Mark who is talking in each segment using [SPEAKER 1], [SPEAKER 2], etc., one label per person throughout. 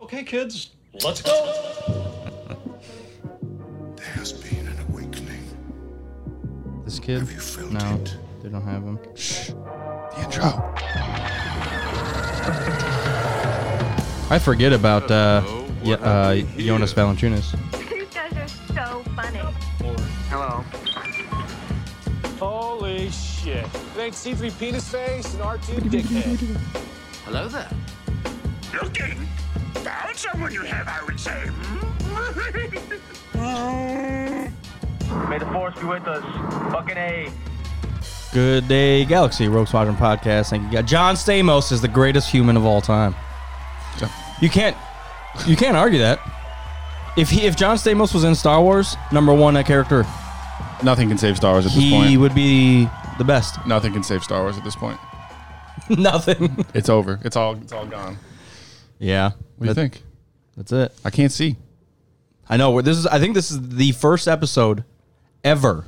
[SPEAKER 1] okay, kids, let's go.
[SPEAKER 2] There has been an awakening.
[SPEAKER 3] This kid?
[SPEAKER 2] Have you felt
[SPEAKER 3] no,
[SPEAKER 2] it?
[SPEAKER 3] they don't have him.
[SPEAKER 2] The intro.
[SPEAKER 3] I forget about uh,
[SPEAKER 4] Hello,
[SPEAKER 3] Ye-
[SPEAKER 4] what
[SPEAKER 3] uh,
[SPEAKER 4] happened here?
[SPEAKER 3] Jonas Valanciunas.
[SPEAKER 5] You guys are so funny.
[SPEAKER 6] Hello.
[SPEAKER 7] Holy shit. It ain't C3 penis face and R2 dickhead.
[SPEAKER 6] Hello there.
[SPEAKER 2] Looking. Found someone you have, I would say.
[SPEAKER 8] May the force be with us. Fucking A.
[SPEAKER 3] Good day, Galaxy Rogue Squadron podcast. Thank you. guys. John Stamos is the greatest human of all time. You can't, you can't argue that. If he, if John Stamos was in Star Wars, number one, that character,
[SPEAKER 9] Nothing can save Star Wars at this
[SPEAKER 3] he
[SPEAKER 9] point.
[SPEAKER 3] would be the best.
[SPEAKER 9] Nothing can save Star Wars at this point.
[SPEAKER 3] Nothing.
[SPEAKER 9] It's over. It's all. It's all gone.
[SPEAKER 3] Yeah.
[SPEAKER 9] What do you think?
[SPEAKER 3] That's it.
[SPEAKER 9] I can't see.
[SPEAKER 3] I know. we're- This is. I think this is the first episode ever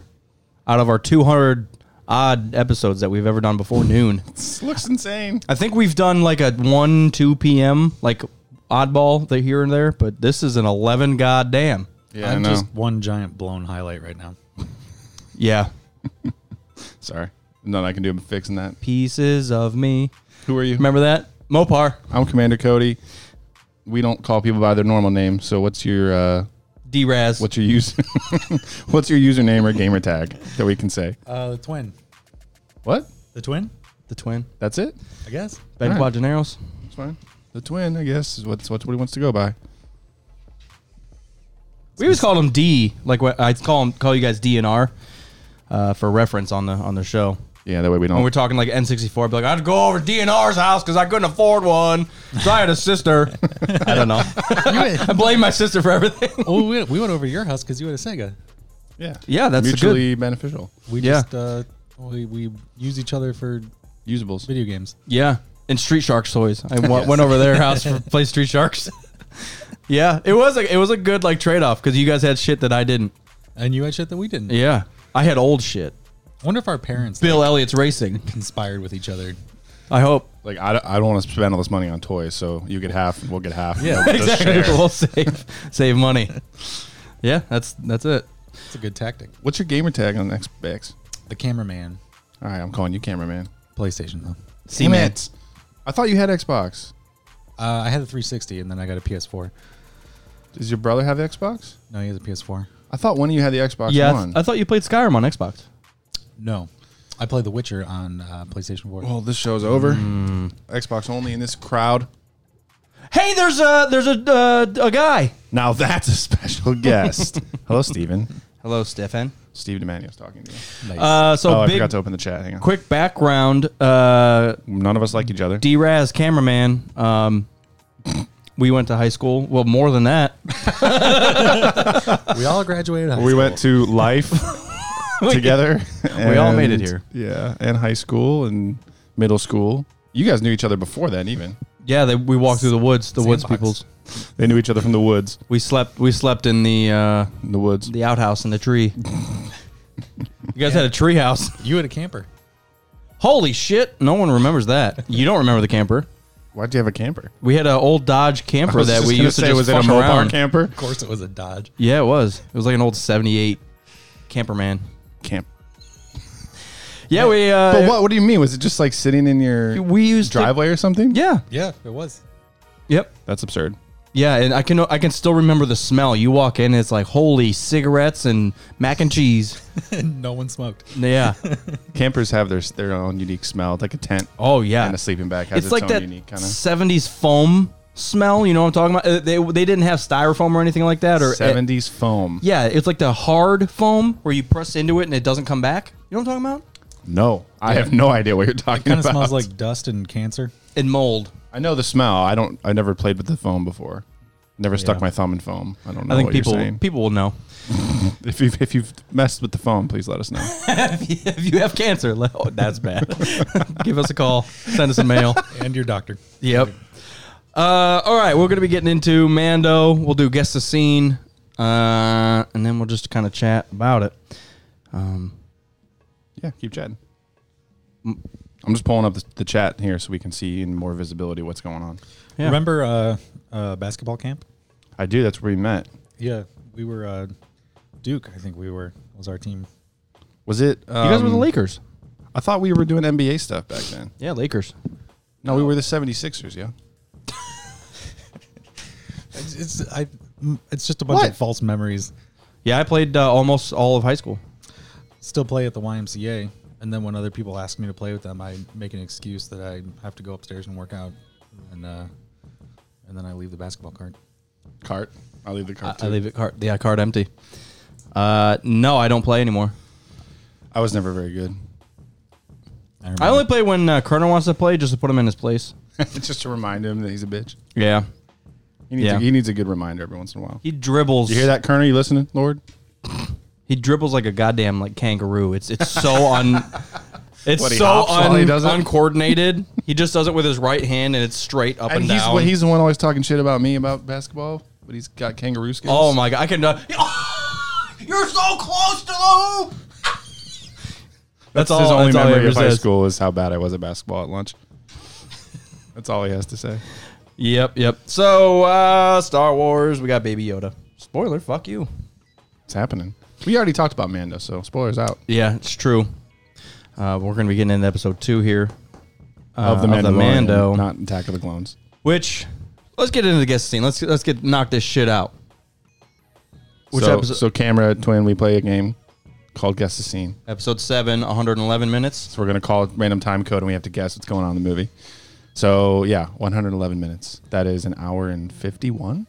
[SPEAKER 3] out of our 200 odd episodes that we've ever done before noon.
[SPEAKER 9] This looks insane.
[SPEAKER 3] I think we've done like a 1, 2 p.m. like oddball the here and there, but this is an 11 goddamn.
[SPEAKER 9] Yeah,
[SPEAKER 10] I'm
[SPEAKER 9] I know.
[SPEAKER 10] just one giant blown highlight right now.
[SPEAKER 3] Yeah.
[SPEAKER 9] Sorry. Nothing I can do. I'm fixing that.
[SPEAKER 3] Pieces of me.
[SPEAKER 9] Who are you?
[SPEAKER 3] Remember that? Mopar.
[SPEAKER 9] I'm Commander Cody. We don't call people by their normal name. So what's your uh,
[SPEAKER 3] D Raz.
[SPEAKER 9] what's your use? what's your username or gamer tag that we can say?
[SPEAKER 10] Uh, the twin.
[SPEAKER 9] What?
[SPEAKER 10] The twin?
[SPEAKER 3] the twin?
[SPEAKER 9] That's it.
[SPEAKER 10] I guess.
[SPEAKER 3] Ben
[SPEAKER 9] Alright.
[SPEAKER 3] Quadraneros.
[SPEAKER 9] That's fine. The twin, I guess, is what's what's what he wants to go by.
[SPEAKER 3] We always called him D. Like what I call him, call you guys D and R uh, for reference on the on the show.
[SPEAKER 9] Yeah, that way we
[SPEAKER 3] When we're
[SPEAKER 9] don't.
[SPEAKER 3] talking like N64, I'd be like, I'd go over to DNR's house because I couldn't afford one. So I had a sister. I don't know. I blame my sister for everything.
[SPEAKER 10] Oh, we went, we went over to your house because you had a Sega.
[SPEAKER 9] Yeah.
[SPEAKER 3] Yeah, that's the good-
[SPEAKER 9] mutually beneficial.
[SPEAKER 10] We
[SPEAKER 3] Yeah.
[SPEAKER 10] just uh, we, we use each other for
[SPEAKER 9] Usables.
[SPEAKER 10] video games.
[SPEAKER 3] Yeah. And Street Sharks toys. I wa- went over their house to play Street Sharks. yeah, it was a it was a good like trade off because you guys had shit that I didn't.
[SPEAKER 10] And you had shit that we didn't.
[SPEAKER 3] Yeah, I had old shit.
[SPEAKER 10] I wonder if our parents
[SPEAKER 3] Bill Elliott's racing.
[SPEAKER 10] conspired with each other.
[SPEAKER 3] I hope.
[SPEAKER 9] Like I, don't- I don't want to spend all this money on toys, so you get half, and we'll get half. Yeah,
[SPEAKER 3] Exactly. We'll save save money. Yeah, that's that's it.
[SPEAKER 10] It's a good tactic.
[SPEAKER 9] What's your gamer tag on Xbox?
[SPEAKER 10] The cameraman.
[SPEAKER 9] All right, I'm calling you cameraman.
[SPEAKER 10] PlayStation, though.
[SPEAKER 3] See man.
[SPEAKER 9] I thought you had Xbox.
[SPEAKER 10] Uh, I had the 360 and then I got a PS4.
[SPEAKER 9] Does your brother have Xbox?
[SPEAKER 10] No, he has a PS4.
[SPEAKER 9] I thought one of you had the Xbox
[SPEAKER 3] Yeah, I, th-
[SPEAKER 9] One.
[SPEAKER 3] I thought you played Skyrim on Xbox.
[SPEAKER 10] No. I played The Witcher on uh, PlayStation 4.
[SPEAKER 9] well, this show's over. Mm. Xbox only in this crowd.
[SPEAKER 3] Hey, there's a there's a uh, a guy.
[SPEAKER 9] Now that's a special guest. Hello, Steven.
[SPEAKER 3] Hello, Stefan.
[SPEAKER 9] Steve DeManio's talking to you.
[SPEAKER 10] Nice.
[SPEAKER 3] Uh, so
[SPEAKER 9] oh, I
[SPEAKER 3] big,
[SPEAKER 9] forgot to open the chat. Hang on.
[SPEAKER 3] quick background. Uh,
[SPEAKER 9] None of us like each other.
[SPEAKER 3] D. Raz, cameraman. Um, we went to high school. Well, more than that,
[SPEAKER 10] we all graduated high
[SPEAKER 9] we
[SPEAKER 10] school.
[SPEAKER 9] went to life together.
[SPEAKER 3] We all made it
[SPEAKER 9] and-
[SPEAKER 3] here.
[SPEAKER 9] Yeah, and high school and middle school. You guys knew each other before then, even.
[SPEAKER 3] yeah, they, we walked through the woods. The woods
[SPEAKER 10] Sandbox.
[SPEAKER 3] peoples.
[SPEAKER 9] They knew each other from the woods.
[SPEAKER 3] We slept. We slept in the uh,
[SPEAKER 9] In the woods.
[SPEAKER 3] the outhouse in the tree. you guys had a tree house.
[SPEAKER 10] You had a camper.
[SPEAKER 3] Holy shit! No one remembers that. You don't remember the camper.
[SPEAKER 9] Why'd you have a camper?
[SPEAKER 3] We had an old Dodge camper that we used to just
[SPEAKER 9] was it a
[SPEAKER 3] fuck
[SPEAKER 9] Mopar
[SPEAKER 3] around.
[SPEAKER 9] camper?
[SPEAKER 10] Of course, it was a Dodge.
[SPEAKER 3] yeah, it was. It was like an old '78 camper man.
[SPEAKER 9] Camp.
[SPEAKER 3] Yeah, we. Uh,
[SPEAKER 9] But what? What do you mean? Was it just like sitting in your
[SPEAKER 3] we used to-
[SPEAKER 9] driveway or something?
[SPEAKER 3] yeah.
[SPEAKER 10] Yeah, it was.
[SPEAKER 3] Yep.
[SPEAKER 9] that's absurd.
[SPEAKER 3] Yeah, and I can I can still remember the smell. You walk in, it's like holy cigarettes and mac and cheese.
[SPEAKER 10] And no one smoked.
[SPEAKER 3] Yeah.
[SPEAKER 9] Campers have their their own unique smell, It's like a tent.
[SPEAKER 3] Oh yeah.
[SPEAKER 9] and a sleeping bag has
[SPEAKER 3] it's
[SPEAKER 9] its,
[SPEAKER 3] like
[SPEAKER 9] own
[SPEAKER 3] that
[SPEAKER 9] unique kind of.
[SPEAKER 3] '70s foam smell. You know what I'm talking about? Uh, They they didn't have styrofoam or anything like that. Or uh,
[SPEAKER 9] Seventies foam.
[SPEAKER 3] yeah, it's like the hard foam where you press into it and it doesn't come back. You know what I'm talking about?
[SPEAKER 9] No, I have no idea what you're talking
[SPEAKER 10] Kind of
[SPEAKER 9] about.
[SPEAKER 10] smells like dust and cancer.
[SPEAKER 3] And mold.
[SPEAKER 9] I know the smell. I don't. I never played with the foam before. Never stuck my thumb in foam. I don't know
[SPEAKER 3] I think
[SPEAKER 9] what
[SPEAKER 3] people
[SPEAKER 9] you're saying.
[SPEAKER 3] people will know.
[SPEAKER 9] If you've if you've messed with the foam, please let us know.
[SPEAKER 3] if you have cancer, let- oh, that's bad. Give us a call. Send us a mail.
[SPEAKER 10] And your doctor.
[SPEAKER 3] Yep. Uh, all right, we're gonna be getting into Mando. We'll do guess the scene, uh, and then we'll just kind of chat about it. Um,
[SPEAKER 9] yeah, keep chatting. I'm just pulling up the, the chat here so we can see in more visibility what's going on.
[SPEAKER 3] Yeah.
[SPEAKER 10] Remember uh, uh, basketball camp?
[SPEAKER 9] I do. That's where we met.
[SPEAKER 10] Yeah, we were uh, Duke. I think we were was our team.
[SPEAKER 9] Was it?
[SPEAKER 3] you guys were the
[SPEAKER 9] um,
[SPEAKER 3] Lakers.
[SPEAKER 9] I thought we were doing NBA stuff back then.
[SPEAKER 3] Yeah, Lakers.
[SPEAKER 9] No, we were the 76ers, yeah.
[SPEAKER 10] It's it's, I, mm, it's just a bunch
[SPEAKER 9] What?
[SPEAKER 10] of false memories.
[SPEAKER 3] Yeah, I played uh, almost all of high school.
[SPEAKER 10] Still play at the YMCA, and then when other people ask me to play with them, I make an excuse that I have to go upstairs and work out, and uh, and then I leave the basketball cart.
[SPEAKER 9] Cart. I leave the cart.
[SPEAKER 3] I
[SPEAKER 9] too.
[SPEAKER 3] leave it card. Yeah, card empty. Uh, no, I don't play anymore.
[SPEAKER 9] I was never very good.
[SPEAKER 10] I, remember.
[SPEAKER 3] I only play when uh, Kerner wants to play, just to put him in his place.
[SPEAKER 9] Just to remind him that he's a bitch.
[SPEAKER 3] Yeah,
[SPEAKER 9] He needs,
[SPEAKER 3] Yeah.
[SPEAKER 9] a, he needs a good reminder every once in a while.
[SPEAKER 3] he dribbles.
[SPEAKER 9] You hear that, Kerner? You listening, Lord?
[SPEAKER 3] He dribbles like a goddamn like kangaroo. It's it's so un. It's
[SPEAKER 9] What, he
[SPEAKER 3] so
[SPEAKER 9] hops while
[SPEAKER 3] un,
[SPEAKER 9] he does it?
[SPEAKER 3] uncoordinated. he just does it with his right hand, and it's straight up and,
[SPEAKER 9] And he's,
[SPEAKER 3] down.
[SPEAKER 9] well, he's the one always talking shit about me about basketball, but he's got kangaroo skills.
[SPEAKER 3] oh my god! I can. you're so close to the hoop. That's, all.
[SPEAKER 9] His only
[SPEAKER 3] that's all he
[SPEAKER 9] memory
[SPEAKER 3] ever
[SPEAKER 9] of high
[SPEAKER 3] says.
[SPEAKER 9] school is how bad I was at basketball at lunch. That's all he has to say.
[SPEAKER 3] Yep, yep. So uh Star Wars, we got Baby Yoda. Spoiler, fuck you.
[SPEAKER 9] It's happening. We already talked about Mando, so spoilers out.
[SPEAKER 3] Yeah, it's true. Uh, we're gonna be getting into episode two here, Uh,
[SPEAKER 9] Uh, of the
[SPEAKER 3] of the
[SPEAKER 9] Mandalorian,
[SPEAKER 3] Mando.
[SPEAKER 9] not Attack of the Clones.
[SPEAKER 3] which let's get into the guest scene. Let's let's get knock this shit out. Which
[SPEAKER 9] so,
[SPEAKER 3] episode?
[SPEAKER 9] so camera twin, we play a game called Guess the Scene.
[SPEAKER 3] episode seven, 111 minutes.
[SPEAKER 9] So we're gonna call it random time code, and we have to guess what's going on in the movie. So yeah, 111 minutes. That is an hour and 51.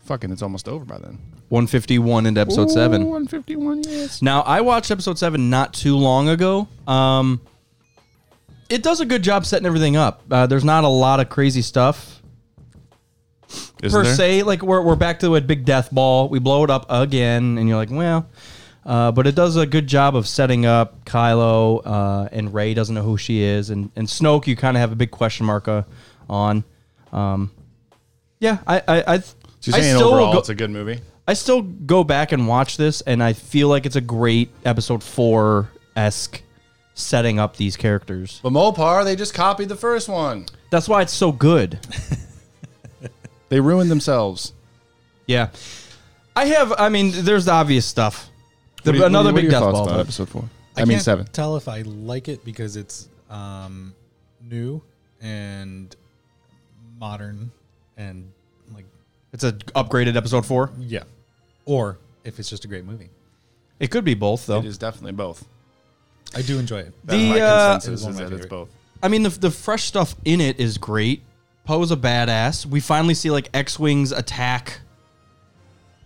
[SPEAKER 9] Fucking, it's almost over by then.
[SPEAKER 3] 151 into episode
[SPEAKER 9] Ooh,
[SPEAKER 3] seven.
[SPEAKER 9] 151. Yes.
[SPEAKER 3] Now I watched episode seven not too long ago. Um, it does a good job setting everything up. Uh, there's not a lot of crazy stuff.
[SPEAKER 9] Isn't
[SPEAKER 3] per
[SPEAKER 9] there?
[SPEAKER 3] se like we're, we're back to a big death ball we blow it up again and you're like well uh, but it does a good job of setting up Kylo uh, and Ray doesn't know who she is and and Snoke you kind of have a big question mark uh, on um, yeah I I I,
[SPEAKER 9] So
[SPEAKER 3] I
[SPEAKER 9] you're saying
[SPEAKER 3] still
[SPEAKER 9] overall,
[SPEAKER 3] go,
[SPEAKER 9] it's a good movie.
[SPEAKER 3] I still go back and watch this and I feel like it's a great episode 4 esque setting up these characters
[SPEAKER 9] But Mopar, they just copied the first one.
[SPEAKER 3] that's why it's so good
[SPEAKER 9] They ruined themselves.
[SPEAKER 3] yeah I have I mean there's the obvious stuff the,
[SPEAKER 9] What do you-
[SPEAKER 3] another
[SPEAKER 9] what
[SPEAKER 3] big
[SPEAKER 9] are your
[SPEAKER 3] death
[SPEAKER 9] thoughts
[SPEAKER 3] ball
[SPEAKER 9] about
[SPEAKER 3] but-
[SPEAKER 9] episode four. I, mean
[SPEAKER 10] can't
[SPEAKER 9] seven.
[SPEAKER 10] Tell if I like it because it's um, new and modern and like
[SPEAKER 3] It's an upgraded episode four.
[SPEAKER 10] yeah, or if it's just a great movie.
[SPEAKER 3] It could be both, though.
[SPEAKER 9] It is definitely both.
[SPEAKER 10] I do enjoy it.
[SPEAKER 9] That's
[SPEAKER 3] The,
[SPEAKER 9] my
[SPEAKER 3] uh,
[SPEAKER 9] consensus
[SPEAKER 10] It
[SPEAKER 9] is
[SPEAKER 10] was one of
[SPEAKER 9] that
[SPEAKER 10] my
[SPEAKER 9] it's
[SPEAKER 10] favorite.
[SPEAKER 9] both.
[SPEAKER 3] I mean, the, the fresh stuff in it is great. Poe's a badass. We finally see like X Wings attack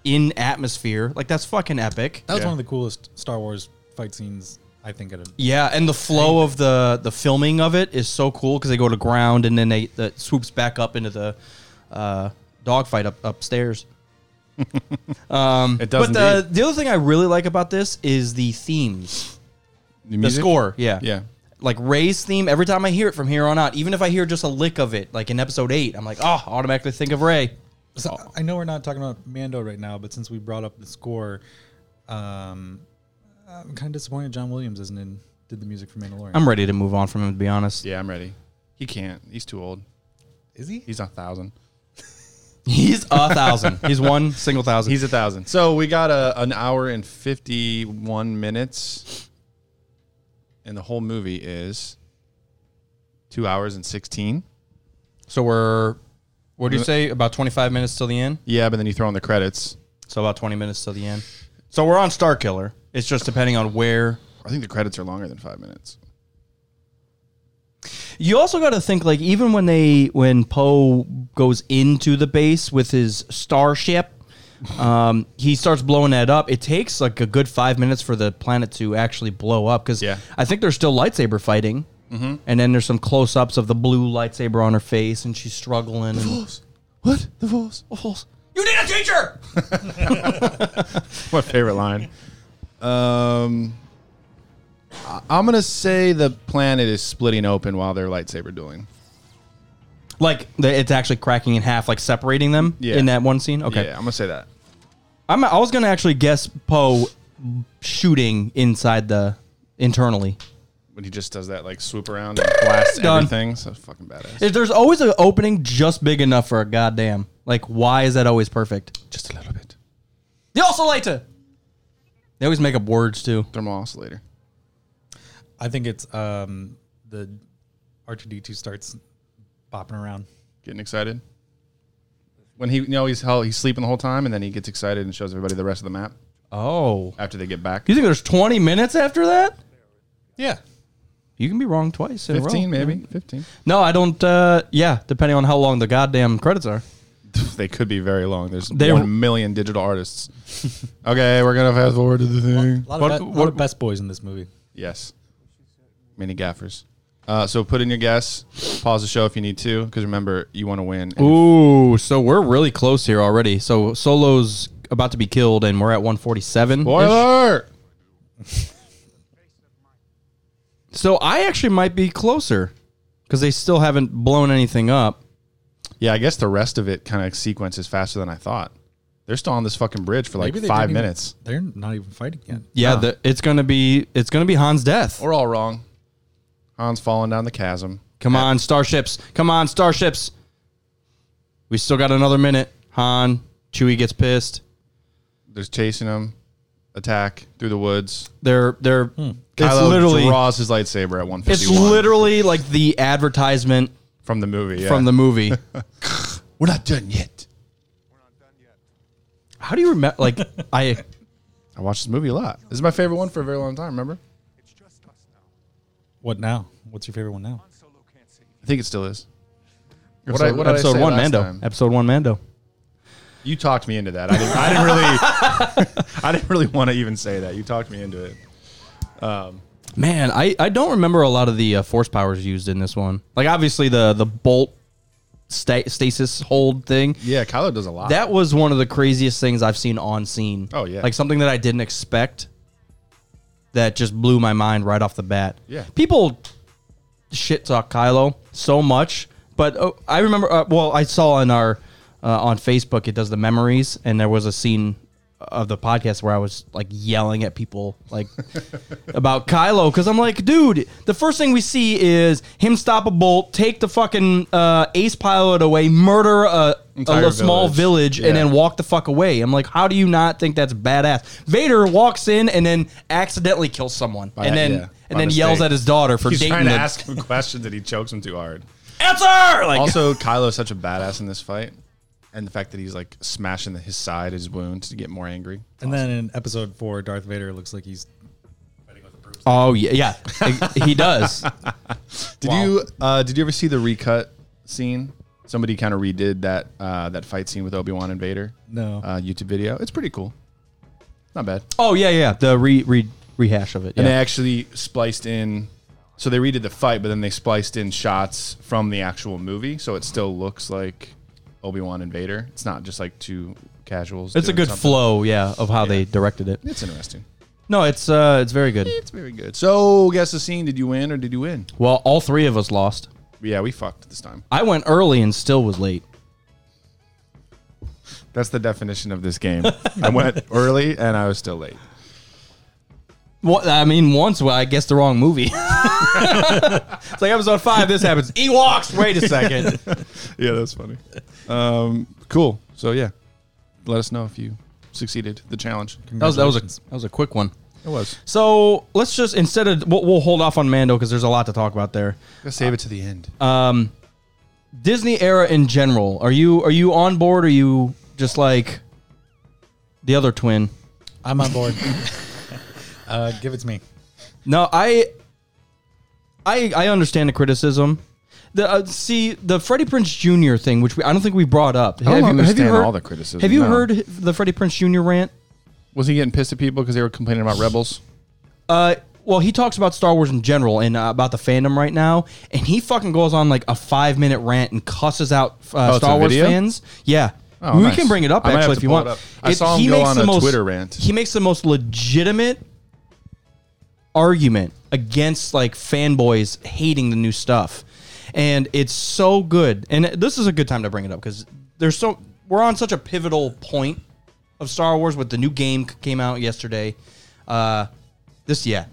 [SPEAKER 3] in atmosphere. Like that's fucking epic.
[SPEAKER 10] That was
[SPEAKER 9] Yeah.
[SPEAKER 10] one of the coolest Star Wars fight scenes I think at a
[SPEAKER 3] Yeah, and the flow of the the filming of it is so cool because they go to ground and then they that swoops back up into the uh, dogfight up upstairs.
[SPEAKER 9] Mm. It does.
[SPEAKER 3] but the the other thing I really like about this is the themes,
[SPEAKER 9] the,
[SPEAKER 3] the score. Yeah,
[SPEAKER 9] Yeah.
[SPEAKER 3] like Ray's theme, every time I hear it from here on out, even if I hear just a lick of it, like in episode eight, I'm like, oh, I automatically think of Ray.
[SPEAKER 10] So I know we're not talking about Mando right now, but since we brought up the score, um, I'm kind of disappointed John Williams isn't in did the music for Mandalorian.
[SPEAKER 3] I'm ready to move on from him, to be honest.
[SPEAKER 9] Yeah, I'm ready. He can't. He's too old.
[SPEAKER 10] Is he?
[SPEAKER 9] He's a thousand.
[SPEAKER 3] He's a thousand. He's one single thousand.
[SPEAKER 9] He's a thousand. So we got a, an hour and fifty-one minutes, and the whole movie is two hours and sixteen.
[SPEAKER 3] so we're, what do you say, about 25 minutes till the end?
[SPEAKER 9] Yeah, but then you throw in the credits.
[SPEAKER 3] So about 20 minutes till the end. So we're on Star Killer. It's just depending on where.
[SPEAKER 9] I think the credits are longer than five minutes.
[SPEAKER 3] You also got to think like even when they when Poe goes into the base with his starship, um, he starts blowing that up. It takes like a good five minutes for the planet to actually blow up because
[SPEAKER 9] Yeah. Mm-hmm.
[SPEAKER 3] I think there's still lightsaber fighting, and then there's some close ups of the blue lightsaber on her face and she's struggling. And,
[SPEAKER 9] What the fools?
[SPEAKER 3] you need a teacher.
[SPEAKER 9] My favorite line. Um, I- I'm gonna say the planet is splitting open while they're lightsaber dueling.
[SPEAKER 3] Like the, it's actually cracking in half, like separating them
[SPEAKER 9] Yeah.
[SPEAKER 3] in that one scene. Okay,
[SPEAKER 9] Yeah, I'm gonna say that.
[SPEAKER 3] I'm, I was gonna actually guess Poe shooting inside the internally.
[SPEAKER 9] when he just does that like swoop around and blasts
[SPEAKER 3] Done.
[SPEAKER 9] everything. So fucking badass.
[SPEAKER 3] If there's always an opening just big enough for a goddamn. Like, why is that always perfect?
[SPEAKER 9] just a little bit.
[SPEAKER 3] The oscillator. They always make up words too.
[SPEAKER 9] Thermal oscillator.
[SPEAKER 10] I think it's um, the R2D2 starts bopping around.
[SPEAKER 9] Getting excited. When he you know he's hell he's sleeping the whole time and then he gets excited and shows everybody the rest of the map
[SPEAKER 3] Oh,
[SPEAKER 9] after they get back.
[SPEAKER 3] you think there's 20 minutes after that?
[SPEAKER 10] Yeah.
[SPEAKER 3] You can be wrong twice in
[SPEAKER 9] Fifteen
[SPEAKER 3] a row.
[SPEAKER 9] maybe. Fifteen.
[SPEAKER 3] No, I don't. Uh, yeah, depending on how long the goddamn credits are.
[SPEAKER 9] They could be very long. There's
[SPEAKER 3] They-
[SPEAKER 9] one million digital artists. okay, we're gonna fast forward to the thing.
[SPEAKER 10] A lot,
[SPEAKER 3] What-
[SPEAKER 10] of, be- lot
[SPEAKER 3] what-
[SPEAKER 10] of best boys in this movie.
[SPEAKER 9] Yes. Many gaffers. Uh, so put in your guess. Pause the show if you need to, because remember you want to win. And
[SPEAKER 3] Ooh, so we're really close here already. So Solo's about to be killed, and we're at 147.
[SPEAKER 9] Spoiler.
[SPEAKER 3] So I actually might be closer because they still haven't blown anything up.
[SPEAKER 9] Yeah, I guess the rest of it kind of sequences faster than I thought. They're still on this fucking bridge for like
[SPEAKER 10] Maybe they
[SPEAKER 9] five
[SPEAKER 10] didn't even-
[SPEAKER 9] minutes.
[SPEAKER 10] they're not even fighting yet.
[SPEAKER 3] Yeah, the, it's gonna be it's gonna be Han's death.
[SPEAKER 9] We're all wrong. Han's falling down the chasm.
[SPEAKER 3] Come on, starships. Come on, starships. We still got another minute. Han, Chewie gets pissed.
[SPEAKER 9] There's chasing him. Attack through the woods.
[SPEAKER 3] They're they're it's
[SPEAKER 9] Hmm. Kylo
[SPEAKER 3] literally
[SPEAKER 9] draws his lightsaber at 151.
[SPEAKER 3] it's literally like the advertisement
[SPEAKER 9] from the movie. Yeah.
[SPEAKER 3] from the movie.
[SPEAKER 9] we're not done yet.
[SPEAKER 3] How do you remember? Like I
[SPEAKER 9] I watched this movie a lot. This is my favorite one for a very long time. Remember?
[SPEAKER 10] What now? What's your favorite one now?
[SPEAKER 9] I think it still is. What
[SPEAKER 3] episode,
[SPEAKER 9] I- what did I
[SPEAKER 3] episode
[SPEAKER 9] say
[SPEAKER 3] one
[SPEAKER 9] last
[SPEAKER 3] Mando
[SPEAKER 9] time?
[SPEAKER 3] episode one Mando.
[SPEAKER 9] You talked me into that. I didn't, I didn't really, I didn't really want to even say that. You talked me into it.
[SPEAKER 3] Man, I, I don't remember a lot of the uh, force powers used in this one. Like obviously the the bolt sta- stasis hold thing.
[SPEAKER 9] Yeah, Kylo does a lot.
[SPEAKER 3] That was one of the craziest things I've seen on scene.
[SPEAKER 9] Oh, yeah.
[SPEAKER 3] like something that I didn't expect. That just blew my mind right off the bat.
[SPEAKER 9] Yeah.
[SPEAKER 3] people shit talk Kylo so much, but oh, I remember. Uh, well, I saw on our uh, on Facebook it does the memories, and there was a scene of the podcast where I was like yelling at people like about Kylo because I'm like, dude, the first thing we see is him stop a bolt, take the fucking uh, ace pilot away, murder a, a
[SPEAKER 9] Entire
[SPEAKER 3] little small
[SPEAKER 9] village.
[SPEAKER 3] village, and
[SPEAKER 9] Yeah.
[SPEAKER 3] then walk the fuck away. I'm like, how do you not think that's badass? Vader walks in and then accidentally kills someone,
[SPEAKER 9] By-
[SPEAKER 3] and then
[SPEAKER 9] yeah, by
[SPEAKER 3] and then yells
[SPEAKER 9] mistake.
[SPEAKER 3] at his daughter for
[SPEAKER 9] He's
[SPEAKER 3] dating
[SPEAKER 9] trying to
[SPEAKER 3] the-
[SPEAKER 9] ask him questions that he chokes him too hard.
[SPEAKER 3] answer. Like,
[SPEAKER 9] Also, Kylo's such a badass in this fight, and the fact that he's like smashing the, his side, his wound to get more angry.
[SPEAKER 10] And then in episode four, Darth Vader looks like he's
[SPEAKER 3] oh yeah, yeah, he does.
[SPEAKER 9] Did you uh, did you ever see the recut scene? Somebody kind of redid that uh, that fight scene with Obi Wan and Vader.
[SPEAKER 10] no.
[SPEAKER 9] Uh, YouTube video. It's pretty cool. Not bad.
[SPEAKER 3] Oh yeah, yeah, the re re rehash of it.
[SPEAKER 9] And they
[SPEAKER 3] Yeah.
[SPEAKER 9] actually spliced in. So they redid the fight, but then they spliced in shots from the actual movie, so it still looks like Obi Wan and Vader. It's not just like two casuals.
[SPEAKER 3] It's a
[SPEAKER 9] doing
[SPEAKER 3] good
[SPEAKER 9] something.
[SPEAKER 3] flow, yeah, of how they directed it.
[SPEAKER 9] It's interesting.
[SPEAKER 3] No, it's uh, it's very good.
[SPEAKER 9] It's very good. So guess the scene. Did you win or did you win?
[SPEAKER 3] Well, all three of us lost.
[SPEAKER 9] Yeah, we fucked this time.
[SPEAKER 3] I went early and still was late.
[SPEAKER 9] That's the definition of this game. I went early and I was still late.
[SPEAKER 3] What I mean, once well, I guess the wrong movie. it's like episode five. This happens. Ewoks. Wait a second.
[SPEAKER 9] Yeah, that's funny. Um, cool. So yeah, let us know if you succeeded the challenge.
[SPEAKER 3] That was that was a that was a quick one.
[SPEAKER 9] It was.
[SPEAKER 3] So let's just instead of we'll, we'll hold off on Mando because there's a lot to talk about there.
[SPEAKER 9] Let's save it to the end.
[SPEAKER 3] Disney era in general. Are you are you on board? Or are you just like the other twin?
[SPEAKER 10] I'm on board. uh, give it to me.
[SPEAKER 3] No, I I I understand the criticism. The uh, see the Freddie Prince Jr. thing, which we, I don't think we brought up.
[SPEAKER 9] don't understand all the criticism,
[SPEAKER 3] Have you
[SPEAKER 9] no.
[SPEAKER 3] heard the Freddie Prince Jr. rant?
[SPEAKER 9] Was he getting pissed at people because they were complaining about Rebels?
[SPEAKER 3] Uh, well, he talks about Star Wars in general and uh, about the fandom right now, and he fucking goes on like a five minute rant and cusses out uh,
[SPEAKER 9] Oh, it's a
[SPEAKER 3] Star Wars
[SPEAKER 9] video?
[SPEAKER 3] fans. Yeah.
[SPEAKER 9] Oh,
[SPEAKER 3] we
[SPEAKER 9] nice.
[SPEAKER 3] can bring it up
[SPEAKER 9] I might have
[SPEAKER 3] actually
[SPEAKER 9] to
[SPEAKER 3] if you
[SPEAKER 9] pull
[SPEAKER 3] want.
[SPEAKER 9] it up. I saw him
[SPEAKER 3] he
[SPEAKER 9] go
[SPEAKER 3] makes
[SPEAKER 9] on
[SPEAKER 3] the
[SPEAKER 9] a
[SPEAKER 3] most-
[SPEAKER 9] Twitter rant.
[SPEAKER 3] He makes the most legitimate argument against like fanboys hating the new stuff, and it's so good. And this is a good time to bring it up because there's so we're on such a pivotal point of Star Wars with the new game c- came out yesterday. Uh, this yeah,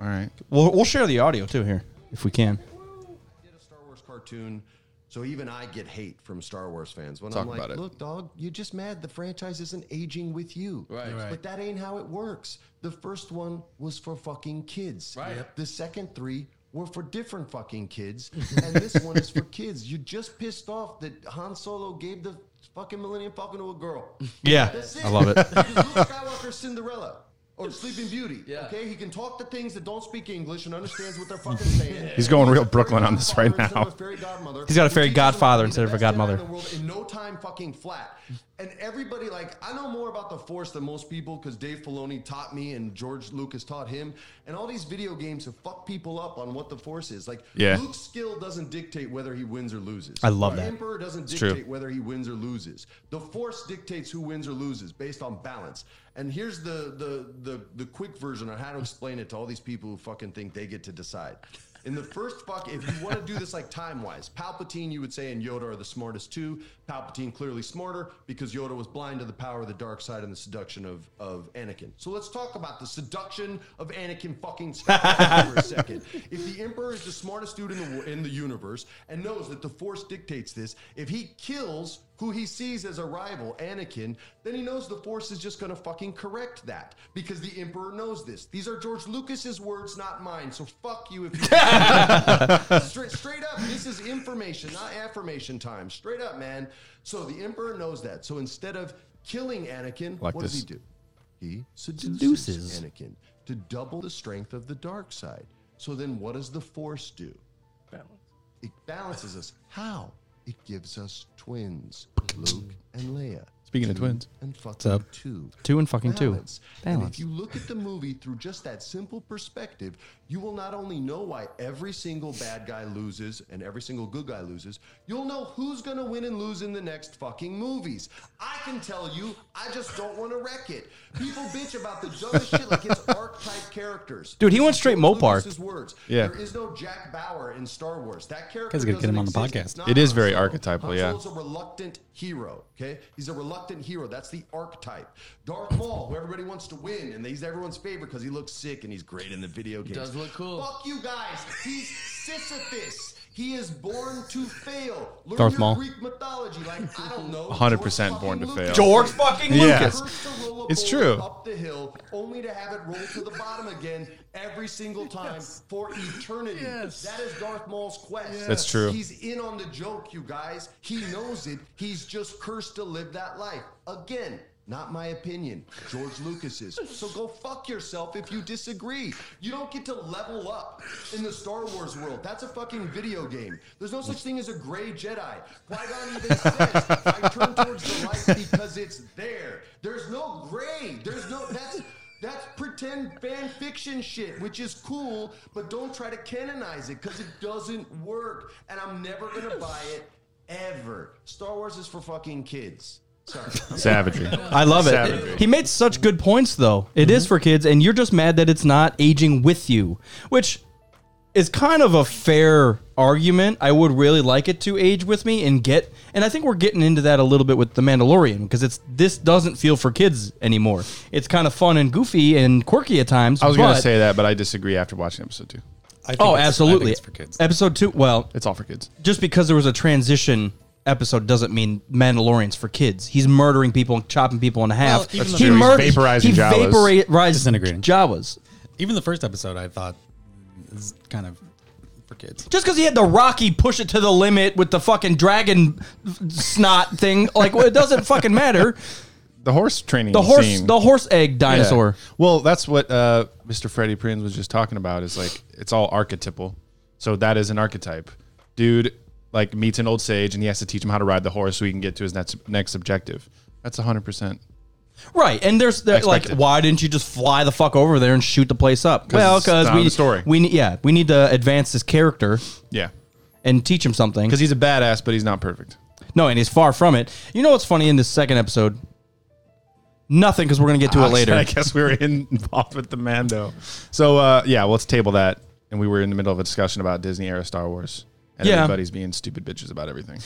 [SPEAKER 9] All right.
[SPEAKER 3] We'll, we'll share the audio too here if we can.
[SPEAKER 4] did a Star Wars cartoon, so even I get hate from Star Wars fans when
[SPEAKER 9] Talk
[SPEAKER 4] I'm like,
[SPEAKER 9] about it.
[SPEAKER 4] "Look, dog, you're just mad the franchise isn't aging with you." Right. But that ain't how it works. The first one was for fucking kids. Right. The second three were for different fucking kids, and this one is for kids. You just pissed off that Han Solo gave the fucking Millennium Falcon to a girl.
[SPEAKER 3] Yeah,
[SPEAKER 4] That's it.
[SPEAKER 3] I love it.
[SPEAKER 4] He's Luke Skywalker's Cinderella or Sleeping Beauty. Okay, he can talk to things that don't speak English and understands what they're fucking saying.
[SPEAKER 9] He's going real Brooklyn on this right
[SPEAKER 4] Instead of
[SPEAKER 9] now.
[SPEAKER 4] a fairy godmother.
[SPEAKER 3] He's got a
[SPEAKER 4] He
[SPEAKER 3] fairy
[SPEAKER 4] teaches them to
[SPEAKER 3] godfather
[SPEAKER 4] be the
[SPEAKER 3] instead of a
[SPEAKER 4] best dad in
[SPEAKER 3] godmother.
[SPEAKER 4] the world In no time, fucking flat. And everybody, like, I know more about the Force than most people because Dave Filoni taught me and George Lucas taught him. And all these video games have fucked people up on what the Force is. Like,
[SPEAKER 9] Yeah.
[SPEAKER 4] Luke's skill doesn't dictate whether he wins or loses.
[SPEAKER 3] I love
[SPEAKER 4] The
[SPEAKER 3] that.
[SPEAKER 4] Emperor doesn't
[SPEAKER 9] true.
[SPEAKER 4] dictate whether he wins or loses. The Force dictates who wins or loses based on balance. And here's the the the, the quick version on how to explain it to all these people who fucking think they get to decide. In the first fuck, if you want to do this like time wise, Palpatine, you would say, and Yoda are the smartest two. Palpatine clearly smarter because Yoda was blind to the power of the dark side and the seduction of, of Anakin. So let's talk about the seduction of Anakin fucking Skywalker for a second. If the Emperor is the smartest dude in the wo- in the universe and knows that the Force dictates this, if he kills who he sees as a rival, Anakin, then he knows the Force is just going to fucking correct that because the Emperor knows this. These are George Lucas's words, not mine. So fuck you if you straight, straight up. This is information, not affirmation time. Straight up, man. So the Emperor knows that. So instead of killing Anakin,
[SPEAKER 9] Like
[SPEAKER 4] what
[SPEAKER 9] this.
[SPEAKER 4] does he do? He seduces, Anakin to double the strength of the dark side. So then, what does the Force do? It balances us. How? It gives us twins, Luke and Leia.
[SPEAKER 9] Speaking of twins.
[SPEAKER 4] and fucking
[SPEAKER 3] up?
[SPEAKER 4] two,
[SPEAKER 3] Two and fucking two.
[SPEAKER 4] Balance. And
[SPEAKER 3] Balance.
[SPEAKER 4] if you look at the movie through just that simple perspective, you will not only know why every single bad guy loses and every single good guy loses, you'll know who's going to win and lose in the next fucking movies. I can tell you, I just don't want to wreck it. People bitch about the dumbest shit like it's archetype characters.
[SPEAKER 3] Dude, he
[SPEAKER 4] This
[SPEAKER 3] went
[SPEAKER 4] is
[SPEAKER 3] straight
[SPEAKER 4] George
[SPEAKER 3] Mopar.
[SPEAKER 4] Lucas's words.
[SPEAKER 9] Yeah.
[SPEAKER 4] There is no Jack Bauer in Star Wars. That character
[SPEAKER 10] Guys, gotta get him
[SPEAKER 4] doesn't
[SPEAKER 10] on the
[SPEAKER 4] exist.
[SPEAKER 10] podcast.
[SPEAKER 4] It's not
[SPEAKER 9] It is
[SPEAKER 4] Han
[SPEAKER 9] very
[SPEAKER 4] Solo.
[SPEAKER 9] archetypal,
[SPEAKER 4] Han
[SPEAKER 9] yeah.
[SPEAKER 4] Solo's a reluctant hero. Okay, he's a reluctant hero. That's the archetype. Darth Maul, who everybody wants to win, and he's everyone's favorite because he looks sick and he's great in the video games.
[SPEAKER 6] Does look cool.
[SPEAKER 4] Fuck you guys. He's Sisyphus. He is born to fail. Learn
[SPEAKER 3] Darth
[SPEAKER 4] your
[SPEAKER 3] Maul.
[SPEAKER 4] Greek mythology, like I don't know.
[SPEAKER 9] 100%
[SPEAKER 4] George
[SPEAKER 9] born to
[SPEAKER 4] fucking
[SPEAKER 9] fail.
[SPEAKER 4] Lucas.
[SPEAKER 3] George fucking
[SPEAKER 9] Yeah.
[SPEAKER 3] Lucas.
[SPEAKER 4] Cursed to roll a
[SPEAKER 9] It's
[SPEAKER 4] boulder
[SPEAKER 9] true.
[SPEAKER 4] Up the hill, only to have it roll to the bottom again every single time for eternity. That is Darth Maul's quest.
[SPEAKER 9] That's true.
[SPEAKER 4] He's in on the joke, you guys. He knows it. He's just cursed to live that life. Again, not my opinion. George Lucas's. So go fuck yourself if you disagree. You don't get to level up in the Star Wars world. That's a fucking video game. There's no such thing as a gray Jedi. Qui-Gon even says, I turn towards the light because it's there. There's no gray. There's no that's that's pretend fan fiction shit, which is cool, but don't try to canonize it because it doesn't work. And I'm never gonna buy it ever. Star Wars is for fucking kids. Sorry.
[SPEAKER 9] Savagery.
[SPEAKER 3] I love it.
[SPEAKER 9] Savagery.
[SPEAKER 3] He made such good points, though. It is for kids, and you're just mad that it's not aging with you, which is kind of a fair argument. I would really like it to age with me and get, and I think we're getting into that a little bit with the Mandalorian because it's this doesn't feel for kids anymore. It's kind of fun and goofy and quirky at times.
[SPEAKER 9] I was going
[SPEAKER 3] but-
[SPEAKER 9] to say that, but I disagree after watching episode two.
[SPEAKER 10] I think
[SPEAKER 3] oh,
[SPEAKER 10] it's- I think
[SPEAKER 3] absolutely.
[SPEAKER 10] it's for kids.
[SPEAKER 3] Episode two. Well,
[SPEAKER 9] It's all for kids.
[SPEAKER 3] just because there was a transition episode doesn't mean Mandalorian's for kids. He's murdering people and chopping people in half.
[SPEAKER 10] Well, even
[SPEAKER 3] he
[SPEAKER 10] though- He's
[SPEAKER 3] murdered,
[SPEAKER 9] vaporizing
[SPEAKER 3] he
[SPEAKER 9] Jawas.
[SPEAKER 3] vaporized
[SPEAKER 10] Disintegrating.
[SPEAKER 3] Jawas.
[SPEAKER 10] Even the first episode, I thought is kind of for kids.
[SPEAKER 3] Just because he had the Rocky push it to the limit with the fucking dragon snot thing, like well, it doesn't fucking matter.
[SPEAKER 9] The horse training.
[SPEAKER 3] The horse,
[SPEAKER 9] scene.
[SPEAKER 3] the horse egg
[SPEAKER 9] Yeah.
[SPEAKER 3] dinosaur.
[SPEAKER 9] Well, that's what uh, Mr. Freddie Prinz was just talking about. Is like it's all archetypal. So that is an archetype. Dude like meets an old sage and he has to teach him how to ride the horse so he can get to his next next objective. That's hundred percent.
[SPEAKER 3] Right, and there's they're like,
[SPEAKER 9] Expected.
[SPEAKER 3] why didn't you just fly the fuck over there and shoot the place up? Well,
[SPEAKER 9] it's
[SPEAKER 3] because
[SPEAKER 9] not
[SPEAKER 3] we
[SPEAKER 9] the story.
[SPEAKER 3] we ne- yeah we need to advance this character
[SPEAKER 9] Yeah,
[SPEAKER 3] and teach him something.
[SPEAKER 9] because he's a badass, but he's not perfect.
[SPEAKER 3] No, and he's far from it. You know what's funny in this second episode? Nothing, because we're gonna get to it later.
[SPEAKER 9] I guess we were in- involved with the Mando. So uh, yeah, well, let's table that. And we were in the middle of a discussion about Disney era Star Wars, and
[SPEAKER 3] Yeah.
[SPEAKER 9] everybody's being stupid bitches about everything,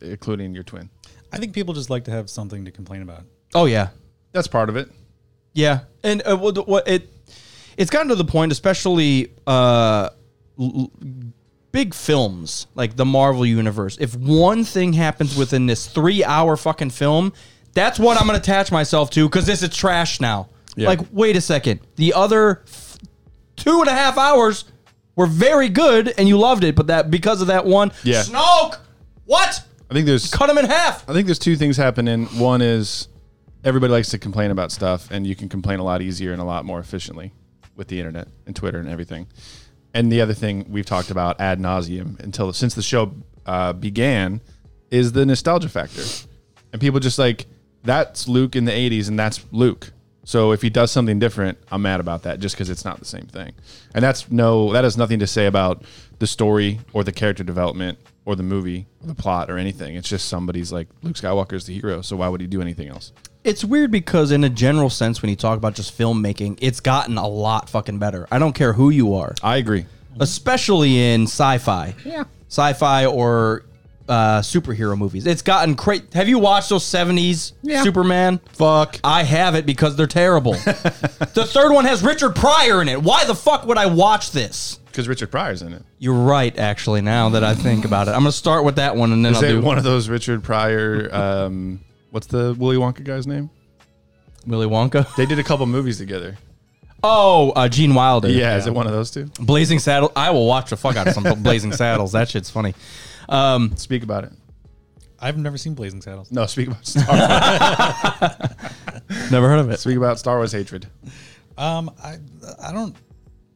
[SPEAKER 9] including your twin.
[SPEAKER 10] I think people just like to have something to complain about.
[SPEAKER 3] Oh yeah,
[SPEAKER 9] That's part of it.
[SPEAKER 3] yeah, and uh, what, what it it's gotten to the point, especially uh, l- l- big films like the Marvel universe. If one thing happens within this three-hour fucking film, that's what I'm gonna attach myself to because this is trash now.
[SPEAKER 9] Yeah.
[SPEAKER 3] Like, wait a second, the other f- two and a half hours were very good and you loved it, but that because of that one,
[SPEAKER 9] Yeah.
[SPEAKER 3] Snoke, what?
[SPEAKER 9] I think there's
[SPEAKER 3] Cut him in half.
[SPEAKER 9] I think there's two things happening. One is everybody likes to complain about stuff, and you can complain a lot easier and a lot more efficiently with the internet and Twitter and everything. And the other thing we've talked about ad nauseum until since the show uh, began is the nostalgia factor, and people just like that's Luke in the '80s, and that's Luke. So if he does something different, I'm mad about that just because it's not the same thing. And that's no, that has nothing to say about the story or the character development or the movie or the plot or anything. It's just somebody's like Luke Skywalker's the hero, so why would he do anything else?
[SPEAKER 3] It's weird because, in a general sense, when you talk about just filmmaking, it's gotten a lot fucking better. I don't care who you are,
[SPEAKER 9] I agree.
[SPEAKER 3] especially in sci-fi. Yeah, sci-fi or uh, superhero movies. It's gotten crazy. Have you watched those seventies Superman?
[SPEAKER 9] Fuck.
[SPEAKER 3] I have it because they're terrible. the third one has Richard Pryor in it. Why the fuck would I watch this?
[SPEAKER 9] Because Richard Pryor's in it.
[SPEAKER 3] You're right, actually. Now that I think about it, I'm gonna start with that one, and then
[SPEAKER 9] Is
[SPEAKER 3] I'll
[SPEAKER 9] it
[SPEAKER 3] do
[SPEAKER 9] one of those Richard Pryor? Um, what's the Willy Wonka guy's name?
[SPEAKER 3] Willy Wonka.
[SPEAKER 9] They did a couple movies together.
[SPEAKER 3] Oh, uh, Gene Wilder.
[SPEAKER 9] Yeah, Mm. is it one of those two?
[SPEAKER 3] Blazing Saddle. I will watch the fuck out of some Blazing Saddles. That shit's funny. Um,
[SPEAKER 9] Speak about it.
[SPEAKER 10] I've never seen Blazing Saddles.
[SPEAKER 9] No, speak about Star.
[SPEAKER 3] never heard of it.
[SPEAKER 9] speak about Star Wars hatred.
[SPEAKER 10] Um, I I don't.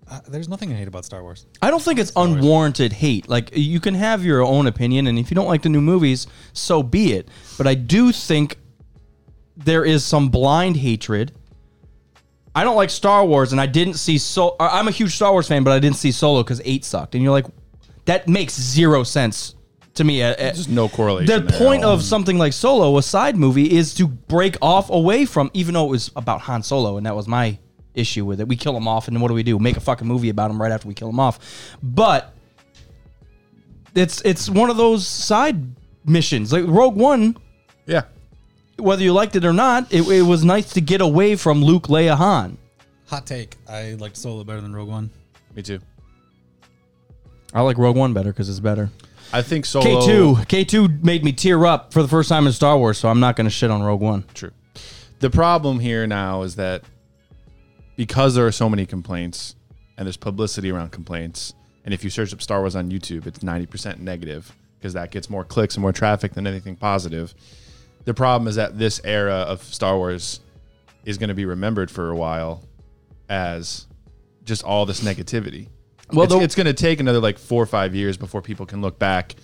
[SPEAKER 10] I, there's nothing I hate about Star Wars.
[SPEAKER 3] I don't think it's unwarranted hate. Like you can have your own opinion, and if you don't like the new movies, so be it. But I do think there is some blind hatred. I don't like Star Wars, and I didn't see so. I'm a huge Star Wars fan, but I didn't see Solo because eight sucked. And you're like, that makes zero sense to me. Uh, uh,
[SPEAKER 9] There's no correlation.
[SPEAKER 3] the
[SPEAKER 9] there at
[SPEAKER 3] point
[SPEAKER 9] all.
[SPEAKER 3] of something like Solo, a side movie, is to break off away from, even though it was about Han Solo, and that was my issue with it. We kill him off, and then what do we do? Make a fucking movie about him right after we kill him off. But it's it's one of those side missions. Like Rogue One,
[SPEAKER 9] yeah,
[SPEAKER 3] whether you liked it or not, it, it was nice to get away from Luke, Leia, Han.
[SPEAKER 10] Hot take. I liked Solo better than Rogue One.
[SPEAKER 9] me too.
[SPEAKER 3] I like Rogue One better because it's better.
[SPEAKER 9] I think Solo.
[SPEAKER 3] K two K two made me tear up for the first time in Star Wars, so I'm not going to shit on Rogue One.
[SPEAKER 9] True. The problem here now is that because there are so many complaints and there's publicity around complaints, and if you search up Star Wars on YouTube, it's 90% negative because that gets more clicks and more traffic than anything positive. The problem is that this era of Star Wars is going to be remembered for a while as just all this negativity. Well, it's,
[SPEAKER 3] the-
[SPEAKER 9] it's going to take another like four or five years before people can look back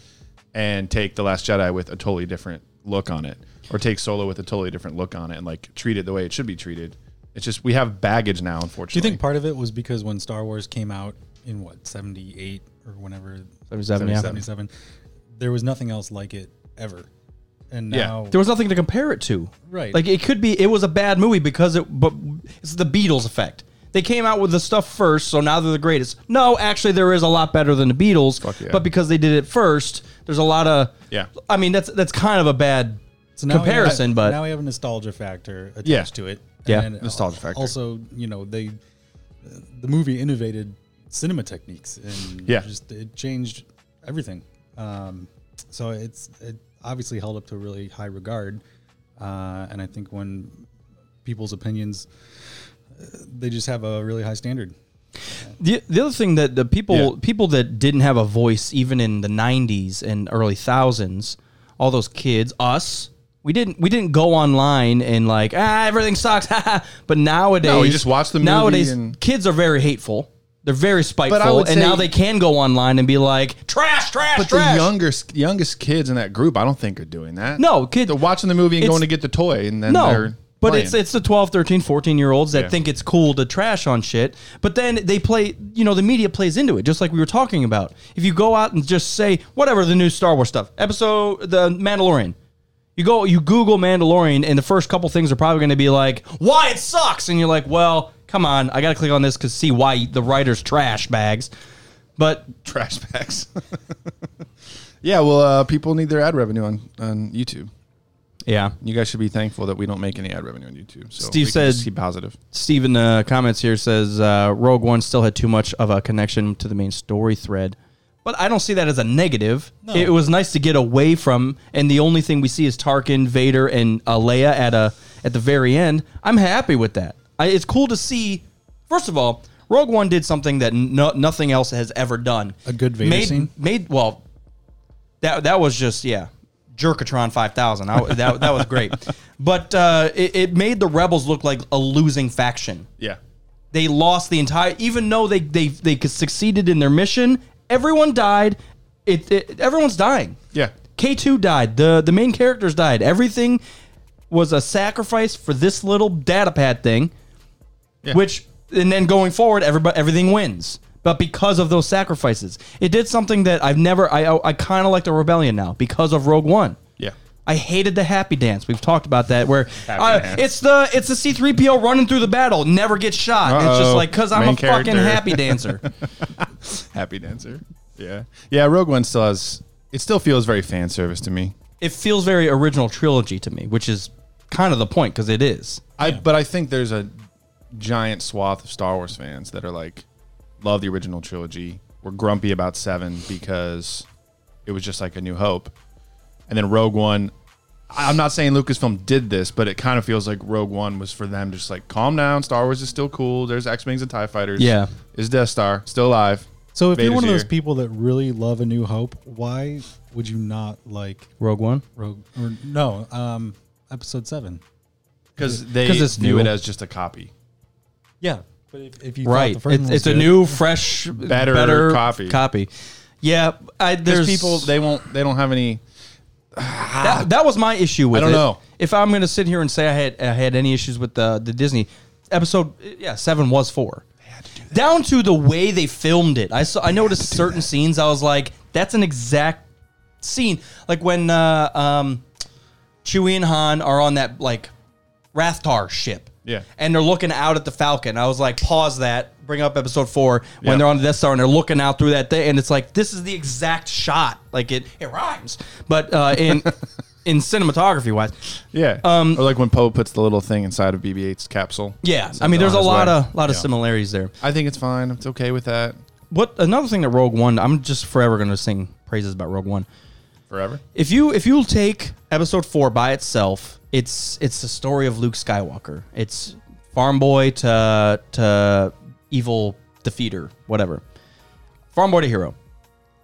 [SPEAKER 9] and take The Last Jedi with a totally different look on it, or take Solo with a totally different look on it, and like treat it the way it should be treated. It's just we have baggage now,
[SPEAKER 10] Do
[SPEAKER 9] unfortunately.
[SPEAKER 10] you think part of it was because when Star Wars came out in what seventy eight or whenever
[SPEAKER 3] 77, yeah.
[SPEAKER 10] 77, there was nothing else like it ever, and
[SPEAKER 9] Yeah.
[SPEAKER 10] now
[SPEAKER 3] There was nothing to compare it to.
[SPEAKER 10] Right.
[SPEAKER 3] Like it could be it was a bad movie because it but it's the Beatles effect. They came out with the stuff first, so now they're the greatest. No, actually there is a lot better than the Beatles,
[SPEAKER 9] Fuck yeah.
[SPEAKER 3] but because they did it first, there's a lot of
[SPEAKER 9] Yeah.
[SPEAKER 3] I mean that's that's kind of a bad
[SPEAKER 10] So now we have-
[SPEAKER 3] comparison, but
[SPEAKER 10] now we have a nostalgia factor attached
[SPEAKER 9] Yeah.
[SPEAKER 10] to it.
[SPEAKER 3] Yeah,
[SPEAKER 10] And then
[SPEAKER 9] nostalgia
[SPEAKER 10] al-
[SPEAKER 9] factor.
[SPEAKER 10] Also, you know, they the movie innovated cinema techniques and
[SPEAKER 9] Yeah.
[SPEAKER 10] just it changed everything. Um, so it's it obviously held up to a really high regard, uh, and I think when people's opinions, uh, they just have a really high standard.
[SPEAKER 3] The, the other thing that the people
[SPEAKER 9] Yeah.
[SPEAKER 3] people that didn't have a voice even in the 90s and early thousands, all those kids, us, we didn't we didn't go online and like ah everything sucks, but nowadays
[SPEAKER 9] No, you just watch the movie
[SPEAKER 3] nowadays
[SPEAKER 9] and-
[SPEAKER 3] kids are very hateful. They're very spiteful,
[SPEAKER 9] would
[SPEAKER 3] and
[SPEAKER 9] say-
[SPEAKER 3] now they can go online and be like trash, trash,
[SPEAKER 9] But
[SPEAKER 3] trash.
[SPEAKER 9] the youngest youngest kids in that group, I don't think are doing that.
[SPEAKER 3] No, kid-
[SPEAKER 9] they're watching the movie and
[SPEAKER 3] it's-
[SPEAKER 9] going to get the toy, and then
[SPEAKER 3] no
[SPEAKER 9] they're
[SPEAKER 3] but
[SPEAKER 9] playing.
[SPEAKER 3] it's it's the 12 13 14 year olds that
[SPEAKER 9] Yeah.
[SPEAKER 3] think it's cool to trash on shit but then they play you know the media plays into it just like we were talking about if you go out and just say whatever the new star wars stuff episode the mandalorian you go you google mandalorian and the first couple things are probably going to be like why it sucks and you're like well come on i gotta click on this because see why the writers trash bags but
[SPEAKER 9] trash bags. yeah, well, uh, people need their ad revenue on on YouTube.
[SPEAKER 3] Yeah.
[SPEAKER 9] You guys should be thankful that we don't make any ad revenue on YouTube. So
[SPEAKER 3] Steve
[SPEAKER 9] we can just
[SPEAKER 3] said-
[SPEAKER 9] keep positive.
[SPEAKER 3] Steve in the comments here says uh, Rogue One still had too much of a connection to the main story thread. But I don't see that as a negative. It was nice to get away from, and the only thing we see is Tarkin, Vader, and uh, Leia at a at the very end. I'm happy with that. I, it's cool to see. First of all, Rogue One did something that no, nothing else has ever done.
[SPEAKER 10] A good Vader
[SPEAKER 3] made,
[SPEAKER 10] scene?
[SPEAKER 3] Made well, that that was just yeah jerkatron 5000 I, that, that was great but uh, it, it made the rebels look like a losing faction
[SPEAKER 9] Yeah.
[SPEAKER 3] they lost the entire even though they they, they succeeded in their mission everyone died it, it everyone's dying
[SPEAKER 9] Yeah.
[SPEAKER 3] k2 died the the main characters died everything was a sacrifice for this little data pad thing
[SPEAKER 9] Yeah.
[SPEAKER 3] which and then going forward everybody everything wins but because of those sacrifices it did something that i've never i i kind of like the rebellion now because of rogue one
[SPEAKER 9] Yeah.
[SPEAKER 3] I hated the happy dance. We've talked about that. Where uh,
[SPEAKER 9] dance.
[SPEAKER 3] it's the it's the C three PO running through the battle, never gets shot. It's just
[SPEAKER 9] Uh-oh.
[SPEAKER 3] like because I'm
[SPEAKER 9] Main
[SPEAKER 3] a fucking
[SPEAKER 9] character.
[SPEAKER 3] happy dancer.
[SPEAKER 9] Happy dancer. Yeah. Yeah. Rogue One still has, it still feels very fan service to me.
[SPEAKER 3] it feels very original trilogy to me, which is kind of the point because it is.
[SPEAKER 9] I, but I think there's a giant swath of Star Wars fans that are like, love the original trilogy. We're grumpy about seven because it was just like a New Hope, and then Rogue One. I- I'm not saying Lucasfilm did this, but it kind of feels like Rogue One was for them. Just like, calm down. Star Wars is still cool. There's X wings and Tie fighters.
[SPEAKER 3] Yeah.
[SPEAKER 9] is Death Star still alive?
[SPEAKER 10] So if you're
[SPEAKER 9] Vader's
[SPEAKER 10] one of those
[SPEAKER 9] here.
[SPEAKER 10] people that really love A New Hope, why would you not like
[SPEAKER 3] Rogue One.
[SPEAKER 10] Rogue? Or no, um, Episode Seven.
[SPEAKER 9] because they
[SPEAKER 3] 'Cause it's
[SPEAKER 9] view
[SPEAKER 3] new.
[SPEAKER 9] it as just a copy.
[SPEAKER 10] Yeah, but if, if you
[SPEAKER 3] Right.
[SPEAKER 10] thought the first
[SPEAKER 3] It's,
[SPEAKER 10] one was
[SPEAKER 3] it's a
[SPEAKER 10] good-
[SPEAKER 3] new, fresh,
[SPEAKER 9] Better copy.
[SPEAKER 3] Copy. Yeah, I, there's
[SPEAKER 9] There's people they won't they don't have any.
[SPEAKER 3] that, that was my issue with
[SPEAKER 9] I don't
[SPEAKER 3] it.
[SPEAKER 9] know.
[SPEAKER 3] If I'm going to sit here and say I had I had any issues with the the Disney episode, yeah, seven was four. Down to the way they filmed it, I saw. I noticed certain scenes. I was like, "That's an exact scene." Like when uh, um, Chewie and Han are on that like Rathtar ship,
[SPEAKER 9] Yeah.
[SPEAKER 3] and they're looking out at the Falcon. I was like, "Pause that." Bring up episode four when
[SPEAKER 9] Yeah.
[SPEAKER 3] they're on the Death Star and they're looking out through that thing, and it's like this is the exact shot. Like it, it rhymes, but uh, in in cinematography wise,
[SPEAKER 9] Yeah, um, or like when Poe puts the little thing inside of BB-8's capsule.
[SPEAKER 3] Yeah,
[SPEAKER 9] It's
[SPEAKER 3] I mean, there's
[SPEAKER 9] on
[SPEAKER 3] a
[SPEAKER 9] his
[SPEAKER 3] lot
[SPEAKER 9] way.
[SPEAKER 3] of lot of
[SPEAKER 9] Yeah.
[SPEAKER 3] similarities there.
[SPEAKER 9] I think it's fine. It's okay with that
[SPEAKER 3] What another thing that Rogue One, I'm just forever going to sing praises about Rogue One.
[SPEAKER 9] forever.
[SPEAKER 3] If you if you'll take Episode Four by itself, it's it's the story of Luke Skywalker. It's farm boy to to evil defeater, whatever. Farm boy to hero.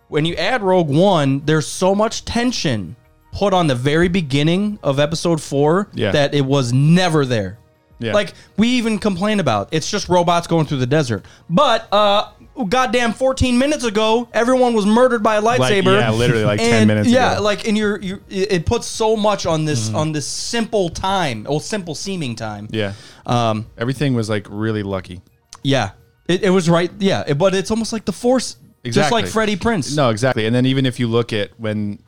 [SPEAKER 3] When you add Rogue One, there's so much tension put on the very beginning of Episode Four
[SPEAKER 9] Yeah.
[SPEAKER 3] that it was never there.
[SPEAKER 9] Yeah.
[SPEAKER 3] Like we even complain about. It's just robots going through the desert. But uh goddamn 14 minutes ago, everyone was murdered by a lightsaber.
[SPEAKER 9] yeah, literally, like, 10
[SPEAKER 3] And,
[SPEAKER 9] minutes
[SPEAKER 3] Yeah,
[SPEAKER 9] ago.
[SPEAKER 3] like and you're you it it puts so much on this on this simple time, or simple seeming time.
[SPEAKER 9] Mm. Yeah.
[SPEAKER 3] Um
[SPEAKER 9] Everything was like really lucky.
[SPEAKER 3] yeah. It, it was right, yeah. It- but it's almost like the force just like Freddie Prince.
[SPEAKER 9] No, exactly. And then even if you look at when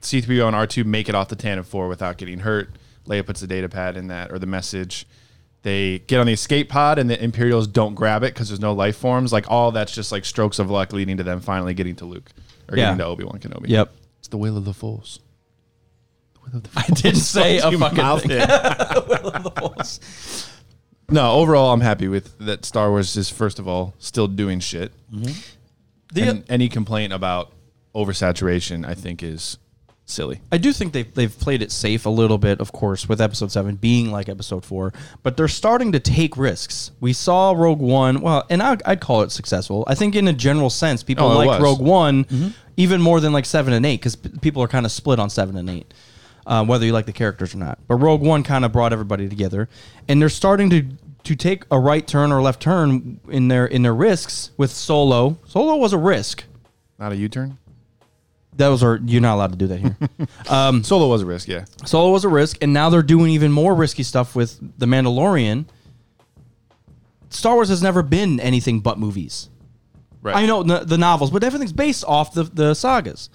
[SPEAKER 9] C3PO and R2 make it off the Tantive 4 without getting hurt, Leia puts the data pad in that or the message. They get on the escape pod and the Imperials don't grab it because there's no life forms. Like all that's just like strokes of luck leading to them finally getting to Luke or
[SPEAKER 3] Yeah.
[SPEAKER 9] getting to Obi Wan Kenobi.
[SPEAKER 3] Yep.
[SPEAKER 9] It's the will of the Force.
[SPEAKER 3] I did say a
[SPEAKER 9] You
[SPEAKER 3] fucking
[SPEAKER 9] mouth
[SPEAKER 3] thing.
[SPEAKER 9] it. No, overall, I'm happy with that. Star Wars is first of all still doing shit,
[SPEAKER 3] The-
[SPEAKER 9] and any complaint about oversaturation, I think, is silly.
[SPEAKER 3] I do think they've they've played it safe a little bit, of course, with episode seven being like episode four, but they're starting to take risks. We saw Rogue One, well, and I, I'd call it successful. I think in a general sense, people
[SPEAKER 9] Oh,
[SPEAKER 3] like
[SPEAKER 9] it was. Mm-hmm.
[SPEAKER 3] Rogue One even more than like seven and eight because people are kind of split on seven and eight, uh, whether you like the characters or not. But Rogue One kind of brought everybody together, and they're starting to to take a right turn or left turn in their in their risks with Solo. Solo was a risk.
[SPEAKER 9] Not a U-turn.
[SPEAKER 3] Those are you're not allowed to do that here.
[SPEAKER 9] Mm. Solo was a risk, yeah.
[SPEAKER 3] Solo was a risk, and now they're doing even more risky stuff with The Mandalorian. Star Wars has never been anything but movies.
[SPEAKER 9] Right.
[SPEAKER 3] I know the, the novels, but everything's based off the, the sagas.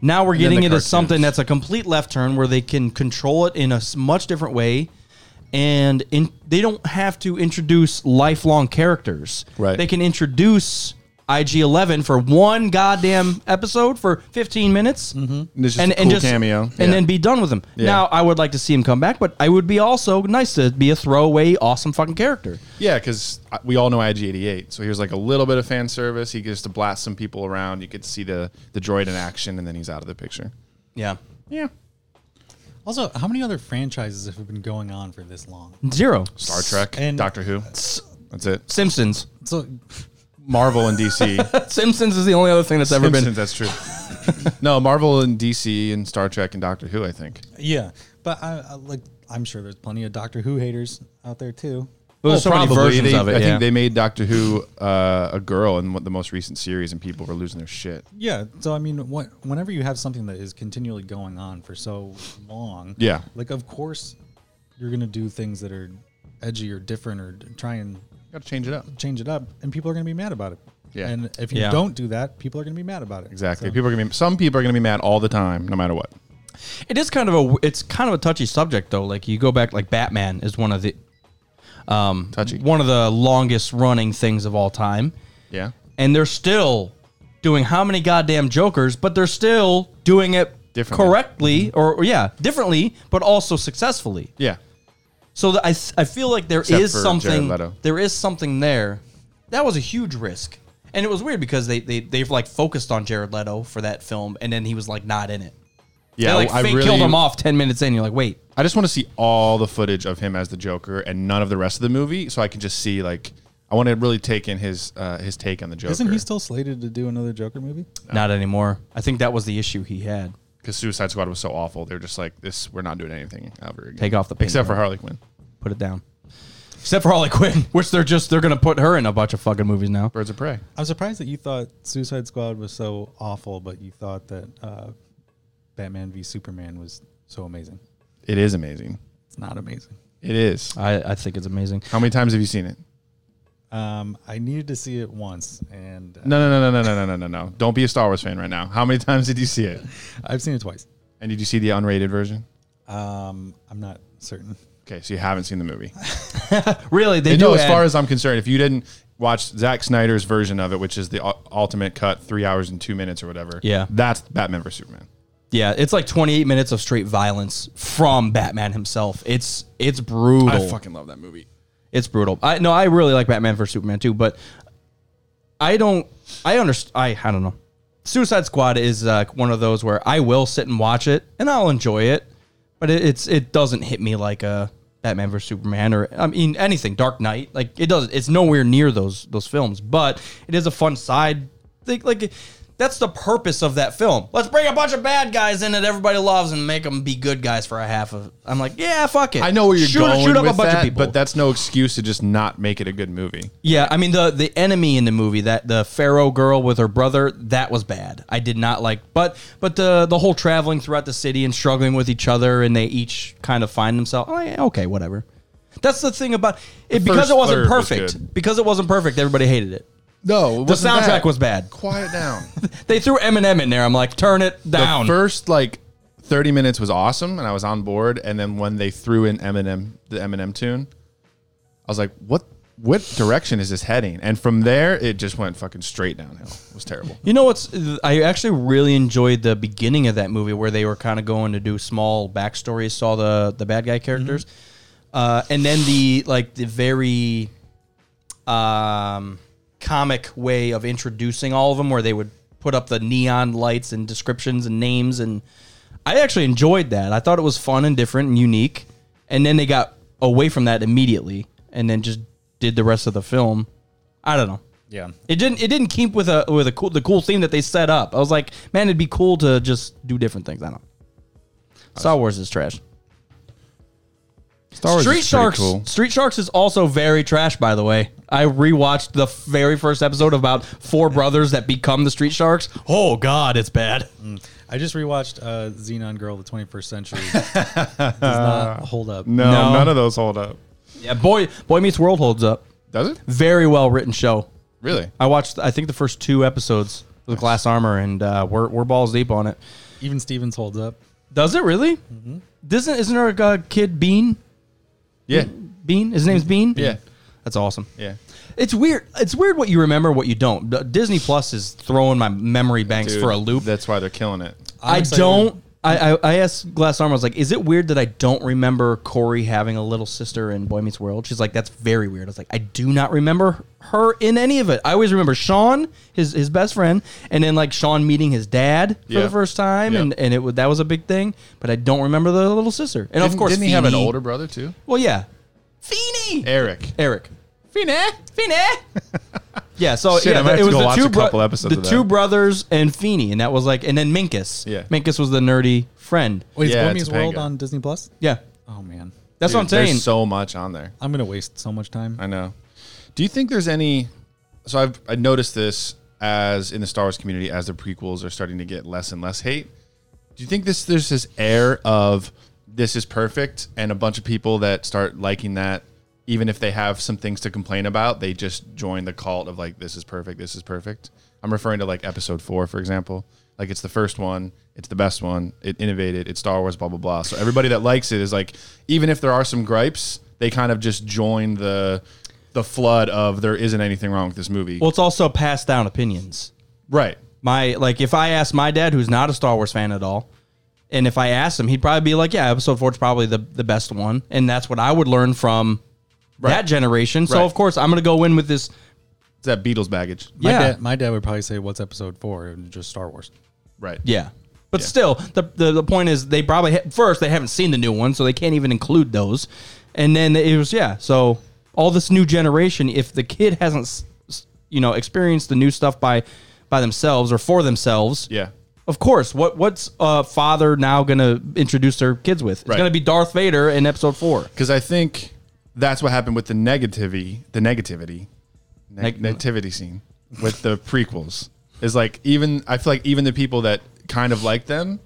[SPEAKER 3] Now we're
[SPEAKER 9] then
[SPEAKER 3] getting
[SPEAKER 9] the
[SPEAKER 3] into something
[SPEAKER 9] cartoons.
[SPEAKER 3] that's a complete left turn where they can control it in a s- much different way, and in, they don't have to introduce lifelong characters.
[SPEAKER 9] Right.
[SPEAKER 3] They can introduce IG11 for one goddamn episode for 15 minutes,
[SPEAKER 9] It's just
[SPEAKER 3] and
[SPEAKER 9] a
[SPEAKER 3] and
[SPEAKER 9] cool
[SPEAKER 3] just
[SPEAKER 9] cameo.
[SPEAKER 3] and
[SPEAKER 9] Yeah.
[SPEAKER 3] then be done with him.
[SPEAKER 9] Yeah.
[SPEAKER 3] Now I would like to see him come back, but I would be also nice to be a throwaway, awesome fucking character.
[SPEAKER 9] Yeah, because we all know IG88. So here's like a little bit of fan service. He gets to blast some people around. You get to see the the droid in action, and then he's out of the picture.
[SPEAKER 3] Yeah,
[SPEAKER 9] Yeah,
[SPEAKER 10] Also, how many other franchises have been going on for this long?
[SPEAKER 3] zero
[SPEAKER 9] Star Trek,
[SPEAKER 10] And-
[SPEAKER 9] Doctor Who. That's it.
[SPEAKER 3] Simpsons.
[SPEAKER 10] So,
[SPEAKER 9] Marvel and DC.
[SPEAKER 3] Simpsons is the only other thing that's ever
[SPEAKER 9] Simpsons,
[SPEAKER 3] been.
[SPEAKER 9] That's true. no, Marvel and DC and Star Trek and Doctor Who. I think.
[SPEAKER 10] yeah, but I, I like I'm sure there's plenty of Doctor Who haters out there too.
[SPEAKER 3] Well,
[SPEAKER 9] Well, so many versions of it. I
[SPEAKER 3] yeah.
[SPEAKER 9] think they made Doctor Who uh, a girl in what the most recent series, and people were losing their shit.
[SPEAKER 10] Yeah, so I mean, what, whenever you have something that is continually going on for so long,
[SPEAKER 9] Yeah.
[SPEAKER 10] like of course you're gonna do things that are edgy or different or try and
[SPEAKER 9] Got to change it up.
[SPEAKER 10] change it up, and people are gonna be mad about it.
[SPEAKER 9] Yeah.
[SPEAKER 10] and if you
[SPEAKER 3] Yeah.
[SPEAKER 10] don't do that, people are gonna be mad about it.
[SPEAKER 9] Exactly.
[SPEAKER 10] So-
[SPEAKER 9] People are gonna be. Some people are gonna be mad all the time, no matter what.
[SPEAKER 3] It is kind of a it's kind of a touchy subject though. Like you go back, like Batman is one of the um
[SPEAKER 9] Touchy.
[SPEAKER 3] one of the longest running things of all time,
[SPEAKER 9] Yeah.
[SPEAKER 3] and they're still doing how many goddamn Jokers, but they're still doing it
[SPEAKER 9] Differently.
[SPEAKER 3] correctly or, or yeah differently, but also successfully.
[SPEAKER 9] Yeah.
[SPEAKER 3] So that I s- I feel like there is
[SPEAKER 9] Except for
[SPEAKER 3] something
[SPEAKER 9] Jared Leto.
[SPEAKER 3] there is something there. That was a huge risk, and it was weird because they they they've like focused on Jared Leto for that film, and then he was like not in it.
[SPEAKER 9] Yeah.
[SPEAKER 3] they like
[SPEAKER 9] I
[SPEAKER 3] fake
[SPEAKER 9] really
[SPEAKER 3] killed him off ten minutes in. You're like, wait,
[SPEAKER 9] I just want to see all the footage of him as the Joker and none of the rest of the movie, so I can just see like I want to really take in his uh, his take on the Joker.
[SPEAKER 10] Isn't he still slated to do another Joker movie?
[SPEAKER 3] not anymore. I think that was the issue he had.
[SPEAKER 9] because Suicide Squad was so awful? They're just like this. We're not doing anything ever again.
[SPEAKER 3] Take off the paintbrush.
[SPEAKER 9] except for Harley Quinn.
[SPEAKER 3] Put it down. Except for Harley Quinn, which they're just they're gonna put her in a bunch of fucking movies now.
[SPEAKER 9] Birds of Prey.
[SPEAKER 10] I'm surprised that you thought Suicide Squad was so awful, but you thought that uh, Batman v Superman was so amazing.
[SPEAKER 9] It is amazing.
[SPEAKER 10] It's not amazing.
[SPEAKER 9] It is.
[SPEAKER 3] I, I think it's amazing.
[SPEAKER 9] How many times have you seen it?
[SPEAKER 10] Um, I needed to see it once, and uh,
[SPEAKER 9] No, no, no, no, no, no, no, no, no. Don't be a Star Wars fan right now. How many times did you see it?
[SPEAKER 10] I've seen it twice.
[SPEAKER 9] And did you see the unrated version?
[SPEAKER 10] Um, I'm not certain.
[SPEAKER 9] Okay, so you haven't seen the movie.
[SPEAKER 3] Really, they
[SPEAKER 9] And
[SPEAKER 3] do.
[SPEAKER 9] no, as far
[SPEAKER 3] as
[SPEAKER 9] as I'm concerned, if you didn't watch Zack Snyder's version of it, which is the u- ultimate cut, three hours and two minutes or whatever,
[SPEAKER 3] Yeah.
[SPEAKER 9] that's Batman vs Superman.
[SPEAKER 3] yeah, it's like 28 minutes of straight violence from Batman himself. It's it's brutal.
[SPEAKER 9] I fucking love that movie.
[SPEAKER 3] It's brutal. I no, I really like Batman for Superman too, but I don't. I understand. I I don't know. Suicide Squad is uh, one of those where I will sit and watch it and I'll enjoy it, but it, it's it doesn't hit me like a Batman vs Superman or I mean anything Dark Knight. Like it does. It's nowhere near those those films, but it is a fun side. Think like. That's the purpose of that film. Let's bring a bunch of bad guys in that everybody loves and make them be good guys for a half of. I'm like, yeah, fuck it.
[SPEAKER 9] I know where you're
[SPEAKER 3] shoot,
[SPEAKER 9] going
[SPEAKER 3] Shoot up
[SPEAKER 9] with
[SPEAKER 3] a bunch
[SPEAKER 9] that,
[SPEAKER 3] of people.
[SPEAKER 9] but that's no excuse to just not make it a good movie.
[SPEAKER 3] Yeah, I mean the the enemy in the movie, that the Pharaoh girl with her brother, that was bad. I did not like, but but the the whole traveling throughout the city and struggling with each other, and they each kind of find themselves. Oh yeah, okay, whatever. That's the thing about it because
[SPEAKER 9] first
[SPEAKER 3] it wasn't
[SPEAKER 9] third was
[SPEAKER 3] perfect.
[SPEAKER 9] good.
[SPEAKER 3] because it wasn't perfect, everybody hated it.
[SPEAKER 9] No,
[SPEAKER 3] The soundtrack was bad.
[SPEAKER 9] Quiet down.
[SPEAKER 3] They threw Eminem in there. I'm like, turn it down.
[SPEAKER 9] The first like 30 minutes was awesome and I was on board. And then when they threw in Eminem, the Eminem tune, I was like, what? What direction is this heading? And from there, it just went fucking straight downhill. It was terrible.
[SPEAKER 3] You know what's? I actually really enjoyed the beginning of that movie where they were kind of going to do small backstories, saw the the bad guy characters, uh, and then the like the very um, comic way of introducing all of them, where they would put up the neon lights and descriptions and names, and I actually enjoyed that. I thought it was fun and different and unique. And then they got away from that immediately, and then just did the rest of the film. I don't know.
[SPEAKER 10] Yeah,
[SPEAKER 3] It didn't. It didn't keep with a with a cool the cool theme that they set up. I was like, man, it'd be cool to just do different things. I don't. know. Star Wars is trash.
[SPEAKER 9] Star Wars
[SPEAKER 3] Street
[SPEAKER 9] is pretty
[SPEAKER 3] Sharks.
[SPEAKER 9] cool.
[SPEAKER 3] Street Sharks is also very trash. By the way, I rewatched the f- very first episode about four brothers that become the Street Sharks. Oh God, it's bad.
[SPEAKER 9] Mm.
[SPEAKER 10] I just rewatched uh, Xenon Girl: The 21st Century. Does not hold up.
[SPEAKER 9] Uh, No,
[SPEAKER 3] No.
[SPEAKER 9] none of those hold up.
[SPEAKER 3] Yeah, boy, Boy Meets World holds up.
[SPEAKER 9] Does it?
[SPEAKER 3] Very well written show.
[SPEAKER 9] Really?
[SPEAKER 3] I watched. I think the first two episodes with Glass Armor, and uh, we're we're balls deep on it.
[SPEAKER 10] Even Stevens holds up.
[SPEAKER 3] Does it really?
[SPEAKER 9] Mm-hmm.
[SPEAKER 3] Doesn't isn't there a uh, kid Bean?
[SPEAKER 9] Yeah.
[SPEAKER 3] Bean. His name's Bean.
[SPEAKER 9] Yeah.
[SPEAKER 3] I That's awesome.
[SPEAKER 9] Yeah.
[SPEAKER 3] It's weird. It's weird what you remember, what you don't. D- Disney Plus is throwing my memory banks
[SPEAKER 9] Dude,
[SPEAKER 3] for a loop.
[SPEAKER 9] That's why they're killing it.
[SPEAKER 3] I
[SPEAKER 10] excited.
[SPEAKER 3] don't. I, I, I asked Glass Arm, I was like, is it weird that I don't remember Corey having a little sister in Boy Meets World? She's like, that's very weird. I was like, I do not remember her in any of it. I always remember Sean, his his best friend, and then like Sean meeting his dad for
[SPEAKER 9] Yeah.
[SPEAKER 3] the first time,
[SPEAKER 9] Yeah.
[SPEAKER 3] and, and it wa- that was a big thing, but I don't remember the little sister. And of
[SPEAKER 9] Didn't-
[SPEAKER 3] course,
[SPEAKER 9] didn't he have an
[SPEAKER 3] Feeny.
[SPEAKER 9] older brother too?
[SPEAKER 3] Well, yeah. Feeny!
[SPEAKER 9] Eric.
[SPEAKER 3] Eric. Fine, Fine. yeah, so
[SPEAKER 9] Shit,
[SPEAKER 3] yeah,
[SPEAKER 9] I might
[SPEAKER 3] it
[SPEAKER 9] have to
[SPEAKER 3] was
[SPEAKER 9] go
[SPEAKER 3] the
[SPEAKER 9] watch
[SPEAKER 3] two
[SPEAKER 9] a
[SPEAKER 3] bro-
[SPEAKER 9] couple episodes
[SPEAKER 3] the
[SPEAKER 9] of that.
[SPEAKER 3] two brothers and Feeny, and that was like, and then Minkus.
[SPEAKER 9] Yeah.
[SPEAKER 3] Minkus was the nerdy friend.
[SPEAKER 10] Wait,
[SPEAKER 9] Yeah,
[SPEAKER 10] is Boy
[SPEAKER 9] it's
[SPEAKER 10] Meets World
[SPEAKER 9] Topanga.
[SPEAKER 10] on Disney Plus?
[SPEAKER 3] Yeah,
[SPEAKER 10] Oh man,
[SPEAKER 3] that's what I'm
[SPEAKER 9] Dude,
[SPEAKER 3] saying.
[SPEAKER 9] There's so much on there.
[SPEAKER 10] I'm gonna waste so much time.
[SPEAKER 9] I know. Do you think there's any? So I've I noticed this as in the Star Wars community as the prequels are starting to get less and less hate. Do you think this there's this air of this is perfect and a bunch of people that start liking that even if they have some things to complain about, they just join the cult of like this is perfect, this is perfect. I'm referring to like episode 4 for example. Like it's the first one, it's the best one, it innovated, it's Star Wars blah blah blah. So everybody that likes it is like even if there are some gripes, they kind of just join the the flood of there isn't anything wrong with this movie.
[SPEAKER 3] well, it's also passed down opinions.
[SPEAKER 9] right.
[SPEAKER 3] My like, if I asked my dad, who's not a Star Wars fan at all, and if I asked him, he'd probably be like, "Yeah, Episode Four is probably the the best one," and that's what I would learn from that generation. So
[SPEAKER 9] Right.
[SPEAKER 3] of course, I'm gonna go in with this.
[SPEAKER 9] It's that Beatles baggage.
[SPEAKER 10] My
[SPEAKER 3] yeah,
[SPEAKER 10] dad, my dad would probably say, "What's Episode Four? And Just Star Wars."
[SPEAKER 9] Right.
[SPEAKER 3] Yeah. But
[SPEAKER 9] Yeah.
[SPEAKER 3] still, the, the the point is they probably ha- first they haven't seen the new one, so they can't even include those. And then it was yeah, so all this new generation, if the kid hasn't s- s- you know experienced the new stuff by by themselves or for themselves,
[SPEAKER 9] Yeah.
[SPEAKER 3] of course. What what's a father now gonna introduce their kids with? It's
[SPEAKER 9] Right.
[SPEAKER 3] gonna be Darth Vader in Episode Four.
[SPEAKER 9] Because I think that's what happened with the negativity, the negativity, neg-
[SPEAKER 3] Neg-
[SPEAKER 9] negativity scene with the prequels. Is like even I feel like even the people that kind of like them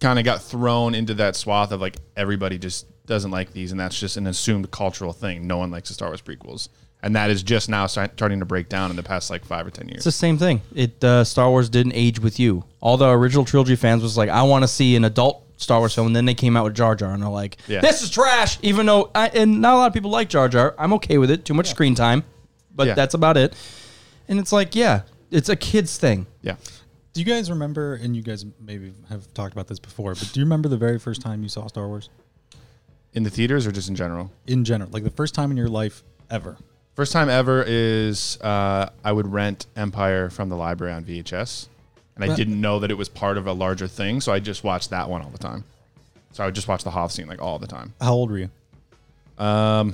[SPEAKER 9] kind of got thrown into that swath of like everybody just doesn't like these, and that's just an assumed cultural thing. No one likes the Star Wars prequels, and that is just now start- starting to break down in the past like five or ten years.
[SPEAKER 3] It's the same thing. It uh, Star Wars didn't age with you. All the original trilogy fans was like, I want to see an adult Star Wars film, and then they came out with Jar Jar, and they're like,
[SPEAKER 9] Yeah.
[SPEAKER 3] this is trash. Even though, I, and not a lot of people like Jar Jar. I'm okay with it. Too much screen time, but
[SPEAKER 9] Yeah.
[SPEAKER 3] that's about it. And it's like, yeah, it's a kids thing.
[SPEAKER 9] yeah,
[SPEAKER 10] Do you guys remember? And you guys maybe have talked about this before, but do you remember the very first time you saw Star Wars
[SPEAKER 9] in the theaters or just in general.
[SPEAKER 10] in general, like the first time in your life ever?
[SPEAKER 9] First time ever is uh, I would rent Empire from the library on VHS, and I
[SPEAKER 10] Right.
[SPEAKER 9] didn't know that it was part of a larger thing, so I just watched that one all the time. So I would just watch the Hoth scene like all the time.
[SPEAKER 10] How old were you?
[SPEAKER 9] I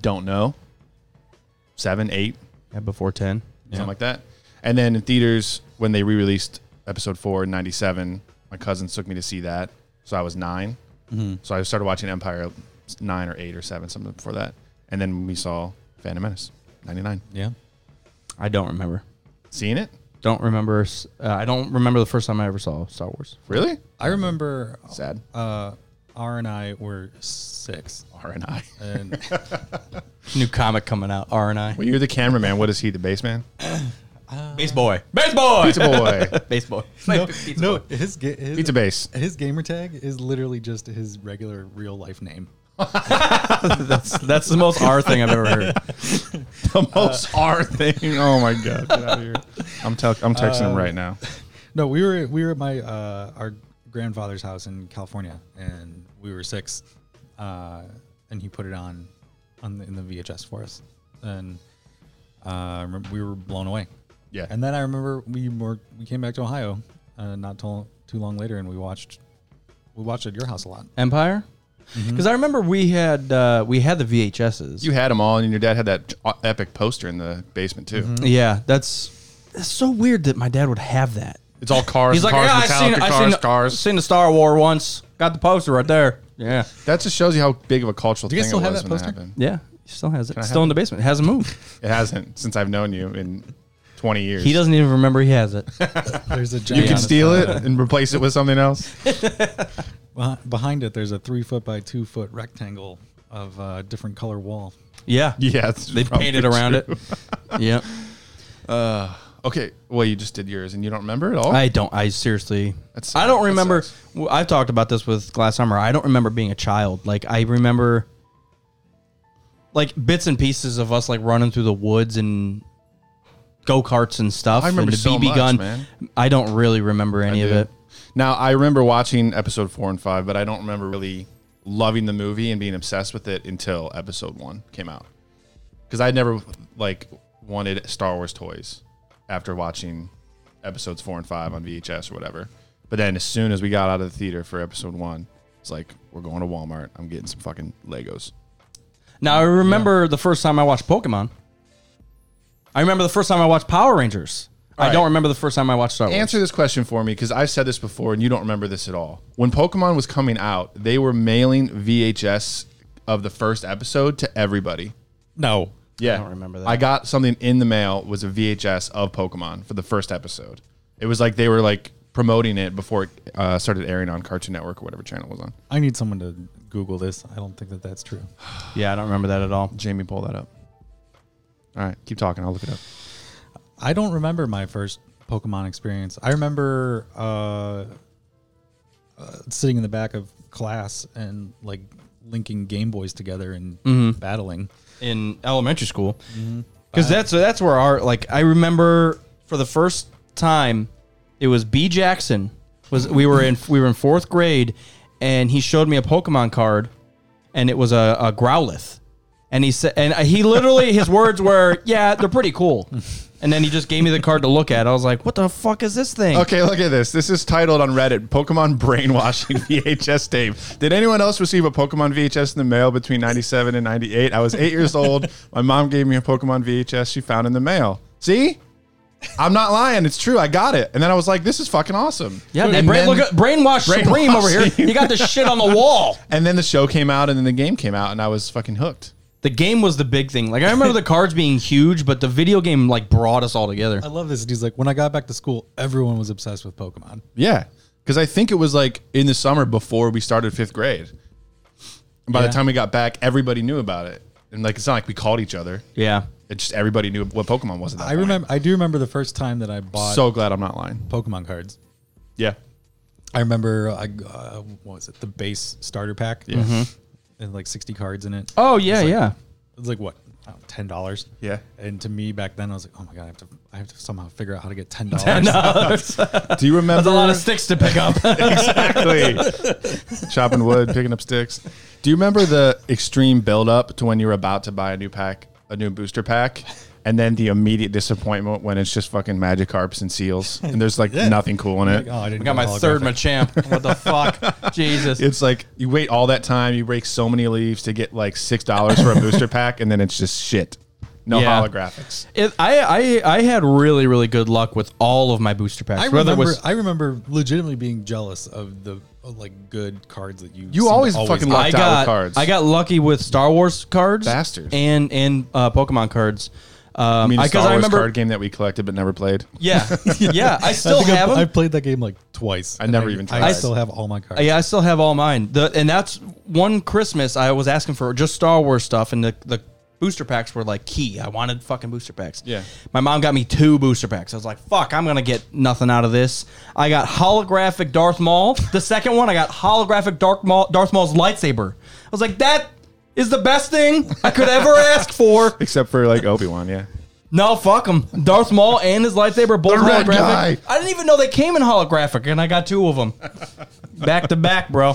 [SPEAKER 9] don't know, seven, eight,
[SPEAKER 3] Yeah, before ten.
[SPEAKER 9] something like that. And then in theaters when they re-released Episode Four in '97, my cousins took me to see that, so I was 9 So I started watching Empire at nine or eight or seven, something before that, and then we saw Phantom Menace '99.
[SPEAKER 10] Yeah.
[SPEAKER 3] I don't remember.
[SPEAKER 9] Seeing it,
[SPEAKER 3] Don't remember. s- Uh, I don't remember the first time I ever saw Star Wars.
[SPEAKER 9] really
[SPEAKER 10] I remember
[SPEAKER 9] sad.
[SPEAKER 10] uh, R and I were six,
[SPEAKER 9] R and I.
[SPEAKER 10] and
[SPEAKER 3] New comic coming out. R and I.
[SPEAKER 9] Well, you're the cameraman. What is he, the bass man?
[SPEAKER 3] Base boy. Base boy.
[SPEAKER 9] Pizza boy.
[SPEAKER 3] Base boy.
[SPEAKER 10] no,
[SPEAKER 3] Pizza
[SPEAKER 10] no,
[SPEAKER 3] boy.
[SPEAKER 10] his ga- his,
[SPEAKER 9] Pizza bass.
[SPEAKER 10] his gamer tag is literally just his regular real life name.
[SPEAKER 3] That's that's the most R thing I've ever heard.
[SPEAKER 9] The most R thing. Oh my god. Get out of here. I'm tec- I'm texting
[SPEAKER 3] Uh,
[SPEAKER 9] him right now.
[SPEAKER 10] No, we were we were at my uh, our grandfather's house in California, and we were six, uh, and he put it on on the, in the VHS for us, and uh, I remember we were blown away.
[SPEAKER 9] Yeah.
[SPEAKER 10] And then I remember we were we came back to Ohio, uh, not too, too long later, and we watched we watched at your house a lot.
[SPEAKER 3] Empire? Because I remember we had uh, we had the VHSs.
[SPEAKER 9] Mm-hmm. You had them all, and your dad had that epic poster in the basement too.
[SPEAKER 3] yeah, that's that's so weird that my dad would have that.
[SPEAKER 9] It's all cars.
[SPEAKER 3] He's like,
[SPEAKER 9] cars,
[SPEAKER 3] yeah, I seen,
[SPEAKER 9] Metallica,
[SPEAKER 3] I
[SPEAKER 9] cars,
[SPEAKER 3] seen,
[SPEAKER 9] cars.
[SPEAKER 3] seen the Star War once. Got the poster right there. Yeah,
[SPEAKER 9] That just shows you how big of a cultural
[SPEAKER 10] you
[SPEAKER 9] thing
[SPEAKER 10] guys still
[SPEAKER 9] it
[SPEAKER 10] have
[SPEAKER 9] was
[SPEAKER 10] that
[SPEAKER 9] when that
[SPEAKER 10] poster?
[SPEAKER 9] happened.
[SPEAKER 3] yeah. He still has it.
[SPEAKER 9] I
[SPEAKER 3] Still
[SPEAKER 9] have
[SPEAKER 3] in the basement. It hasn't moved.
[SPEAKER 9] It hasn't since I've known you in 20 years.
[SPEAKER 3] he doesn't even remember he has it.
[SPEAKER 10] There's a
[SPEAKER 9] You
[SPEAKER 10] giant
[SPEAKER 9] can steal it and replace it with something else.
[SPEAKER 10] beh- behind it. There's a three foot by two foot rectangle of uh, different color wall.
[SPEAKER 3] Yeah,
[SPEAKER 9] Yeah,
[SPEAKER 3] they painted around it. yeah,
[SPEAKER 9] Okay, well, you just did yours, and you don't remember at all.
[SPEAKER 3] I don't. I seriously.
[SPEAKER 9] That's-
[SPEAKER 3] I don't
[SPEAKER 9] that
[SPEAKER 3] remember.
[SPEAKER 9] sucks.
[SPEAKER 3] w- I've talked about this with Glass Armor. I don't remember being a child. Like I remember, like bits and pieces of us like running through the woods and go karts and stuff.
[SPEAKER 9] I remember
[SPEAKER 3] and the
[SPEAKER 9] so
[SPEAKER 3] BB
[SPEAKER 9] much,
[SPEAKER 3] gun.
[SPEAKER 9] man.
[SPEAKER 3] I don't really remember any of
[SPEAKER 9] do.
[SPEAKER 3] it.
[SPEAKER 9] Now I remember watching episode four and five, but I don't remember really loving the movie and being obsessed with it until episode one came out. Because I never like wanted Star Wars toys after watching episodes four and five on VHS or whatever. But then as soon as we got out of the theater for episode one, it's like we're going to Walmart. I'm getting some fucking Legos.
[SPEAKER 3] Now I remember the first time I watched Pokemon. I remember the first time I watched Power Rangers. I
[SPEAKER 9] right.
[SPEAKER 3] don't remember the first time I watched Star Wars.
[SPEAKER 9] Answer this question for me because I've said this before and you don't remember this at all. When Pokemon was coming out, they were mailing VHS of the first episode to everybody.
[SPEAKER 3] No.
[SPEAKER 9] Yeah,
[SPEAKER 3] I don't remember that.
[SPEAKER 9] I got something in the mail was a VHS of Pokemon for the first episode. It was like they were like promoting it before it uh, started airing on Cartoon Network or whatever channel it was on.
[SPEAKER 10] I need someone to Google this. I don't think that that's true.
[SPEAKER 3] Yeah, I don't remember that at all.
[SPEAKER 9] Jamie, pull that up. All right, keep talking. I'll look it up.
[SPEAKER 10] I don't remember my first Pokemon experience. I remember uh, uh, sitting in the back of class and like linking Game Boys together and battling.
[SPEAKER 3] in elementary school
[SPEAKER 9] Mm-hmm.
[SPEAKER 3] because that's that's where our like I remember for the first time it was B Jackson was we were in we were in fourth grade and he showed me a Pokemon card and it was a, a Growlithe and he said and he literally his words were yeah they're pretty cool and then he just gave me the card to look at I was like what the fuck is this thing
[SPEAKER 9] Okay, look at this. This is titled on Reddit Pokemon Brainwashing VHS Tape. Did anyone else receive a Pokemon VHS in the mail between 97 and 98? I was eight years old. My mom gave me a Pokemon VHS she found in the mail. See? I'm not lying. It's true. I got it. And then I was like, this is fucking awesome.
[SPEAKER 3] yeah they
[SPEAKER 9] and
[SPEAKER 3] brain,
[SPEAKER 9] then-
[SPEAKER 3] look at brainwash supreme over here
[SPEAKER 9] Brainwashing.
[SPEAKER 3] you got the shit on the wall
[SPEAKER 9] And then the show came out and then the game came out and I was fucking hooked.
[SPEAKER 3] the game was the big thing like I remember the cards being huge but the video game like brought us all together
[SPEAKER 10] I love this. He's like, when I got back to school, everyone was obsessed with Pokemon.
[SPEAKER 9] Yeah. Because I think it was like in the summer before we started fifth grade. And by
[SPEAKER 10] Yeah.
[SPEAKER 9] the time we got back, everybody knew about it. And like, it's not like we called each other.
[SPEAKER 3] yeah
[SPEAKER 9] It just everybody knew what Pokemon was at that
[SPEAKER 10] I
[SPEAKER 9] point.
[SPEAKER 10] remember. I do remember the first time that I bought
[SPEAKER 9] So glad I'm not lying.
[SPEAKER 10] Pokemon cards.
[SPEAKER 9] Yeah.
[SPEAKER 10] I remember. I uh, what was it? The base starter pack. Yeah. And like sixty cards in it.
[SPEAKER 3] Oh yeah, yeah.
[SPEAKER 10] It was like what? I don't know, Ten dollars.
[SPEAKER 9] Yeah.
[SPEAKER 10] And to me back then, I was like, oh my god, I have to, I have to somehow figure out how to get ten dollars.
[SPEAKER 9] Do you remember
[SPEAKER 3] There's a lot of sticks to pick up.
[SPEAKER 9] exactly chopping wood, picking up sticks? Do you remember the extreme buildup to when you were about to buy a new pack, a new booster pack, and then the immediate disappointment when it's just fucking Magikarps and seals, and there's like nothing cool in it.
[SPEAKER 10] oh, I didn't
[SPEAKER 3] I got my
[SPEAKER 10] holographic.
[SPEAKER 3] third Machamp. What the fuck, Jesus?
[SPEAKER 9] It's like you wait all that time, you break so many leaves to get like six dollars for a booster pack, and then it's just shit. No
[SPEAKER 3] Yeah.
[SPEAKER 9] holographics.
[SPEAKER 3] It- I, I I had really really good luck with all of my booster packs.
[SPEAKER 10] I
[SPEAKER 3] whether
[SPEAKER 10] remember.
[SPEAKER 3] it was
[SPEAKER 10] I remember legitimately being jealous of the uh, like good cards that you.
[SPEAKER 9] You
[SPEAKER 10] seem to
[SPEAKER 9] always fucking lucked
[SPEAKER 3] I
[SPEAKER 9] out
[SPEAKER 3] got
[SPEAKER 9] with cards.
[SPEAKER 3] I got lucky with Star Wars cards,
[SPEAKER 9] Bastards.
[SPEAKER 3] and and uh, Pokemon cards. Um,
[SPEAKER 9] I mean, a
[SPEAKER 3] I- 'cause
[SPEAKER 9] Star
[SPEAKER 3] I
[SPEAKER 9] Wars
[SPEAKER 3] remember,
[SPEAKER 9] card game that we collected but never played.
[SPEAKER 3] yeah, yeah. I still
[SPEAKER 10] think
[SPEAKER 3] have
[SPEAKER 10] I, I
[SPEAKER 3] them.
[SPEAKER 10] played that game like twice.
[SPEAKER 9] I
[SPEAKER 10] and
[SPEAKER 9] never even
[SPEAKER 10] I
[SPEAKER 9] tried.
[SPEAKER 10] still have all my cards.
[SPEAKER 3] Uh, yeah, I still have all mine. The and that's one Christmas I was asking for just Star Wars stuff, and the the booster packs were like key. I wanted fucking booster packs.
[SPEAKER 9] Yeah.
[SPEAKER 3] my mom got me two booster packs. I was like, fuck, I'm gonna get nothing out of this. I got holographic Darth Maul. The second one, I got holographic Darth Maul, Darth Maul's lightsaber. I was like, that is the best thing I could ever ask for.
[SPEAKER 9] Except for like Obi Wan, yeah.
[SPEAKER 3] No, fuck him. Darth Maul and his lightsaber both
[SPEAKER 9] red
[SPEAKER 3] holographic.
[SPEAKER 9] guy.
[SPEAKER 3] I didn't even know they came in holographic, and I got two of them back to back, bro.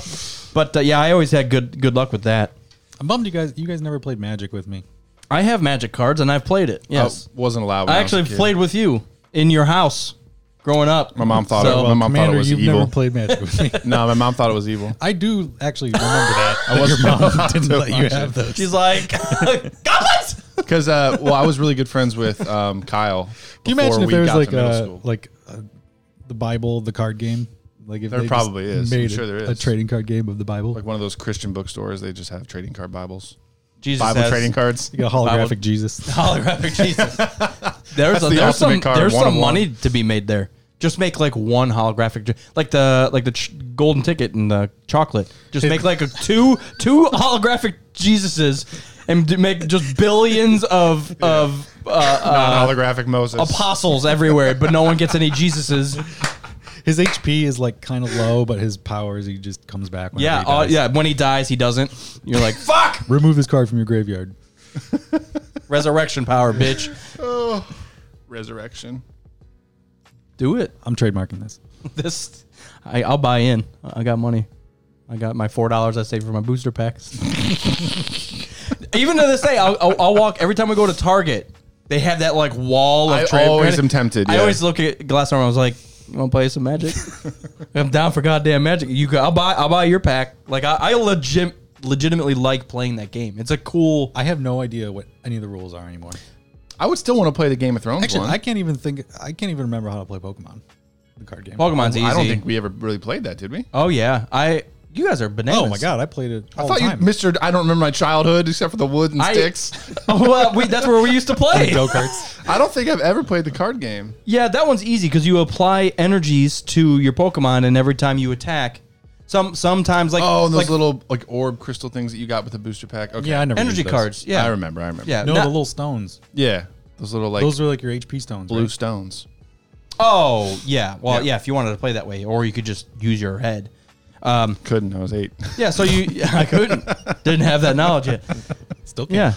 [SPEAKER 3] But uh, yeah, I always had good good luck with that.
[SPEAKER 10] I'm bummed you guys. You guys never played Magic with me.
[SPEAKER 3] I have Magic cards, and I've played it. Yes,
[SPEAKER 9] I wasn't allowed. when
[SPEAKER 3] I
[SPEAKER 9] was
[SPEAKER 3] actually
[SPEAKER 9] a kid.
[SPEAKER 3] played with you in your house growing up.
[SPEAKER 9] My mom thought
[SPEAKER 3] So-
[SPEAKER 9] it. My mom thought
[SPEAKER 10] Commander,
[SPEAKER 9] it was
[SPEAKER 10] you've
[SPEAKER 9] evil.
[SPEAKER 10] never played Magic with me.
[SPEAKER 9] No, my mom thought it was evil.
[SPEAKER 10] I do actually remember that.
[SPEAKER 9] I wasn't
[SPEAKER 10] Your mom didn't let you have those.
[SPEAKER 3] She's like, goblins.
[SPEAKER 9] because uh, well, I was really good friends with um, Kyle.
[SPEAKER 10] Can you
[SPEAKER 9] before
[SPEAKER 10] imagine if
[SPEAKER 9] we
[SPEAKER 10] there was
[SPEAKER 9] got
[SPEAKER 10] like
[SPEAKER 9] to middle
[SPEAKER 10] a,
[SPEAKER 9] school.
[SPEAKER 10] like uh the Bible, the card game? Like if
[SPEAKER 9] There
[SPEAKER 10] they just
[SPEAKER 9] probably is. I'm
[SPEAKER 10] made
[SPEAKER 9] sure there
[SPEAKER 10] a- a
[SPEAKER 9] is.
[SPEAKER 10] trading card game of the Bible,
[SPEAKER 9] like
[SPEAKER 10] like
[SPEAKER 9] one of those Christian bookstores? They just have trading card Bibles,
[SPEAKER 3] Jesus
[SPEAKER 9] Bible
[SPEAKER 3] has
[SPEAKER 9] trading cards.
[SPEAKER 10] a holographic Jesus.
[SPEAKER 3] holographic Jesus. There's, a,
[SPEAKER 9] the
[SPEAKER 3] there's some
[SPEAKER 9] ultimate card,
[SPEAKER 3] there's
[SPEAKER 9] one
[SPEAKER 3] some
[SPEAKER 9] of one.
[SPEAKER 3] money to be made there. Just make like one holographic, Je- like the like the ch- golden ticket and the chocolate. Just make like a two two holographic Jesuses and d- make just billions of of uh, uh,
[SPEAKER 9] Holographic Moses.
[SPEAKER 3] apostles everywhere, but no one gets any Jesuses.
[SPEAKER 10] His HP is like kind of low, but his powers he just comes back. whenever
[SPEAKER 3] Yeah,
[SPEAKER 10] he
[SPEAKER 3] uh,
[SPEAKER 10] dies.
[SPEAKER 3] yeah. When he dies, he doesn't. You're like fuck.
[SPEAKER 10] Remove this card from your graveyard.
[SPEAKER 3] Resurrection power, bitch.
[SPEAKER 9] Oh, Resurrection.
[SPEAKER 3] Do it.
[SPEAKER 10] I'm trademarking this.
[SPEAKER 3] This, I, I'll buy in. I got money. I got my four dollars I saved for my booster packs. Even to this day, I'll, I'll, I'll walk every time we go to Target. They have that like wall of.
[SPEAKER 9] I
[SPEAKER 3] trade
[SPEAKER 9] always
[SPEAKER 3] credit.
[SPEAKER 9] am tempted,
[SPEAKER 3] I
[SPEAKER 9] yeah.
[SPEAKER 3] always look at glass armor. I was like, "You want to play some magic? I'm down for goddamn magic. You, go, I'll buy. I'll buy your pack. Like I, I legit, legitimately like playing that game. It's a cool.
[SPEAKER 10] I have no idea what any of the rules are anymore.
[SPEAKER 9] I would still want to play the Game of Thrones
[SPEAKER 10] Actually,
[SPEAKER 9] one.
[SPEAKER 10] I can't even think. I can't even remember how to play Pokemon, the card game.
[SPEAKER 3] Pokemon's easy.
[SPEAKER 9] I don't think we ever really played that, did we?
[SPEAKER 3] Oh yeah, I. You guys are bananas.
[SPEAKER 10] Oh my god, I played it.
[SPEAKER 9] I
[SPEAKER 10] All
[SPEAKER 9] thought
[SPEAKER 10] the
[SPEAKER 9] you,
[SPEAKER 10] time.
[SPEAKER 9] Mister. I don't remember my childhood except for the wood and
[SPEAKER 3] I-
[SPEAKER 9] sticks.
[SPEAKER 3] oh, well, we, that's where we used to play.
[SPEAKER 10] go karts.
[SPEAKER 9] I don't think I've ever played the card game.
[SPEAKER 3] Yeah, that one's easy because you apply energies to your Pokemon, and every time you attack, some sometimes like
[SPEAKER 9] Oh, and those
[SPEAKER 3] like
[SPEAKER 9] little like orb crystal things that you got with the booster pack. Okay.
[SPEAKER 10] Yeah, I never
[SPEAKER 3] energy
[SPEAKER 10] used those.
[SPEAKER 3] cards. Yeah,
[SPEAKER 9] I remember. I remember.
[SPEAKER 3] Yeah,
[SPEAKER 10] No,
[SPEAKER 3] not-
[SPEAKER 10] the little stones.
[SPEAKER 9] yeah. Those little like
[SPEAKER 10] Those were like your HP stones.
[SPEAKER 9] blue
[SPEAKER 10] right?
[SPEAKER 9] stones.
[SPEAKER 3] Oh yeah, well yeah.
[SPEAKER 9] Yeah.
[SPEAKER 3] If you wanted to play that way, or you could just use your head. Um,
[SPEAKER 9] Couldn't. I was eight.
[SPEAKER 3] yeah, so you I couldn't didn't have that knowledge yet.
[SPEAKER 10] Still can't.
[SPEAKER 3] Yeah,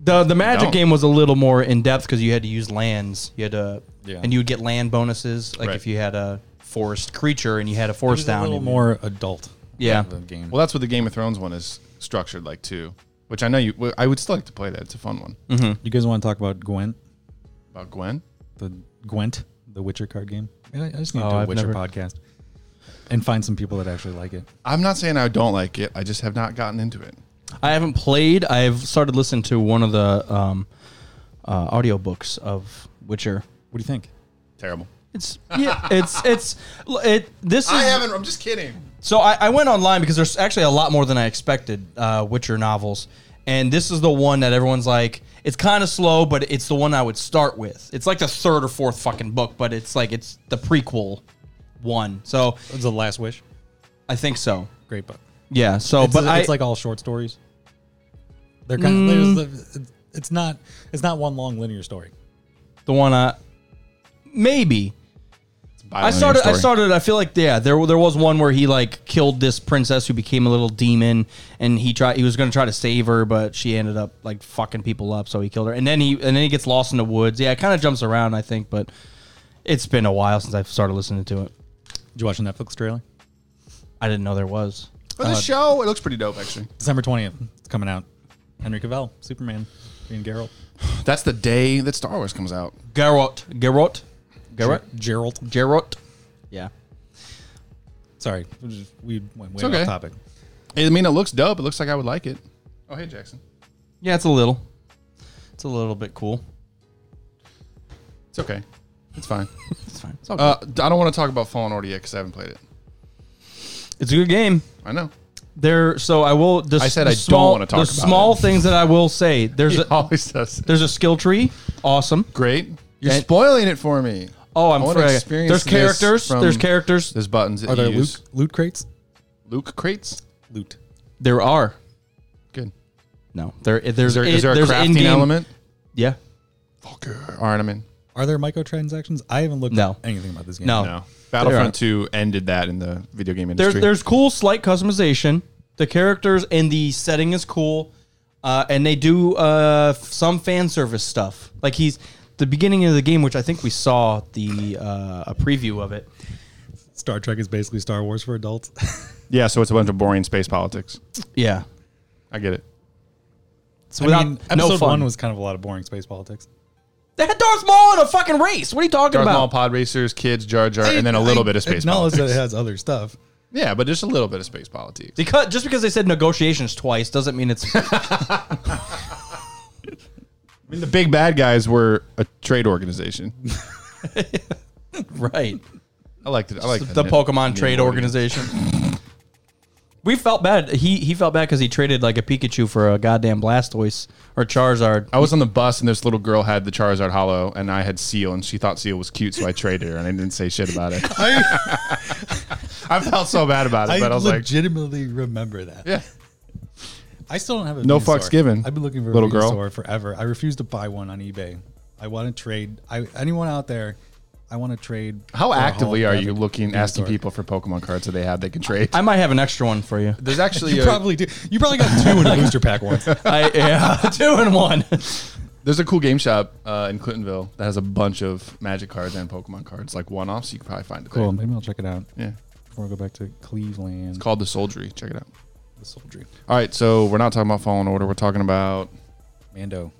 [SPEAKER 3] the the magic
[SPEAKER 9] don't.
[SPEAKER 3] game was a little more in depth because you had to use lands. You had to
[SPEAKER 10] Yeah.
[SPEAKER 3] and you would get land bonuses like
[SPEAKER 9] Right.
[SPEAKER 3] if you had a forest creature and you had a
[SPEAKER 10] It
[SPEAKER 3] forest
[SPEAKER 10] was a
[SPEAKER 3] down.
[SPEAKER 10] little
[SPEAKER 3] and-
[SPEAKER 10] more adult.
[SPEAKER 3] Yeah.
[SPEAKER 10] The game.
[SPEAKER 9] Well, that's what the Game of Thrones one is structured like too, which I know you. well, I would still like to play that. It's a fun one.
[SPEAKER 3] Mm-hmm.
[SPEAKER 10] You guys want to talk about Gwent?
[SPEAKER 9] About Gwen.
[SPEAKER 10] The Gwent, the Witcher card game. I I just need
[SPEAKER 3] Oh,
[SPEAKER 10] to do a
[SPEAKER 3] I've
[SPEAKER 10] Witcher
[SPEAKER 3] never-
[SPEAKER 10] podcast and find some people that actually like it.
[SPEAKER 9] I'm not saying I don't like it. I just have not gotten into it.
[SPEAKER 3] I haven't played. I've started listening to one of the um, uh, audiobooks of Witcher.
[SPEAKER 10] What do you think?
[SPEAKER 9] Terrible.
[SPEAKER 3] It's yeah, it's it's it. This is
[SPEAKER 9] I haven't. I'm just kidding.
[SPEAKER 3] so I, I went online because there's actually a lot more than I expected uh, Witcher novels, and this is the one that everyone's like, it's kind of slow, but it's the one I would start with. It's like the third or fourth fucking book, but it's like it's the prequel one. So
[SPEAKER 10] It's the Last Wish.
[SPEAKER 3] I think so.
[SPEAKER 10] Great book.
[SPEAKER 3] Yeah. So,
[SPEAKER 10] It's,
[SPEAKER 3] but I
[SPEAKER 10] it's like all short stories. They're kind of. There's the, it's not. It's not one long linear story.
[SPEAKER 3] the one I maybe
[SPEAKER 9] It's
[SPEAKER 3] I started. I started. I feel like yeah, there there was one where he like killed this princess who became a little demon, and he tried. He was going to try to save her, but she ended up like fucking people up, so he killed her. And then he and then he gets lost in the woods. Yeah, it kind of jumps around, I think, but it's been a while since I've started listening to it.
[SPEAKER 10] Did you watch the Netflix trailer?
[SPEAKER 3] I didn't know there was.
[SPEAKER 9] For the show, it looks pretty dope actually.
[SPEAKER 10] December twentieth. It's coming out. Henry Cavill, Superman, Green Geralt,
[SPEAKER 9] That's the day that Star Wars comes out.
[SPEAKER 3] Garrot, Garrot, Garrot,
[SPEAKER 10] Gerald.
[SPEAKER 3] Garrot. Yeah,
[SPEAKER 10] Sorry, we just- we went way
[SPEAKER 9] It's okay.
[SPEAKER 10] off topic.
[SPEAKER 9] I mean, it looks dope. It looks like I would like it. Oh, hey, Jackson.
[SPEAKER 3] yeah, it's a little, it's a little bit cool.
[SPEAKER 9] It's okay. It's fine.
[SPEAKER 3] It's fine. It's,
[SPEAKER 9] uh, I don't want to talk about Fallen Order yet because I haven't played it.
[SPEAKER 3] it's a good game.
[SPEAKER 9] I know.
[SPEAKER 3] There, so I will. The,
[SPEAKER 9] I said
[SPEAKER 3] the
[SPEAKER 9] I don't
[SPEAKER 3] small-
[SPEAKER 9] wanna talk
[SPEAKER 3] the
[SPEAKER 9] about
[SPEAKER 3] small
[SPEAKER 9] it.
[SPEAKER 3] things that I will say. There's
[SPEAKER 9] He
[SPEAKER 3] a,
[SPEAKER 9] always does.
[SPEAKER 3] There's a skill tree. Awesome.
[SPEAKER 9] Great. You're
[SPEAKER 3] And-
[SPEAKER 9] spoiling it for me.
[SPEAKER 3] Oh, I'm
[SPEAKER 9] I wanna
[SPEAKER 3] afraid.
[SPEAKER 9] experience
[SPEAKER 3] There's
[SPEAKER 9] this
[SPEAKER 3] characters.
[SPEAKER 9] from-
[SPEAKER 3] There's characters.
[SPEAKER 9] There's buttons. That
[SPEAKER 10] Are there
[SPEAKER 9] you
[SPEAKER 10] loot
[SPEAKER 9] use.
[SPEAKER 10] loot crates?
[SPEAKER 9] Luke crates?
[SPEAKER 10] Loot.
[SPEAKER 3] There are.
[SPEAKER 9] Good.
[SPEAKER 3] No, there. There's
[SPEAKER 9] Is there,
[SPEAKER 3] it-
[SPEAKER 9] is there a
[SPEAKER 3] there's
[SPEAKER 9] crafting
[SPEAKER 3] in-game-
[SPEAKER 9] element?
[SPEAKER 3] Yeah.
[SPEAKER 9] Fucker. All right, I'm in.
[SPEAKER 10] Are there microtransactions? I haven't looked
[SPEAKER 3] No.
[SPEAKER 10] up anything about this game.
[SPEAKER 3] No.
[SPEAKER 9] No. Battlefront
[SPEAKER 3] are.
[SPEAKER 9] 2 ended that in the video game
[SPEAKER 3] There's
[SPEAKER 9] industry.
[SPEAKER 3] there's cool slight customization. The characters and the setting is cool, uh, and they do uh, f- some fan service stuff. Like he's the beginning of the game, which I think we saw the uh, a preview of it.
[SPEAKER 10] Star Trek is basically Star Wars for adults.
[SPEAKER 9] yeah, so it's a bunch of boring space politics.
[SPEAKER 3] Yeah.
[SPEAKER 9] I get it.
[SPEAKER 3] So
[SPEAKER 10] I
[SPEAKER 3] without
[SPEAKER 10] mean,
[SPEAKER 3] no
[SPEAKER 10] episode
[SPEAKER 3] fun.
[SPEAKER 10] one was kind of a lot of boring space politics.
[SPEAKER 3] they had Darth Maul in a fucking race. What are you talking
[SPEAKER 9] Darth
[SPEAKER 3] about?
[SPEAKER 9] Maul, Pod Racers, Kids, Jar Jar, and then a little
[SPEAKER 10] I
[SPEAKER 9] bit of space
[SPEAKER 10] Acknowledge
[SPEAKER 9] politics.
[SPEAKER 10] that it has other stuff.
[SPEAKER 9] Yeah, but just a little bit of space politics.
[SPEAKER 3] Because just because they said negotiations twice doesn't mean it's
[SPEAKER 9] I mean, the big bad guys were a trade organization.
[SPEAKER 3] right.
[SPEAKER 9] I liked it. I like
[SPEAKER 3] The Pokemon trade organization. we felt bad. He he felt bad because he traded like a Pikachu for a goddamn Blastoise or Charizard.
[SPEAKER 9] I was on the bus and this little girl had the Charizard Hollow and I had Seal and she thought Seal was cute, so I traded her and I didn't say shit about it.
[SPEAKER 10] I,
[SPEAKER 9] I felt so bad about it,
[SPEAKER 10] I
[SPEAKER 9] but I was like,
[SPEAKER 10] legitimately remember that.
[SPEAKER 9] yeah.
[SPEAKER 10] I still don't have a
[SPEAKER 9] No
[SPEAKER 10] Venusaur.
[SPEAKER 9] fucks given,
[SPEAKER 10] I've been looking for
[SPEAKER 9] little
[SPEAKER 10] a
[SPEAKER 9] girl.
[SPEAKER 10] Venusaur forever. I refuse to buy one on eBay. I want to trade. I anyone out there I want to trade.
[SPEAKER 9] How
[SPEAKER 10] for a
[SPEAKER 9] actively are you
[SPEAKER 10] holographic
[SPEAKER 9] looking, asking
[SPEAKER 10] Ganondorf.
[SPEAKER 9] people for Pokemon cards that they have they can trade?
[SPEAKER 3] I might have an extra one for you.
[SPEAKER 9] There's actually
[SPEAKER 10] You
[SPEAKER 9] a,
[SPEAKER 10] probably do. You probably got two in a booster pack once.
[SPEAKER 3] I yeah, two and one.
[SPEAKER 9] there's a cool game shop uh, in Clintonville that has a bunch of Magic cards and Pokemon cards, like one offs. You can probably find it.
[SPEAKER 10] Cool. Maybe I'll check it out
[SPEAKER 9] There. Yeah,
[SPEAKER 10] before I go back to Cleveland.
[SPEAKER 9] it's called the Soldiery. Check it out.
[SPEAKER 10] the Soldry.
[SPEAKER 9] All right, so we're not talking about Fallen Order. We're talking about
[SPEAKER 10] Mando.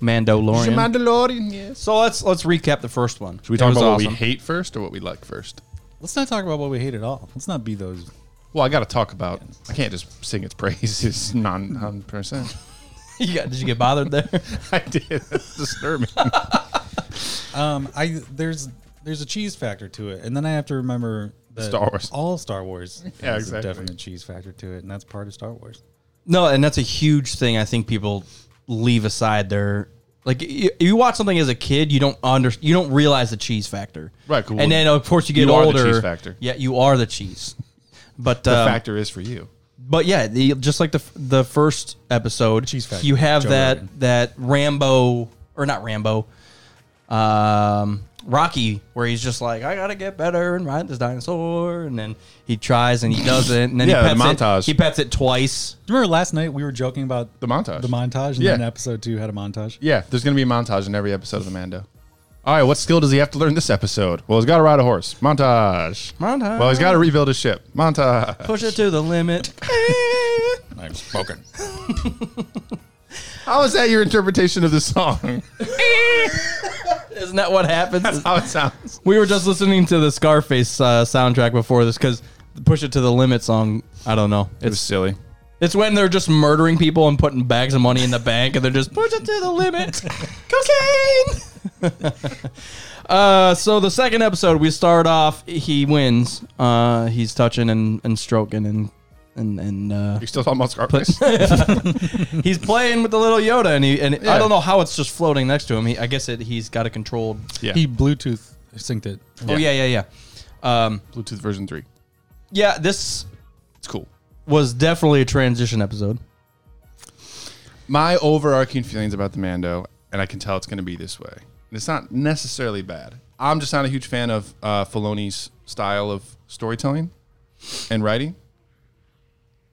[SPEAKER 3] Mandalorian.
[SPEAKER 9] Mandalorian. Yes.
[SPEAKER 3] So let's let's recap the first one.
[SPEAKER 9] Should we talk
[SPEAKER 3] It was
[SPEAKER 9] about what
[SPEAKER 3] awesome.
[SPEAKER 9] we hate first or what we like first?
[SPEAKER 10] Let's not talk about what we hate at all. Let's not be those.
[SPEAKER 9] Well, I got to talk about. I can't just sing its praises non hundred percent.
[SPEAKER 3] You got, did you get bothered there?
[SPEAKER 9] I did. That's disturbing.
[SPEAKER 10] Um, I there's there's a cheese factor to it, and then I have to remember that
[SPEAKER 9] Star Wars.
[SPEAKER 10] All Star Wars.
[SPEAKER 9] Yeah,
[SPEAKER 10] has
[SPEAKER 9] exactly.
[SPEAKER 10] A definite cheese factor to it, and that's part of Star Wars.
[SPEAKER 3] no, and that's a huge thing. I think people leave aside their like. You, you watch something as a kid, you don't under you don't realize the cheese factor,
[SPEAKER 9] Right, cool.
[SPEAKER 3] And then of course you get
[SPEAKER 9] You are the
[SPEAKER 3] older.
[SPEAKER 9] cheese factor.
[SPEAKER 3] Yeah, you are the cheese. But
[SPEAKER 9] the
[SPEAKER 3] um,
[SPEAKER 9] factor is for you.
[SPEAKER 3] but yeah, the, just like the f- the first episode,
[SPEAKER 10] Cheese factor.
[SPEAKER 3] you have
[SPEAKER 10] Joe
[SPEAKER 3] that
[SPEAKER 10] Rogan.
[SPEAKER 3] that Rambo or not Rambo, um, Rocky, where he's just like, I gotta get better and ride this dinosaur, and then he tries and he doesn't, and then
[SPEAKER 9] Yeah,
[SPEAKER 3] he
[SPEAKER 9] the
[SPEAKER 3] pets
[SPEAKER 9] montage.
[SPEAKER 3] It, he pets it twice.
[SPEAKER 10] Do you remember last night we were joking about
[SPEAKER 9] The montage.
[SPEAKER 10] the montage, and
[SPEAKER 9] Yeah.
[SPEAKER 10] then episode two had a montage.
[SPEAKER 9] Yeah, there's gonna be a montage in every episode of Amanda. All right, what skill does he have to learn this episode? Well, he's got to ride a horse. Montage.
[SPEAKER 3] Montage.
[SPEAKER 9] Well, he's got to rebuild his ship. Montage.
[SPEAKER 3] Push it to the limit.
[SPEAKER 10] I'm smoking.
[SPEAKER 9] How is that your interpretation of the song?
[SPEAKER 3] Isn't that what happens?
[SPEAKER 9] How it sounds.
[SPEAKER 3] We were just listening to the Scarface uh, soundtrack before this because "Push It to the Limit" song. I don't know.
[SPEAKER 9] It was
[SPEAKER 3] It's
[SPEAKER 9] silly.
[SPEAKER 3] It's when they're just murdering people and putting bags of money in the bank, and they're just pushing to the limit. Cocaine. uh, so the second episode, we start off. He wins. Uh, he's touching and, and stroking and and and uh,
[SPEAKER 9] You're still talking about Scarface?
[SPEAKER 3] he's playing with the little Yoda, and he and I
[SPEAKER 9] Yeah.
[SPEAKER 3] don't know how it's just floating next to him. He, I guess it, he's got it controlled.
[SPEAKER 9] yeah.
[SPEAKER 10] He Bluetooth synced it.
[SPEAKER 3] Oh yeah, yeah, yeah. Um,
[SPEAKER 9] Bluetooth version three.
[SPEAKER 3] yeah, this
[SPEAKER 9] It's cool.
[SPEAKER 3] was definitely a transition episode.
[SPEAKER 9] my overarching feelings about the Mando, and I can tell it's going to be this way. And it's not necessarily bad. I'm just not a huge fan of uh, Filoni's style of storytelling and writing.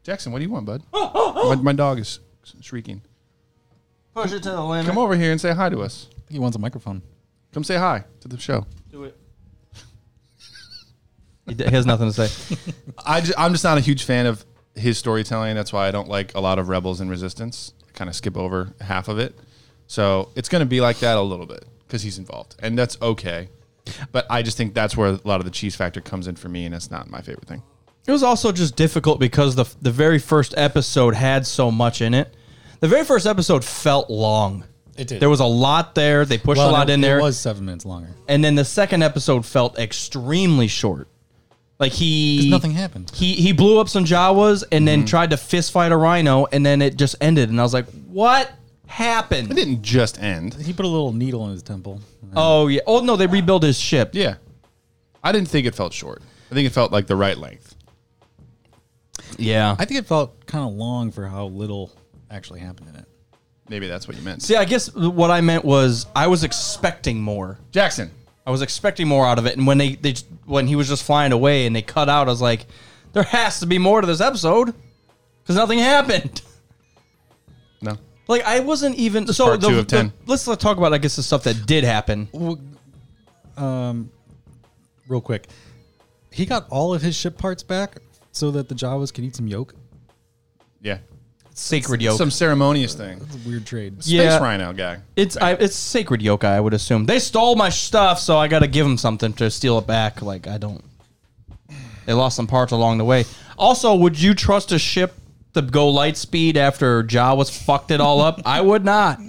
[SPEAKER 9] Jackson, what do you want, bud? my, my dog is shrieking.
[SPEAKER 3] Push it to the limit.
[SPEAKER 9] Come over here and say hi to us.
[SPEAKER 10] He wants a microphone.
[SPEAKER 9] Come say hi to the show.
[SPEAKER 3] Do it. He, d- he has nothing to say.
[SPEAKER 9] I ju- I'm just not a huge fan of his storytelling. That's why I don't like a lot of Rebels and Resistance. I kind of skip over half of it. So it's going to be like that a little bit because he's involved, and that's okay. But I just think that's where a lot of the cheese factor comes in for me, and it's not my favorite thing.
[SPEAKER 3] It was also just difficult because the the very first episode had so much in it. The very first episode felt long.
[SPEAKER 10] It did.
[SPEAKER 3] There was a lot there. They pushed a lot
[SPEAKER 10] it,
[SPEAKER 3] in there.
[SPEAKER 10] It was seven minutes longer.
[SPEAKER 3] And then the second episode felt extremely short. Like he
[SPEAKER 10] 'Cause nothing happened. Mm-hmm.
[SPEAKER 3] He he blew up some Jawas and then tried to fist fight a rhino and then it just ended and I was like, "What
[SPEAKER 9] It
[SPEAKER 3] happened?"
[SPEAKER 9] didn't just end.
[SPEAKER 10] He put a little needle in his temple.
[SPEAKER 3] Oh yeah. Oh no, they rebuilt his ship.
[SPEAKER 9] Yeah, I didn't think it felt short. I think it felt like the right length.
[SPEAKER 3] Yeah.
[SPEAKER 10] I think it felt kind of long for how little actually happened in it.
[SPEAKER 9] Maybe that's what you meant.
[SPEAKER 3] See, I guess what I meant was I was expecting more.
[SPEAKER 9] Jackson,
[SPEAKER 3] I was expecting more out of it, and when they, they when he was just flying away and they cut out, I was like, there has to be more to this episode because nothing happened.
[SPEAKER 9] no.
[SPEAKER 3] Like I wasn't even so.
[SPEAKER 9] part
[SPEAKER 3] the,
[SPEAKER 9] two of
[SPEAKER 3] the-
[SPEAKER 9] 10.
[SPEAKER 3] let's let's talk about I guess the stuff that did happen.
[SPEAKER 10] Well, um, real quick, he got all of his ship parts back so that the Jawas could eat some yolk.
[SPEAKER 9] Yeah,
[SPEAKER 3] Sacred yoke.
[SPEAKER 9] some ceremonious thing.
[SPEAKER 10] It's a weird trade.
[SPEAKER 3] Yeah.
[SPEAKER 9] Space Rhino guy.
[SPEAKER 3] it's I, it's sacred yoke. I would assume they stole my stuff, so I got to give them something to steal it back. Like I don't. They lost some parts along the way. Also, would you trust a ship to go light speed after Jawas fucked it all up? I would not.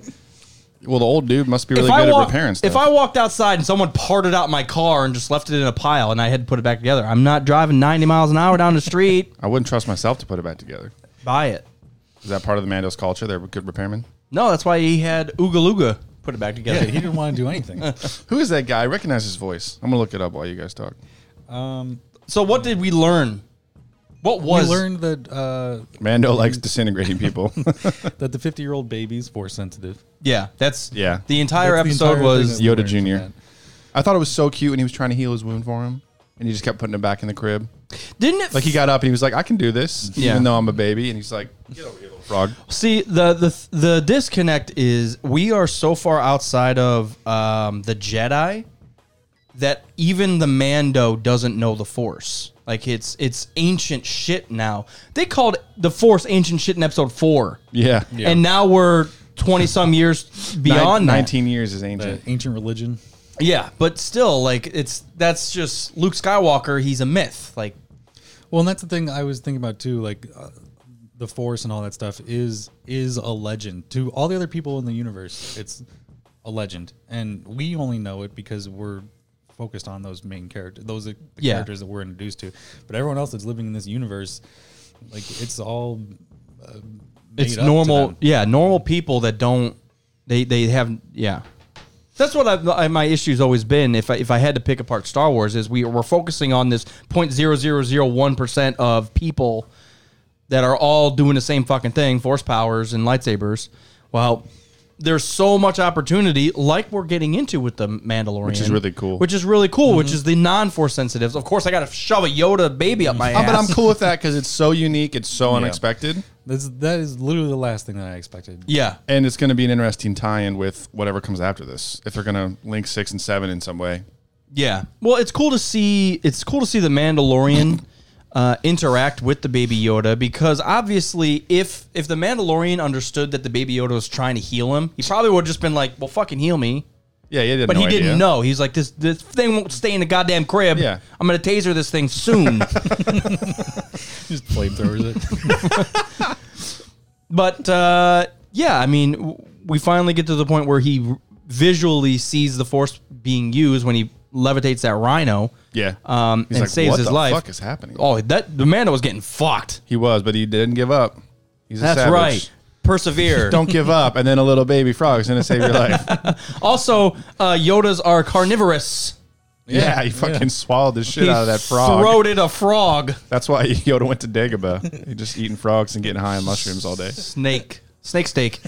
[SPEAKER 9] Well, the old dude must be really good at repairing stuff.
[SPEAKER 3] If I walked outside and someone parted out my car and just left it in a pile and I had to put it back together, I'm not driving 90 miles an hour down the street.
[SPEAKER 9] I wouldn't trust myself to put it back together.
[SPEAKER 3] Buy it.
[SPEAKER 9] Is that part of the Mando's culture? They're good repairmen.
[SPEAKER 3] No, that's why he had Ooga Looga put it back together.
[SPEAKER 10] Yeah, he didn't want to do anything.
[SPEAKER 9] Who is that guy? I recognize his voice. I'm gonna look it up while you guys talk.
[SPEAKER 10] Um,
[SPEAKER 3] so what did we learn? What was
[SPEAKER 10] we learned that uh,
[SPEAKER 9] Mando likes disintegrating people.
[SPEAKER 10] that the fifty-year-old baby's force sensitive.
[SPEAKER 3] Yeah, that's
[SPEAKER 9] Yeah.
[SPEAKER 3] The entire
[SPEAKER 10] That's the
[SPEAKER 3] episode
[SPEAKER 10] entire thing
[SPEAKER 3] was
[SPEAKER 10] that we
[SPEAKER 9] Yoda
[SPEAKER 10] learned from
[SPEAKER 9] Jr..
[SPEAKER 10] that.
[SPEAKER 9] I thought it was so cute when he was trying to heal his wound for him, and he just kept putting it back in the crib.
[SPEAKER 3] Didn't it?
[SPEAKER 9] Like he got up and he was like, "I can do this,"
[SPEAKER 3] Yeah.
[SPEAKER 9] even though I'm a baby. And he's like, "Get over here, little frog."
[SPEAKER 3] See the the the disconnect is we are so far outside of um, the Jedi that even the Mando doesn't know the Force. Like it's it's ancient shit now. They called the Force ancient shit in Episode Four,
[SPEAKER 9] Yeah,
[SPEAKER 3] and now we're twenty some years
[SPEAKER 9] Nine-
[SPEAKER 3] beyond that.
[SPEAKER 9] nineteen years is
[SPEAKER 10] The
[SPEAKER 9] ancient.
[SPEAKER 10] ancient religion.
[SPEAKER 3] Yeah, but still, like it's that's just Luke Skywalker. He's a myth. Like
[SPEAKER 10] Well, and that's the thing I was thinking about too. Like uh, the Force and all that stuff is is a legend to all the other people in the universe. It's a legend, and we only know it because we're focused on those main characters, those are the
[SPEAKER 3] Yeah.
[SPEAKER 10] characters that we're introduced to. But everyone else that's living in this universe, like it's all. Uh, made
[SPEAKER 3] it's
[SPEAKER 10] up to
[SPEAKER 3] normal
[SPEAKER 10] them.
[SPEAKER 3] yeah normal people that don't they they have yeah that's what I've, I, my issue's always been if I, if I had to pick apart star wars is we we're focusing on this 0.0001% of people that are all doing the same fucking thing force powers and lightsabers well there's so much opportunity like we're getting into with the mandalorian which
[SPEAKER 9] is really cool.
[SPEAKER 3] which is really cool
[SPEAKER 9] Mm-hmm.
[SPEAKER 3] which is the non-force sensitives of course i gotta shove a yoda baby up my ass
[SPEAKER 9] Oh, but I'm cool with that because it's so unique, it's so unexpected,
[SPEAKER 10] That's, that is literally the last thing that I expected.
[SPEAKER 3] yeah
[SPEAKER 9] and it's going to be an interesting tie-in with whatever comes after this. If they're going to link six and seven in some way,
[SPEAKER 3] Yeah. Well, it's cool to see. It's cool to see the Mandalorian uh, interact with the Baby Yoda because obviously, if if the Mandalorian understood that the Baby Yoda was trying to heal him, he probably would have just been like, "Well, fucking heal me."
[SPEAKER 9] yeah, yeah,
[SPEAKER 3] But he didn't know. He's like, "This this thing won't stay in the goddamn crib.
[SPEAKER 9] Yeah.
[SPEAKER 3] I'm gonna taser this thing soon."
[SPEAKER 10] Just flamethrowers it.
[SPEAKER 3] but uh, yeah, I mean, w- we finally get to the point where he r- visually sees the Force being used when he levitates that Rhino.
[SPEAKER 9] Yeah,
[SPEAKER 3] Um,
[SPEAKER 9] He's
[SPEAKER 3] and
[SPEAKER 9] like,
[SPEAKER 3] saves
[SPEAKER 9] what
[SPEAKER 3] his
[SPEAKER 9] the
[SPEAKER 3] life.
[SPEAKER 9] Fuck is happening?
[SPEAKER 3] Oh, that the Mando was getting fucked.
[SPEAKER 9] He was, but he didn't give up. He's a
[SPEAKER 3] That's
[SPEAKER 9] savage.
[SPEAKER 3] right. Persevere.
[SPEAKER 9] Don't give up, and then a little baby frog's gonna save your life. yeah,
[SPEAKER 3] also, uh, Yodas are carnivorous.
[SPEAKER 9] he fucking swallowed the shit
[SPEAKER 3] He
[SPEAKER 9] out of that frog.
[SPEAKER 3] Throated a frog.
[SPEAKER 9] That's why Yoda went to Dagobah. He just eating frogs and getting high on mushrooms all day.
[SPEAKER 3] Snake. Snake steak.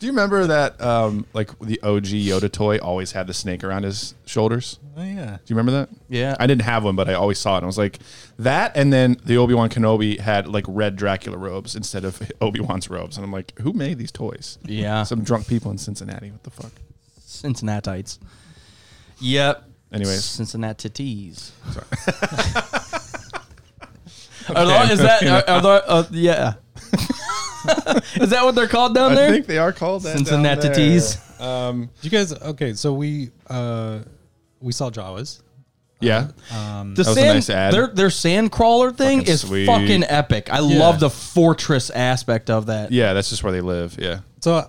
[SPEAKER 9] Do you remember that? Um, like the OG Yoda toy always had the snake around his shoulders.
[SPEAKER 10] oh, yeah.
[SPEAKER 9] Do you remember that?
[SPEAKER 3] Yeah.
[SPEAKER 9] I didn't have one, but I always saw it. And I was like, that. And then the Obi Wan Kenobi had like red Dracula robes instead of Obi Wan's robes. And I'm like, who made these toys?
[SPEAKER 3] Yeah.
[SPEAKER 9] Some drunk people in Cincinnati. What the fuck?
[SPEAKER 3] Cincinnatites. Yep.
[SPEAKER 9] Anyways.
[SPEAKER 3] Cincinnatites. Are tho- is that are, are tho- uh, yeah? is that what they're called down
[SPEAKER 9] I
[SPEAKER 3] there?
[SPEAKER 9] think they are called that. down
[SPEAKER 3] Cincinnatites.
[SPEAKER 9] there.
[SPEAKER 10] You guys, okay, so we uh, we saw Jawas.
[SPEAKER 9] Yeah.
[SPEAKER 3] The
[SPEAKER 9] was a
[SPEAKER 3] sand,
[SPEAKER 9] nice ad.
[SPEAKER 3] their their sand crawler thing
[SPEAKER 9] Fucking
[SPEAKER 3] is
[SPEAKER 9] sweet.
[SPEAKER 3] fucking epic. I love the fortress aspect of that.
[SPEAKER 9] yeah. That's just where they live. Yeah.
[SPEAKER 10] So, uh,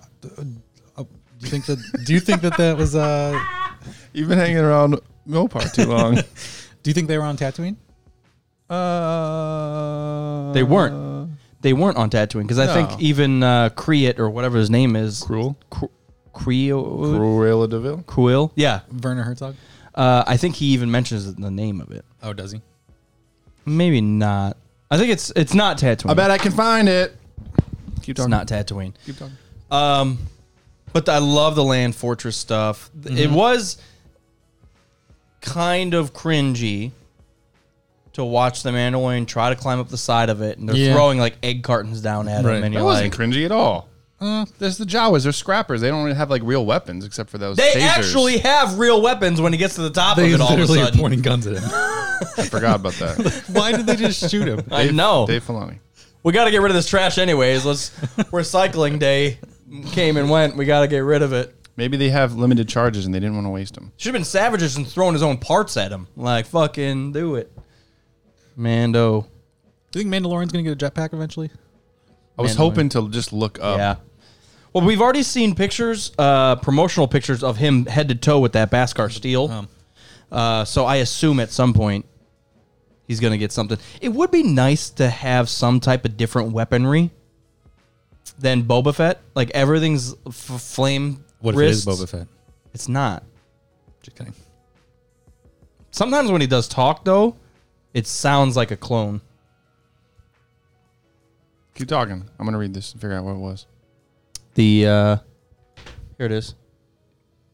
[SPEAKER 10] uh, do you think that? Do you think that that was? Uh,
[SPEAKER 9] You've been hanging around Mopar too long.
[SPEAKER 10] do you think they were on Tatooine?
[SPEAKER 9] uh,
[SPEAKER 3] They weren't. They weren't on Tatooine because I
[SPEAKER 9] No.
[SPEAKER 3] think even uh, Create or whatever his name is,
[SPEAKER 9] Cruel.
[SPEAKER 3] Cru- Creo,
[SPEAKER 9] Cruella Deville.
[SPEAKER 3] Quill. Yeah,
[SPEAKER 9] Mm-hmm.
[SPEAKER 10] Werner Herzog.
[SPEAKER 3] uh, I think he even mentions the name of it.
[SPEAKER 10] Oh, does he?
[SPEAKER 3] Maybe not. I think it's it's not Tatooine.
[SPEAKER 9] I bet I can find it. Keep
[SPEAKER 3] it's
[SPEAKER 9] talking.
[SPEAKER 3] not Tatooine.
[SPEAKER 9] Keep talking.
[SPEAKER 3] Um, but I love the land fortress stuff. Th-
[SPEAKER 10] Mm-hmm.
[SPEAKER 3] It was kind of cringy to watch the Mandalorian try to climb up the side of it, and they're
[SPEAKER 10] Yeah.
[SPEAKER 3] throwing like egg cartons down at
[SPEAKER 10] Right.
[SPEAKER 3] him, and
[SPEAKER 9] That
[SPEAKER 3] you're
[SPEAKER 9] wasn't
[SPEAKER 3] like,
[SPEAKER 9] cringy at all. Uh, There's the Jawas. They're scrappers. They don't really have like real weapons except for those.
[SPEAKER 3] they
[SPEAKER 9] tasers.
[SPEAKER 3] actually have real weapons when he gets to the top of
[SPEAKER 10] They
[SPEAKER 3] it. All of a
[SPEAKER 10] literally are
[SPEAKER 3] sudden,
[SPEAKER 10] pointing guns at him.
[SPEAKER 9] I forgot about that.
[SPEAKER 10] Why did they just shoot him?
[SPEAKER 3] I know.
[SPEAKER 9] Dave Filoni.
[SPEAKER 3] we got to get rid of this trash anyways. Let's recycling day came and went. We got to get rid of it.
[SPEAKER 9] Maybe they have limited charges and they didn't want to waste them.
[SPEAKER 3] Should have been savages and throwing his own parts at him. Like fucking do it, Mando.
[SPEAKER 10] Do you think Mandalorian's gonna get a jetpack eventually?
[SPEAKER 9] I was
[SPEAKER 3] Mandalorian.
[SPEAKER 9] hoping to just look
[SPEAKER 10] Oh.
[SPEAKER 9] up.
[SPEAKER 3] Yeah. Well, we've already seen pictures, uh, promotional pictures of him head to toe with that Baskar steel.
[SPEAKER 10] Um.
[SPEAKER 3] Uh, so I assume at some point he's going to get something. It would be nice to have some type of different weaponry than Boba Fett. Like everything's f- flame.
[SPEAKER 10] What
[SPEAKER 3] wrists.
[SPEAKER 10] if it is Boba Fett?
[SPEAKER 3] It's not.
[SPEAKER 10] Just kidding.
[SPEAKER 3] Sometimes when he does talk, though, it sounds like a clone.
[SPEAKER 9] Keep talking. I'm gonna read this and figure out what it was.
[SPEAKER 3] The uh, here it is.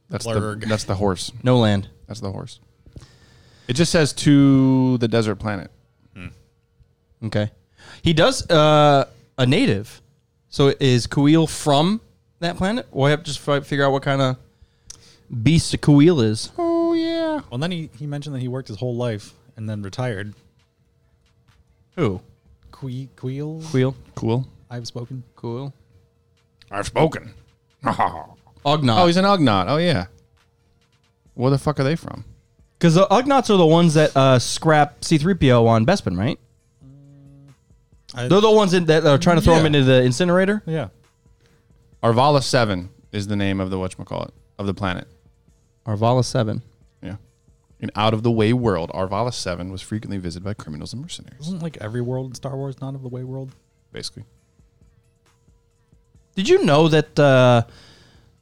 [SPEAKER 9] That's the
[SPEAKER 10] Blurg.
[SPEAKER 9] that's the horse.
[SPEAKER 3] No land.
[SPEAKER 9] That's the horse. It just says to the desert planet.
[SPEAKER 3] Okay. He does uh, a native. So is Kuil from that planet? We'll have to just fi- figure out what kind of beast a Kuil is.
[SPEAKER 9] Oh yeah.
[SPEAKER 10] Well, then he, he mentioned that he worked his whole life and then retired.
[SPEAKER 3] Who?
[SPEAKER 10] Que- Queel?
[SPEAKER 3] Kuil.
[SPEAKER 9] Cool.
[SPEAKER 10] I've spoken.
[SPEAKER 3] Kuil.
[SPEAKER 9] I've spoken. oh,
[SPEAKER 3] Ugnaught.
[SPEAKER 9] he's an Ognot. Oh yeah. Where the fuck are they from?
[SPEAKER 3] Because the Ugnaughts are the ones that uh, scrap C3PO on Bespin, right?
[SPEAKER 10] I-
[SPEAKER 3] They're the ones in, that are trying to throw him
[SPEAKER 9] Yeah.
[SPEAKER 3] into the incinerator.
[SPEAKER 10] Yeah.
[SPEAKER 9] Arvala Seven is the name of the whatchamacallit of the planet.
[SPEAKER 3] Arvala 7.
[SPEAKER 9] Yeah. An out of the way world, Arvala Seven was frequently visited by criminals and mercenaries.
[SPEAKER 10] Isn't like every world in Star Wars not of the way world?
[SPEAKER 9] Basically.
[SPEAKER 3] Did you know that uh,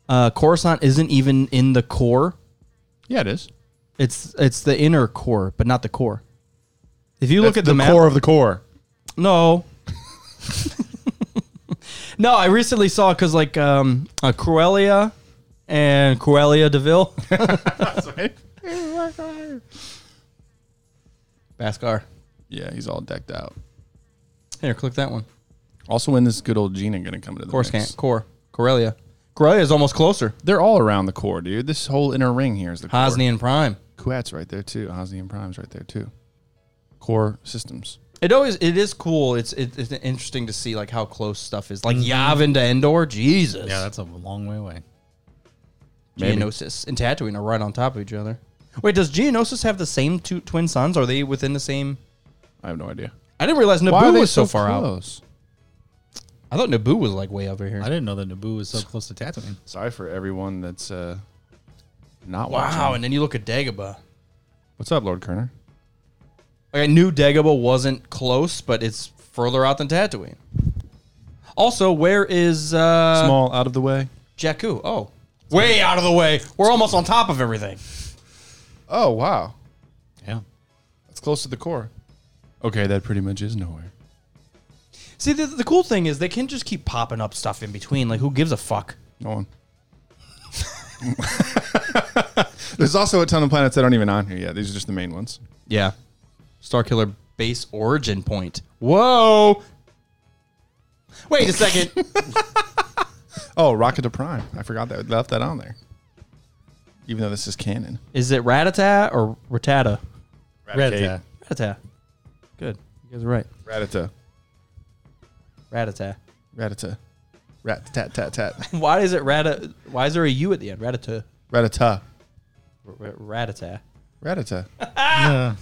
[SPEAKER 3] uh, Coruscant isn't even in the core?
[SPEAKER 9] Yeah, it is.
[SPEAKER 3] It's it's the inner core, but not the core. If you look
[SPEAKER 9] That's
[SPEAKER 3] at the, map,
[SPEAKER 9] core of the core.
[SPEAKER 3] no, no. I recently saw because like um, uh, Cruelia and Cruelia Deville, Baskar.
[SPEAKER 9] yeah, he's all decked out.
[SPEAKER 3] Here, click that one.
[SPEAKER 9] Also, when is good old Gina going to come into the
[SPEAKER 3] Core
[SPEAKER 9] mix?
[SPEAKER 3] scan. Core. Corelia. Corelia is almost closer.
[SPEAKER 9] They're all around the core, dude. This whole inner ring here is the
[SPEAKER 3] Hosnian and Prime.
[SPEAKER 9] core. Kuat's right there too. Hosni and Prime's right there too. Core systems.
[SPEAKER 3] It always it is cool. It's it, it's interesting to see like how close stuff is. Like
[SPEAKER 9] Mm-hmm.
[SPEAKER 3] Yavin to Endor. Jesus.
[SPEAKER 10] Yeah, that's a long way away.
[SPEAKER 9] Maybe.
[SPEAKER 3] Geonosis and Tatooine are right on top of each other. Wait, does Geonosis have the same two twin sons? Are they within the same?
[SPEAKER 9] I have no idea.
[SPEAKER 3] I didn't realize Naboo was so, far out. I thought Naboo was like way over
[SPEAKER 10] I
[SPEAKER 3] here.
[SPEAKER 10] didn't know that Naboo was so close to Tatooine.
[SPEAKER 9] Sorry for everyone that's uh, not
[SPEAKER 3] Wow,
[SPEAKER 9] watching.
[SPEAKER 3] and then you look at Dagobah.
[SPEAKER 9] What's up, Lord Kerner?
[SPEAKER 3] Like I knew Dagobah wasn't close, but it's further out than Tatooine. Also, where is uh,
[SPEAKER 9] Small, out of the way.
[SPEAKER 3] Jakku? Oh, way out of the way. We're almost on top of everything.
[SPEAKER 9] Oh wow,
[SPEAKER 10] Yeah.
[SPEAKER 9] that's close to the core. Okay, that pretty much is nowhere.
[SPEAKER 3] See, the, the cool thing is they can just keep popping up stuff in between. Like, who gives a fuck?
[SPEAKER 9] No one. There's also a ton of planets that aren't even on here yet. These are just the main ones.
[SPEAKER 3] Yeah. Starkiller base origin point. Whoa. Wait a second.
[SPEAKER 9] Oh, Rocket to Prime. I forgot that left that on there. Even though this is canon.
[SPEAKER 3] is it Ratata or Ratata?
[SPEAKER 10] Red.
[SPEAKER 3] Ratata. Good. You guys are right.
[SPEAKER 9] Ratata.
[SPEAKER 3] Ratata.
[SPEAKER 9] Ratata. Rat tat tat tat.
[SPEAKER 3] Why is it Rata? Why is there a U at the end? Ratata.
[SPEAKER 9] Ratata.
[SPEAKER 3] R- Ratata.
[SPEAKER 9] Ratata.
[SPEAKER 10] No,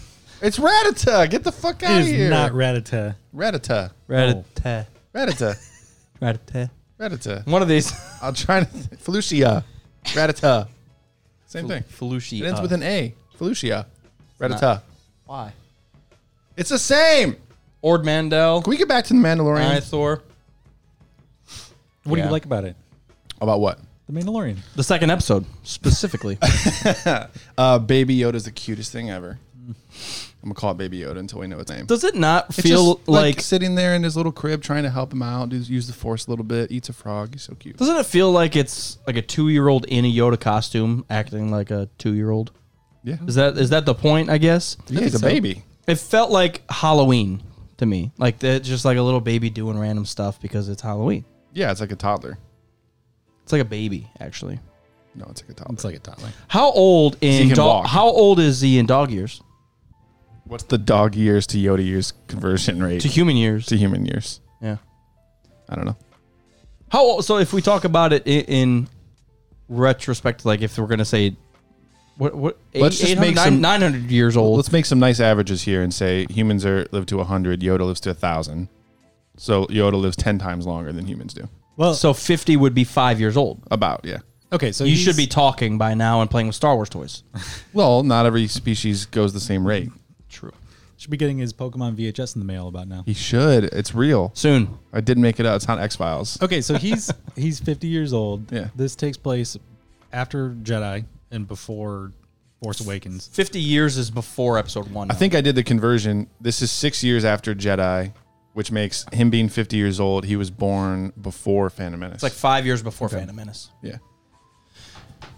[SPEAKER 9] It's Ratata. Get the fuck out
[SPEAKER 10] it
[SPEAKER 9] of here.
[SPEAKER 10] is not Ratata.
[SPEAKER 9] Ratata.
[SPEAKER 3] Ratata.
[SPEAKER 9] Ratata.
[SPEAKER 3] Ratata.
[SPEAKER 9] Ratata.
[SPEAKER 3] One of these.
[SPEAKER 9] I'll try to. Felucia. Ratata. Same thing.
[SPEAKER 3] Felucia.
[SPEAKER 9] It ends with an A. Felucia. Ratata.
[SPEAKER 3] Why?
[SPEAKER 9] It's the same.
[SPEAKER 3] Ord Mandel.
[SPEAKER 9] Can we get back to the Mandalorian?
[SPEAKER 3] Thor.
[SPEAKER 10] What do
[SPEAKER 3] Yeah.
[SPEAKER 10] you like about it?
[SPEAKER 9] About what?
[SPEAKER 10] The Mandalorian.
[SPEAKER 3] The second episode, specifically.
[SPEAKER 9] Uh, Baby Yoda's the cutest thing ever. I'm gonna call it Baby Yoda until we know its name.
[SPEAKER 3] Does it not
[SPEAKER 9] It's
[SPEAKER 3] feel
[SPEAKER 9] just
[SPEAKER 3] like
[SPEAKER 9] sitting there in his little crib trying to help him out, just use the force a little bit, eats a frog. He's so cute.
[SPEAKER 3] Doesn't it feel like it's like a two year old in a Yoda costume acting like a two year old?
[SPEAKER 9] Yeah,
[SPEAKER 3] Is that is that the point? I guess
[SPEAKER 9] yeah he's a baby.
[SPEAKER 3] it felt like Halloween to me, like that just like a little baby doing random stuff because it's Halloween.
[SPEAKER 9] Yeah, it's like a toddler.
[SPEAKER 3] It's like a baby actually.
[SPEAKER 9] No, it's like a toddler.
[SPEAKER 10] It's like a toddler.
[SPEAKER 3] How old in
[SPEAKER 9] can
[SPEAKER 3] dog?
[SPEAKER 9] walk.
[SPEAKER 3] How old is he in dog years
[SPEAKER 9] What's the dog years to Yoda years conversion rate
[SPEAKER 3] to human years?
[SPEAKER 9] to human years?
[SPEAKER 3] Yeah.
[SPEAKER 9] I don't know.
[SPEAKER 3] How old, so? If we talk about it in, in retrospect, like if we're gonna say what what
[SPEAKER 9] Let's just make some-
[SPEAKER 3] nine hundred years old.
[SPEAKER 9] Let's make some nice averages here and say humans are live to hundred, Yoda lives to thousand. So Yoda lives ten times longer than humans do.
[SPEAKER 10] Well,
[SPEAKER 3] so fifty would be five years old.
[SPEAKER 9] About yeah.
[SPEAKER 10] okay, so
[SPEAKER 3] You should be
[SPEAKER 10] he's-
[SPEAKER 3] talking by now and playing with Star Wars toys.
[SPEAKER 9] Well, not every species goes the same rate.
[SPEAKER 3] True.
[SPEAKER 10] should be getting his Pokemon VHS in the mail about now.
[SPEAKER 9] He should. It's real.
[SPEAKER 3] Soon.
[SPEAKER 9] I did make it up. It's not X Files.
[SPEAKER 10] Okay, so he's he's 50 years old.
[SPEAKER 9] Yeah.
[SPEAKER 10] This takes place after Jedi and before Force Awakens.
[SPEAKER 3] 50 years is before episode one.
[SPEAKER 9] I think I did the conversion. This is six years after Jedi, which makes him being 50 years old. He was born before Phantom Menace.
[SPEAKER 3] it's like five years before Phantom Menace.
[SPEAKER 9] yeah.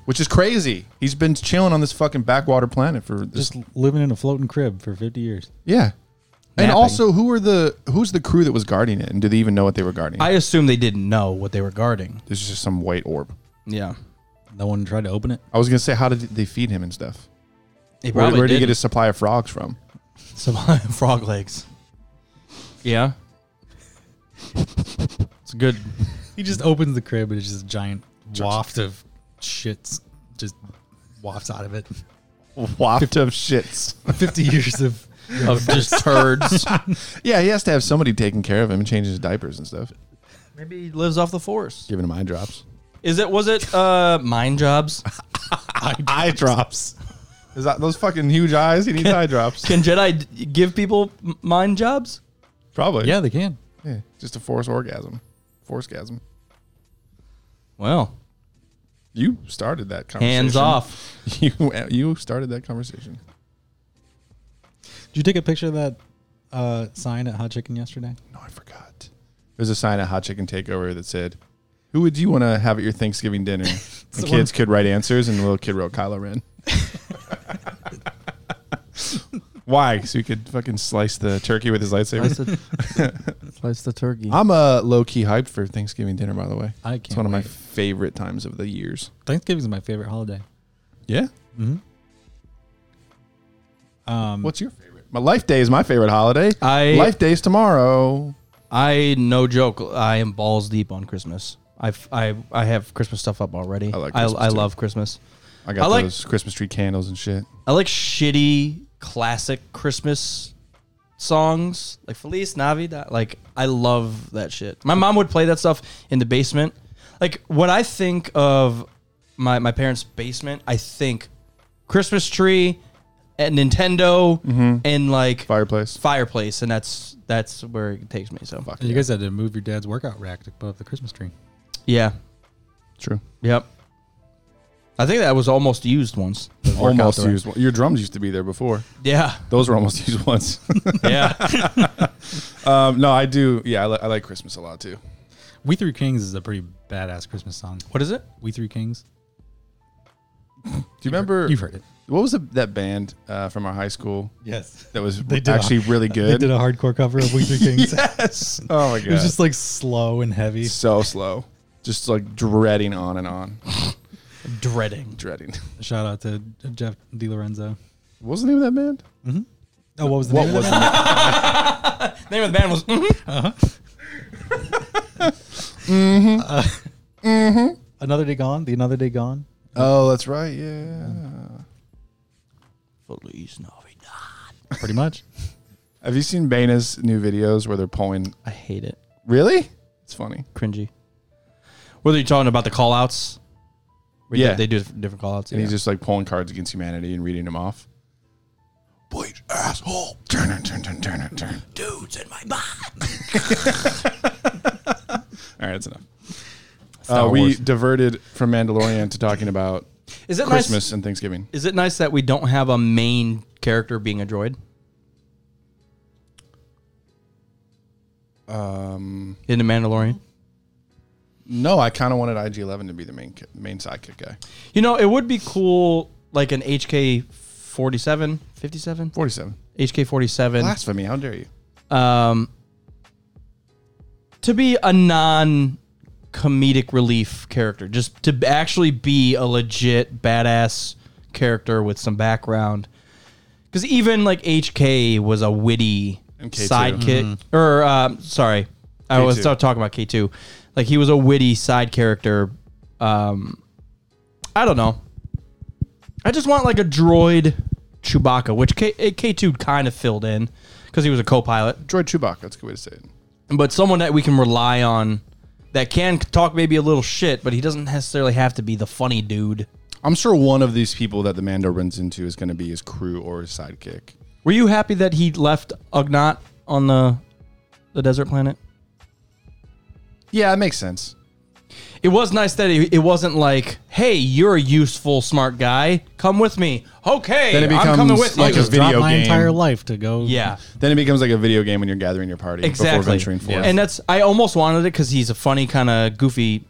[SPEAKER 9] which is crazy. He's been chilling on this fucking backwater planet for this.
[SPEAKER 10] Just living in a floating crib for 50 years.
[SPEAKER 9] yeah. And
[SPEAKER 10] Napping.
[SPEAKER 9] also, who are the who's the crew that was guarding it, and do they even know what they were guarding?
[SPEAKER 3] I assume they didn't know what they were guarding.
[SPEAKER 9] This is just some white orb.
[SPEAKER 3] Yeah.
[SPEAKER 10] No one tried to open it.
[SPEAKER 9] I was gonna say, how did they feed him and stuff?
[SPEAKER 3] He
[SPEAKER 9] Where,
[SPEAKER 3] probably
[SPEAKER 9] where did he get
[SPEAKER 3] didn't.
[SPEAKER 9] his supply of frogs from?
[SPEAKER 3] Some frog legs. Yeah. It's a good.
[SPEAKER 10] He just opens the crib and it's just a giant waft of shits just wafts out of it.
[SPEAKER 9] Waft of shits.
[SPEAKER 10] 50 years of
[SPEAKER 3] Of just turds.
[SPEAKER 9] Yeah, he has to have somebody taking care of him and changing his diapers and stuff,
[SPEAKER 3] Maybe he lives off the forest.
[SPEAKER 9] giving him eye drops.
[SPEAKER 3] Is it? Was it? Uh, mine jobs.
[SPEAKER 9] Eye drops. Is that those fucking huge eyes? He needs eye drops.
[SPEAKER 3] Can Jedi d- give people m- mind jobs?
[SPEAKER 9] Probably.
[SPEAKER 10] Yeah, they can.
[SPEAKER 9] Yeah, Just a force orgasm. Force gasm.
[SPEAKER 3] Well,
[SPEAKER 9] You started that conversation.
[SPEAKER 3] hands off.
[SPEAKER 9] You you started that conversation.
[SPEAKER 10] Did you take a picture of that uh, sign at Hot Chicken yesterday?
[SPEAKER 9] No, I forgot. There's a sign at Hot Chicken Takeover that said, "Who would you want to have at your Thanksgiving dinner?" and kids could write answers, and the little kid wrote Kylo Ren. Why? So he could fucking slice the turkey with his lightsaber.
[SPEAKER 3] the, slice the turkey.
[SPEAKER 9] I'm uh, low key hyped for Thanksgiving dinner. By the way,
[SPEAKER 10] I
[SPEAKER 9] it's
[SPEAKER 10] can't.
[SPEAKER 9] one of my
[SPEAKER 10] wait.
[SPEAKER 9] favorite times of the years.
[SPEAKER 10] Thanksgiving's my favorite holiday.
[SPEAKER 9] Yeah.
[SPEAKER 10] Mm-hmm. Um,
[SPEAKER 9] What's your favorite? My life day is my favorite holiday.
[SPEAKER 3] I-
[SPEAKER 9] life day's tomorrow.
[SPEAKER 3] I no joke. I am balls deep on Christmas. I've, I I have Christmas stuff up already.
[SPEAKER 9] I like
[SPEAKER 3] I,
[SPEAKER 9] Christmas
[SPEAKER 3] I
[SPEAKER 9] too.
[SPEAKER 3] love Christmas.
[SPEAKER 9] I got
[SPEAKER 3] I like-
[SPEAKER 9] those Christmas tree candles and shit.
[SPEAKER 3] I like shitty classic Christmas songs, like Feliz Navidad. Like I love that shit. My mom would play that stuff in the basement. Like when I think of my my parents' basement, I think Christmas tree and Nintendo
[SPEAKER 9] Mm-hmm.
[SPEAKER 3] and like
[SPEAKER 9] Fireplace.
[SPEAKER 3] fireplace, and that's that's where it takes me. So
[SPEAKER 9] Fuck
[SPEAKER 10] you
[SPEAKER 9] yeah.
[SPEAKER 10] guys had to move your dad's workout rack to put up the Christmas tree.
[SPEAKER 3] yeah,
[SPEAKER 9] True.
[SPEAKER 3] yep. I think that was almost used once.
[SPEAKER 9] Almost
[SPEAKER 3] Workout
[SPEAKER 9] used. one. Your drums used to be there before.
[SPEAKER 3] Yeah,
[SPEAKER 9] Those were almost used once.
[SPEAKER 3] yeah.
[SPEAKER 9] um, no, I do. Yeah, I, li- I like Christmas a lot too.
[SPEAKER 10] We Three Kings is a pretty badass Christmas song.
[SPEAKER 3] what is it?
[SPEAKER 10] We Three Kings.
[SPEAKER 9] Do you remember?
[SPEAKER 10] You've heard it.
[SPEAKER 9] What was the, that band uh, from our high school
[SPEAKER 10] Yes.
[SPEAKER 9] that was
[SPEAKER 10] They did a-
[SPEAKER 9] actually really
[SPEAKER 10] They
[SPEAKER 9] good?
[SPEAKER 10] did a hardcore cover of We Three Kings.
[SPEAKER 9] yes. Oh my god.
[SPEAKER 10] It was just like slow and heavy.
[SPEAKER 9] so slow. Just like dreading on and on,
[SPEAKER 3] Dreading.
[SPEAKER 9] dreading.
[SPEAKER 10] Shout out to Jeff DiLorenzo.
[SPEAKER 9] What was the name of that band?
[SPEAKER 10] Oh, what was the
[SPEAKER 9] What
[SPEAKER 10] name
[SPEAKER 9] was
[SPEAKER 10] of that? band?
[SPEAKER 3] The name of the band was. mm-hmm.
[SPEAKER 10] Another Day Gone? The Another Day Gone?
[SPEAKER 9] Oh, that's right. Yeah.
[SPEAKER 3] Feliz Navidad.
[SPEAKER 10] Pretty much.
[SPEAKER 9] Have you seen Baina's new videos where they're pulling?
[SPEAKER 3] I hate it.
[SPEAKER 9] Really? It's funny.
[SPEAKER 3] Cringy. Whether you're talking about the call outs. We
[SPEAKER 9] Yeah.
[SPEAKER 3] did- They do different call outs.
[SPEAKER 9] And he's just like pulling cards against humanity and reading them off. Boy, asshole. Turn it, turn, turn, turn, it, turn.
[SPEAKER 3] dudes in my mind.
[SPEAKER 9] All right, that's enough. Uh, we
[SPEAKER 3] Wars.
[SPEAKER 9] diverted from Mandalorian to talking about
[SPEAKER 3] Is it
[SPEAKER 9] Christmas
[SPEAKER 3] nice?
[SPEAKER 9] and Thanksgiving.
[SPEAKER 3] Is it nice that we don't have a main character being a droid
[SPEAKER 9] Um,
[SPEAKER 3] in The Mandalorian?
[SPEAKER 9] no, I kind of wanted IG11 to be the main ki- main sidekick guy.
[SPEAKER 3] You know, it would be cool, like an HK 47, 57?
[SPEAKER 9] 47.
[SPEAKER 3] HK 47.
[SPEAKER 9] Blasphemy, how dare you?
[SPEAKER 3] um, to be a non comedic relief character, just to actually be a legit badass character with some background. Because even like HK was a witty
[SPEAKER 9] And K2.
[SPEAKER 3] sidekick, or um, sorry, I was
[SPEAKER 9] K2.
[SPEAKER 3] talking about K two. Like he was a witty side character. Um, I don't know. I just want like a droid Chewbacca, which K K two kind of filled in because he was a co-pilot
[SPEAKER 9] Droid Chewbacca, that's a good way to say it.
[SPEAKER 3] but someone that we can rely on that can talk maybe a little shit, but he doesn't necessarily have to be the funny dude.
[SPEAKER 9] I'm sure one of these people that the Mando runs into is going to be his crew or his sidekick.
[SPEAKER 3] Were you happy that he left Ugnat on the the desert planet?
[SPEAKER 9] Yeah, it makes sense.
[SPEAKER 3] It was nice that it, it wasn't like, "Hey, you're a useful, smart guy. Come with me." Okay,
[SPEAKER 9] Then it
[SPEAKER 3] I'm coming
[SPEAKER 9] becomes
[SPEAKER 3] with
[SPEAKER 9] like
[SPEAKER 3] you.
[SPEAKER 9] a video
[SPEAKER 10] Dropped my
[SPEAKER 9] game.
[SPEAKER 10] entire life to go.
[SPEAKER 3] yeah,
[SPEAKER 9] Then it becomes like a video game when you're gathering your party before
[SPEAKER 3] exactly.
[SPEAKER 9] venturing forth.
[SPEAKER 3] And that's I almost wanted it because he's a funny kind of goofy,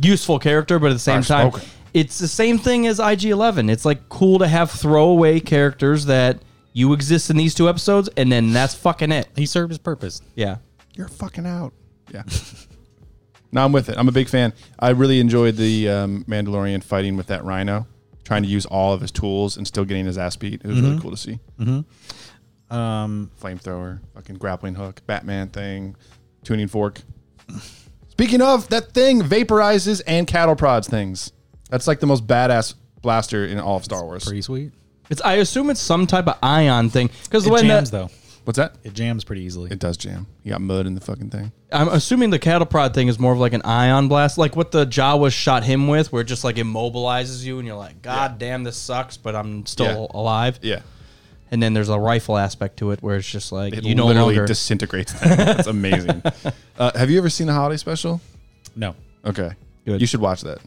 [SPEAKER 3] useful character, but at the same time,
[SPEAKER 9] Outspoken.
[SPEAKER 3] it's the same thing as IG11. It's like cool to have throwaway characters that you exist in these two episodes, and then that's fucking it.
[SPEAKER 10] He served his purpose.
[SPEAKER 3] Yeah.
[SPEAKER 9] You're fucking out. Yeah. no, I'm with it. I'm a big fan. I really enjoyed the um, Mandalorian fighting with that rhino, trying to use all of his tools and still getting his ass beat. It was
[SPEAKER 3] Mm-hmm.
[SPEAKER 9] really cool to see.
[SPEAKER 10] Um,
[SPEAKER 9] Flamethrower, fucking grappling hook, Batman thing, tuning fork. Speaking of, that thing vaporizes and cattle prods things. That's like the most badass blaster in all of Star Wars.
[SPEAKER 10] pretty sweet.
[SPEAKER 3] It's I assume it's some type of ion thing because
[SPEAKER 10] It
[SPEAKER 3] when
[SPEAKER 10] jams
[SPEAKER 3] that,
[SPEAKER 10] though.
[SPEAKER 9] What's that?
[SPEAKER 10] It jams pretty easily.
[SPEAKER 9] uh, It does jam. You got mud in the fucking thing.
[SPEAKER 3] I'm assuming the cattle prod thing is more of like an ion blast, like what the Jawas shot him with, where it just like immobilizes you, and you're like, God damn, this sucks, but I'm still
[SPEAKER 9] Yeah.
[SPEAKER 3] alive.
[SPEAKER 9] Yeah.
[SPEAKER 3] And then there's a rifle aspect to it where it's just like
[SPEAKER 9] It
[SPEAKER 3] you no
[SPEAKER 9] literally
[SPEAKER 3] longer.
[SPEAKER 9] disintegrates. Them. That's amazing. uh, have you ever seen the holiday special?
[SPEAKER 10] no.
[SPEAKER 9] Okay.
[SPEAKER 3] Good.
[SPEAKER 9] You should watch that.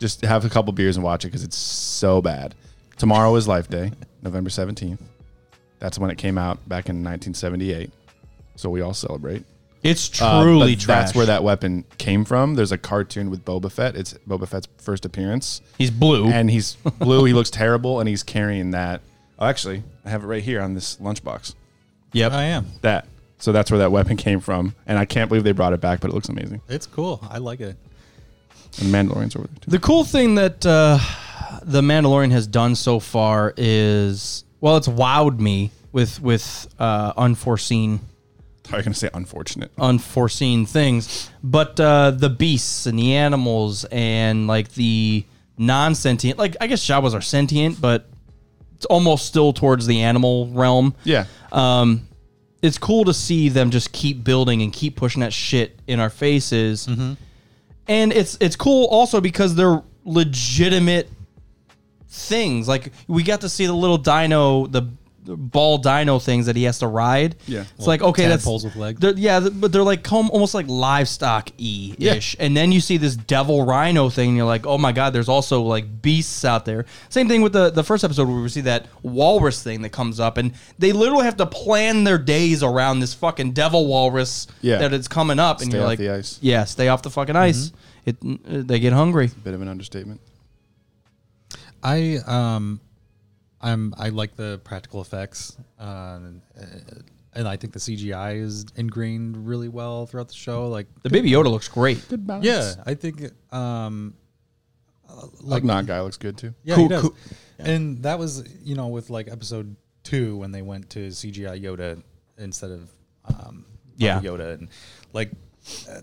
[SPEAKER 9] Just have a couple beers and watch it because it's so bad. Tomorrow is Life Day, November 17th. That's when it came out back in 1978. So we all celebrate.
[SPEAKER 3] it's
[SPEAKER 9] Uh,
[SPEAKER 3] truly
[SPEAKER 9] but
[SPEAKER 3] trash.
[SPEAKER 9] That's where that weapon came from. There's a cartoon with Boba Fett. It's Boba Fett's first appearance.
[SPEAKER 3] he's blue.
[SPEAKER 9] And he's blue. he looks terrible. And he's carrying that. Oh, actually, I have it right here on this lunchbox.
[SPEAKER 3] yep.
[SPEAKER 10] I am.
[SPEAKER 9] That. So that's where that weapon came from. And I can't believe they brought it back, but it looks amazing.
[SPEAKER 10] It's cool. I like it.
[SPEAKER 9] And Mandalorians over there, too.
[SPEAKER 3] The cool thing that uh, the Mandalorian has done so far is well, it's wowed me with with uh, unforeseen
[SPEAKER 9] How are you going to say unfortunate?
[SPEAKER 3] unforeseen things, but uh, the beasts and the animals and like the non sentient, like I guess Jawas are sentient, but it's almost still towards the animal realm.
[SPEAKER 9] Yeah. Uh,
[SPEAKER 3] Um, it's cool to see them just keep building and keep pushing that shit in our faces,
[SPEAKER 10] Mm-hmm.
[SPEAKER 3] and it's it's cool also because they're legitimate things. Like we got to see the little dino, the the ball dino things that he has to ride.
[SPEAKER 9] Yeah.
[SPEAKER 3] it's like okay, that's
[SPEAKER 10] Tadpoles with legs.
[SPEAKER 3] they're- yeah, th- but they're like com- almost like livestock e ish. And then you see this devil rhino thing, and you're like, oh my god, there's also like beasts out there. Same thing with the the first episode where we see that walrus thing that comes up, and they literally have to plan their days around this fucking devil walrus
[SPEAKER 9] Yeah.
[SPEAKER 3] that it's coming up, and
[SPEAKER 9] Stay
[SPEAKER 3] you're
[SPEAKER 9] off
[SPEAKER 3] like,
[SPEAKER 9] the ice. Mm-hmm.
[SPEAKER 3] yeah, stay off the fucking ice. It uh, they get hungry.
[SPEAKER 9] Bit of an understatement.
[SPEAKER 10] I um, I'm I like the practical effects, uh, and I think the CGI is ingrained really well throughout the show. Like,
[SPEAKER 3] The baby Yoda looks great.
[SPEAKER 10] yeah, I think um,
[SPEAKER 9] Like not guy looks good too.
[SPEAKER 10] yeah,
[SPEAKER 3] Cool,
[SPEAKER 10] he does.
[SPEAKER 3] cool.
[SPEAKER 10] And that was you know with like episode two when they went to CGI Yoda instead of um,
[SPEAKER 3] Yeah.
[SPEAKER 10] Baby Yoda, and like uh,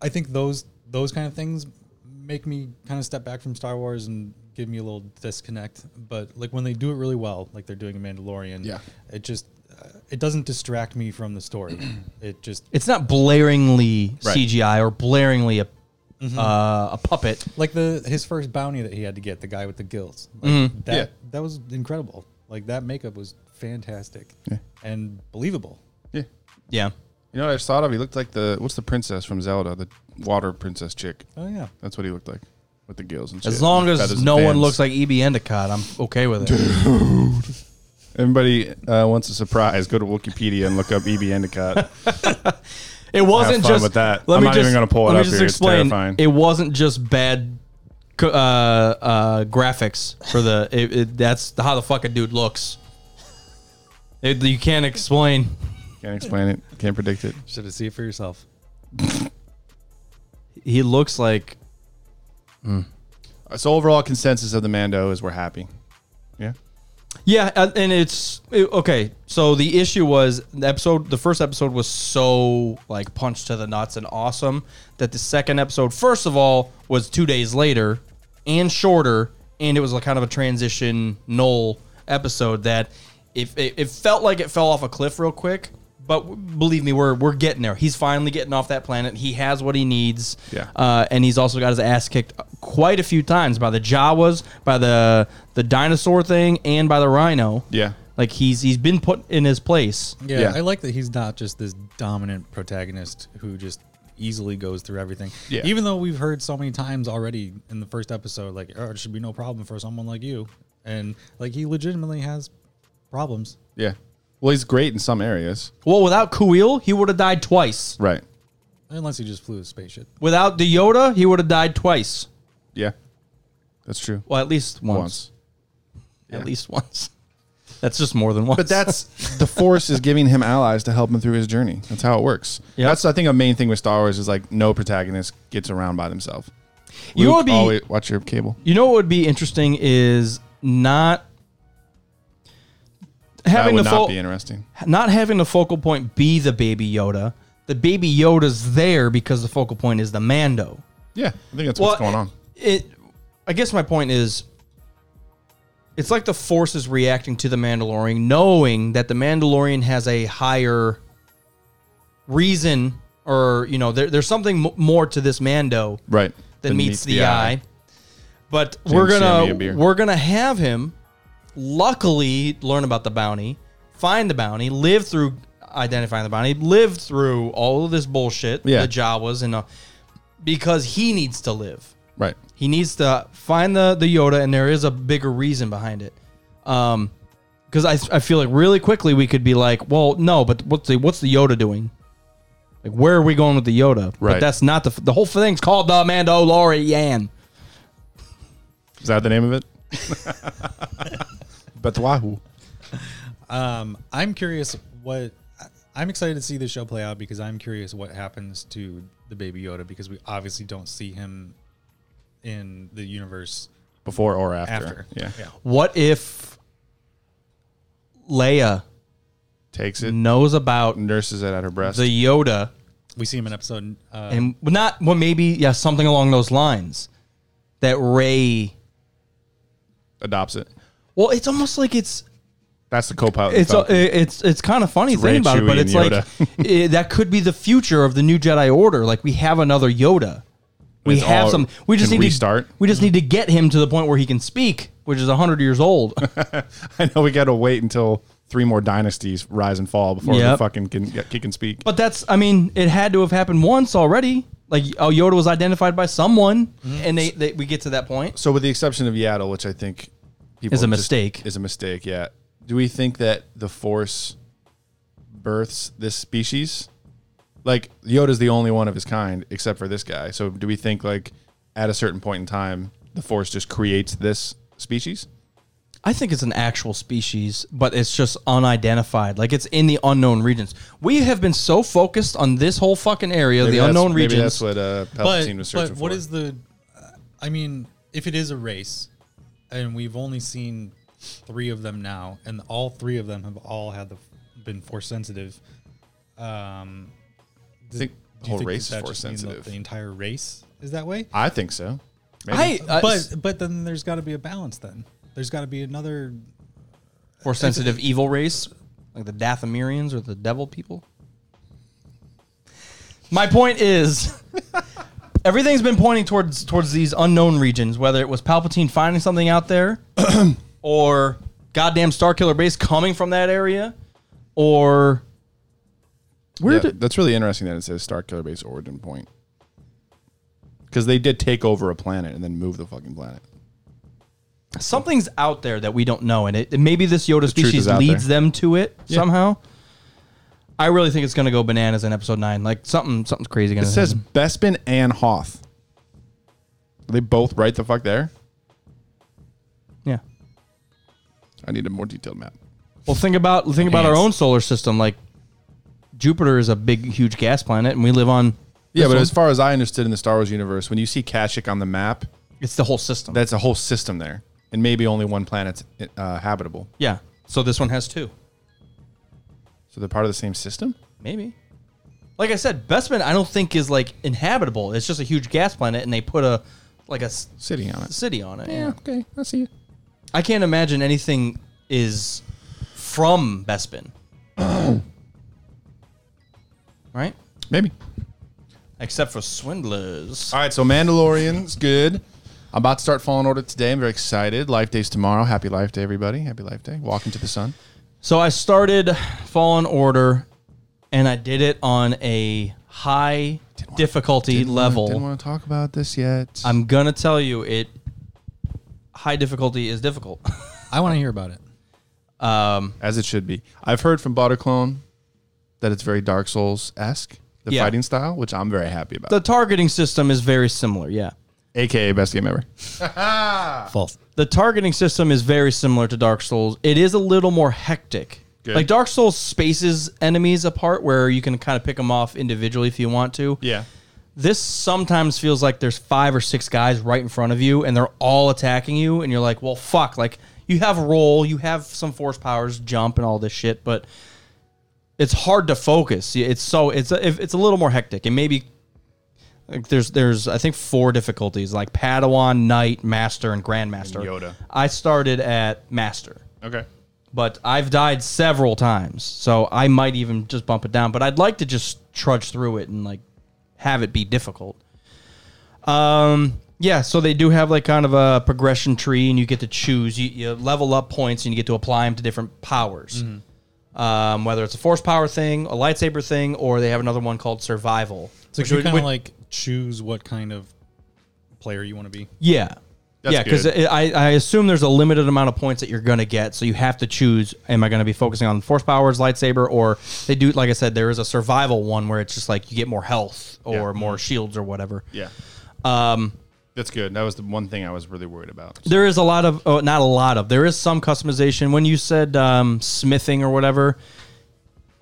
[SPEAKER 10] I think those those kind of things make me kind of step back from Star Wars and give me a little disconnect. But like when they do it really well, like they're doing a Mandalorian,
[SPEAKER 9] Yeah.
[SPEAKER 10] it just uh, it doesn't distract me from the story. it just
[SPEAKER 3] It's not blaringly
[SPEAKER 9] Right. Mm-hmm.
[SPEAKER 3] CGI or blaringly a uh, a puppet.
[SPEAKER 10] like the his first bounty that he had to get the guy with the gills like that
[SPEAKER 9] Mm-hmm. Yeah.
[SPEAKER 10] that was incredible like that makeup was fantastic
[SPEAKER 9] Yeah.
[SPEAKER 10] and believable
[SPEAKER 9] Yeah.
[SPEAKER 3] Yeah.
[SPEAKER 9] You know what I just thought of? He looked like the what's the princess from Zelda, the water princess chick.
[SPEAKER 10] oh yeah
[SPEAKER 9] That's what he looked like with the gills and shit.
[SPEAKER 3] As long
[SPEAKER 9] Feathers
[SPEAKER 3] as
[SPEAKER 9] and
[SPEAKER 3] no one
[SPEAKER 9] fans.
[SPEAKER 3] looks like EB Endicott, I'm okay with it.
[SPEAKER 9] everybody uh, wants a surprise. Go to Wikipedia and look up EB Endicott.
[SPEAKER 3] It wasn't
[SPEAKER 9] fun
[SPEAKER 3] just
[SPEAKER 9] with that.
[SPEAKER 3] Let
[SPEAKER 9] I'm
[SPEAKER 3] me
[SPEAKER 9] not
[SPEAKER 3] just,
[SPEAKER 9] even gonna pull it
[SPEAKER 3] let me
[SPEAKER 9] up
[SPEAKER 3] just
[SPEAKER 9] here. It's
[SPEAKER 3] explain.
[SPEAKER 9] terrifying.
[SPEAKER 3] it wasn't just bad co- uh, uh, graphics for the. It, it, that's how the fucking dude looks. It, you can't explain.
[SPEAKER 9] Can't explain it. Can't predict it.
[SPEAKER 10] should have seen it for yourself
[SPEAKER 3] He looks like
[SPEAKER 9] Uh, So overall consensus of the Mando is we're happy. Yeah.
[SPEAKER 3] Yeah, uh, and it's it- okay. So the issue was the episode. The first episode was so like punched to the nuts and awesome that the second episode, first of all, was two days later and shorter, and it was like kind of a transition null episode that if it, it felt like it fell off a cliff real quick. But w- believe me, we're we're getting there. He's finally getting off that planet. He has what he needs.
[SPEAKER 9] Yeah.
[SPEAKER 3] Uh, and he's also got his ass kicked quite a few times by the Jawas, by the the dinosaur thing, and by the rhino.
[SPEAKER 9] Yeah.
[SPEAKER 3] Like he's he's been put in his place.
[SPEAKER 10] yeah,
[SPEAKER 9] Yeah.
[SPEAKER 10] i like that he's not just this dominant protagonist who just easily goes through everything
[SPEAKER 9] Yeah.
[SPEAKER 10] even though we've heard so many times already in the first episode like oh it should be no problem for someone like you and like he legitimately has problems
[SPEAKER 9] Yeah. Well, he's great in some areas.
[SPEAKER 3] Well, without Kuil, he would have died twice.
[SPEAKER 9] Right.
[SPEAKER 10] unless he just flew a spaceship
[SPEAKER 3] Without the Yoda, he would have died twice.
[SPEAKER 9] Yeah. That's true.
[SPEAKER 3] Well, at least once.
[SPEAKER 9] Once.
[SPEAKER 3] At least once. That's just more than once.
[SPEAKER 9] But that's the force is giving him allies to help him through his journey. That's how it works.
[SPEAKER 3] Yep.
[SPEAKER 9] That's I think a main thing with Star Wars is like no protagonist gets around by themselves.
[SPEAKER 3] You
[SPEAKER 9] Luke,
[SPEAKER 3] would be-
[SPEAKER 9] always- watch your cable.
[SPEAKER 3] You know what would be interesting is not
[SPEAKER 9] That
[SPEAKER 3] having
[SPEAKER 9] would
[SPEAKER 3] the
[SPEAKER 9] not
[SPEAKER 3] fo-
[SPEAKER 9] be interesting.
[SPEAKER 3] not having the focal point be the baby Yoda. The baby Yoda's there because the focal point is the Mando.
[SPEAKER 9] Yeah, I think that's
[SPEAKER 3] Well,
[SPEAKER 9] what's going on.
[SPEAKER 3] It I guess my point is it's like the force is reacting to the Mandalorian, knowing that the Mandalorian has a higher reason or you know there, there's something m- more to this Mando
[SPEAKER 9] Right.
[SPEAKER 3] that
[SPEAKER 9] Then
[SPEAKER 3] meets, the, eye. But we're
[SPEAKER 9] James Sammy a
[SPEAKER 3] gonna
[SPEAKER 9] beer.
[SPEAKER 3] we're gonna have him luckily learn about the bounty, find the bounty, live through identifying the bounty, live through all of this bullshit,
[SPEAKER 9] Yeah.
[SPEAKER 3] the Jawas and all, uh, because he needs to live.
[SPEAKER 9] Right.
[SPEAKER 3] He needs to find the the Yoda, and there is a bigger reason behind it. Um, because I, I feel like really quickly we could be like, well, no, but what's the what's the Yoda doing? Like, where are we going with the Yoda? But
[SPEAKER 9] Right.
[SPEAKER 3] that's not the the whole thing's called the Mandalorian.
[SPEAKER 9] Is that the name of it? but Wahoo.
[SPEAKER 10] Um, I'm curious what I- I'm excited to see the show play out because I'm curious what happens to the baby Yoda because we obviously don't see him in the universe
[SPEAKER 9] Before or after.
[SPEAKER 10] after.
[SPEAKER 9] Yeah.
[SPEAKER 3] What if Leia
[SPEAKER 9] Takes it,
[SPEAKER 3] knows about
[SPEAKER 9] nurses it at her breast.
[SPEAKER 3] the Yoda
[SPEAKER 10] We see him in episode. Uh,
[SPEAKER 3] and not well maybe yeah something along those lines that Ray
[SPEAKER 9] adopts it.
[SPEAKER 3] well it's almost like it's
[SPEAKER 9] That's the co pilot.
[SPEAKER 3] it's it's it's kind of funny
[SPEAKER 9] Ray,
[SPEAKER 3] thing about it,
[SPEAKER 9] Chewie,
[SPEAKER 3] but
[SPEAKER 9] and
[SPEAKER 3] it's like eh, that could be the future of the new Jedi Order. Like we have another Yoda, we
[SPEAKER 9] It's
[SPEAKER 3] have
[SPEAKER 9] all-
[SPEAKER 3] some. We just
[SPEAKER 9] can
[SPEAKER 3] need to
[SPEAKER 9] restart?
[SPEAKER 3] We just need to get him to the point where he can speak, which is hundred years old.
[SPEAKER 9] I know we got to wait until three more dynasties rise and fall before
[SPEAKER 3] Yep.
[SPEAKER 9] we fucking can get kick and speak.
[SPEAKER 3] But that's, I mean, it had to have happened once already. Like, oh, Yoda was identified by someone,
[SPEAKER 9] Mm-hmm.
[SPEAKER 3] and they, they we get to that point.
[SPEAKER 9] so, with the exception of Yaddle, which I think people
[SPEAKER 3] Is a
[SPEAKER 9] just-
[SPEAKER 3] mistake.
[SPEAKER 9] is a mistake. Yeah. Do we think that the Force births this species? Like Yoda's the only one of his kind, except for this guy. So, do we think like at a certain point in time, the Force just creates this species?
[SPEAKER 3] I think it's an actual species, but it's just unidentified. Like it's in the unknown regions. We have been so focused on this whole fucking area,
[SPEAKER 9] Maybe
[SPEAKER 3] the
[SPEAKER 9] that's-
[SPEAKER 3] unknown
[SPEAKER 9] Maybe
[SPEAKER 3] regions.
[SPEAKER 9] that's what uh,
[SPEAKER 10] but
[SPEAKER 9] Palpatine was
[SPEAKER 10] but
[SPEAKER 9] searching
[SPEAKER 10] what
[SPEAKER 9] for.
[SPEAKER 10] is the? I mean, if it is a race, and we've only seen three of them now, and all three of them have all had the been force sensitive. Um,
[SPEAKER 9] I think the
[SPEAKER 10] do you
[SPEAKER 9] whole
[SPEAKER 10] think
[SPEAKER 9] race
[SPEAKER 10] that
[SPEAKER 9] is force
[SPEAKER 10] just means that
[SPEAKER 9] sensitive.
[SPEAKER 10] The entire race is that way.
[SPEAKER 9] I think so. Maybe.
[SPEAKER 3] I, uh,
[SPEAKER 10] but but then there's got to be a balance. Then there's got to be another.
[SPEAKER 3] for sensitive evil race, like the Dathomirians or the devil people. My point is everything's been pointing towards towards these unknown regions, whether it was Palpatine finding something out there or goddamn Starkiller base coming from that area or where
[SPEAKER 9] Yeah,
[SPEAKER 3] did
[SPEAKER 9] that's really interesting that it says Star Killer Base origin point. Because they did take over a planet and then move the fucking planet.
[SPEAKER 3] something's out there that we don't know and it and maybe this Yoda
[SPEAKER 9] truth
[SPEAKER 3] species
[SPEAKER 9] is out
[SPEAKER 3] leads
[SPEAKER 9] there.
[SPEAKER 3] them to it somehow. I really think it's going to go bananas in episode 9. Like something something's crazy going
[SPEAKER 9] It
[SPEAKER 3] to
[SPEAKER 9] says Bespin and Hoth. Are they both right the fuck there?
[SPEAKER 3] yeah.
[SPEAKER 9] I need a more detailed map.
[SPEAKER 3] Well, think about think about our
[SPEAKER 10] Enhanced.
[SPEAKER 3] own solar system. Like Jupiter is a big, huge gas planet, and we live on.
[SPEAKER 9] Yeah,
[SPEAKER 3] this
[SPEAKER 9] but
[SPEAKER 3] one.
[SPEAKER 9] as far as I understood in the Star Wars universe, when you see Kashyyyk on the map,
[SPEAKER 3] it's the whole system.
[SPEAKER 9] that's a whole system there. And maybe only one planet's uh, habitable.
[SPEAKER 3] yeah. So this one has two,
[SPEAKER 9] So they're part of the same system?
[SPEAKER 3] maybe. Like I said, Bespin I don't think is like inhabitable. It's just a huge gas planet, and they put a like a s-
[SPEAKER 9] Sitting on it.
[SPEAKER 3] city on it.
[SPEAKER 9] Yeah, okay. I see you.
[SPEAKER 3] I can't imagine anything is from Bespin. right?
[SPEAKER 9] Maybe.
[SPEAKER 3] Except for swindlers.
[SPEAKER 9] All right, so Mandalorian's good. I'm about to start Fallen Order today. I'm very excited. Life Day's tomorrow. Happy Life Day, everybody. Happy Life Day. Walk into the sun.
[SPEAKER 3] So I started Fallen Order, and I did it on a high difficulty
[SPEAKER 9] Didn't wanna-
[SPEAKER 3] level.
[SPEAKER 9] didn't want to talk about this yet.
[SPEAKER 3] I'm gonna tell you, it high difficulty is difficult.
[SPEAKER 10] I want to hear about it.
[SPEAKER 3] Um,
[SPEAKER 9] As it should be. I've heard from Butterclone that it's very Dark Souls esque, the
[SPEAKER 3] Yeah.
[SPEAKER 9] fighting style, which I'm very happy about.
[SPEAKER 3] the targeting system is very similar. Yeah,
[SPEAKER 9] AKA best game ever.
[SPEAKER 3] Ah.
[SPEAKER 10] False.
[SPEAKER 3] the targeting system is very similar to Dark Souls. It is a little more hectic.
[SPEAKER 9] Good.
[SPEAKER 3] Like Dark Souls spaces enemies apart where you can kind of pick them off individually if you want to.
[SPEAKER 9] Yeah.
[SPEAKER 3] This sometimes feels like there's five or six guys right in front of you and they're all attacking you and you're like, "Well, fuck." Like you have roll, you have some force powers, jump and all this shit, but it's hard to focus. It's so it's a, it's a little more hectic and maybe like there's there's I think four difficulties like Padawan, Knight, Master, and Grandmaster.
[SPEAKER 9] And Yoda.
[SPEAKER 3] I started at Master,
[SPEAKER 9] Okay.
[SPEAKER 3] but I've died several times, so I might even just bump it down. But I'd like to just trudge through it and like have it be difficult. Um. Yeah, so they do have like kind of a progression tree, and you get to choose. You, you level up points, and you get to apply them to different powers. Um, whether it's a force power thing, a lightsaber thing, or they have another one called survival.
[SPEAKER 10] So
[SPEAKER 3] which
[SPEAKER 10] you
[SPEAKER 3] would-
[SPEAKER 10] kind
[SPEAKER 3] would-
[SPEAKER 10] of like choose what kind of player you want to be.
[SPEAKER 3] yeah.
[SPEAKER 9] That's
[SPEAKER 3] yeah, because
[SPEAKER 9] good.
[SPEAKER 3] I, I assume there's a limited amount of points that you're going to get. So you have to choose am I going to be focusing on force powers, lightsaber, or they do, like I said, there is a survival one where it's just like you get more health or
[SPEAKER 9] Yeah. Mm-hmm.
[SPEAKER 3] more shields or whatever.
[SPEAKER 9] Yeah.
[SPEAKER 3] Um,
[SPEAKER 9] That's good. That was the one thing I was really worried about.
[SPEAKER 3] there is a lot of, oh, not a lot of, there is some customization. When you said um, smithing or whatever,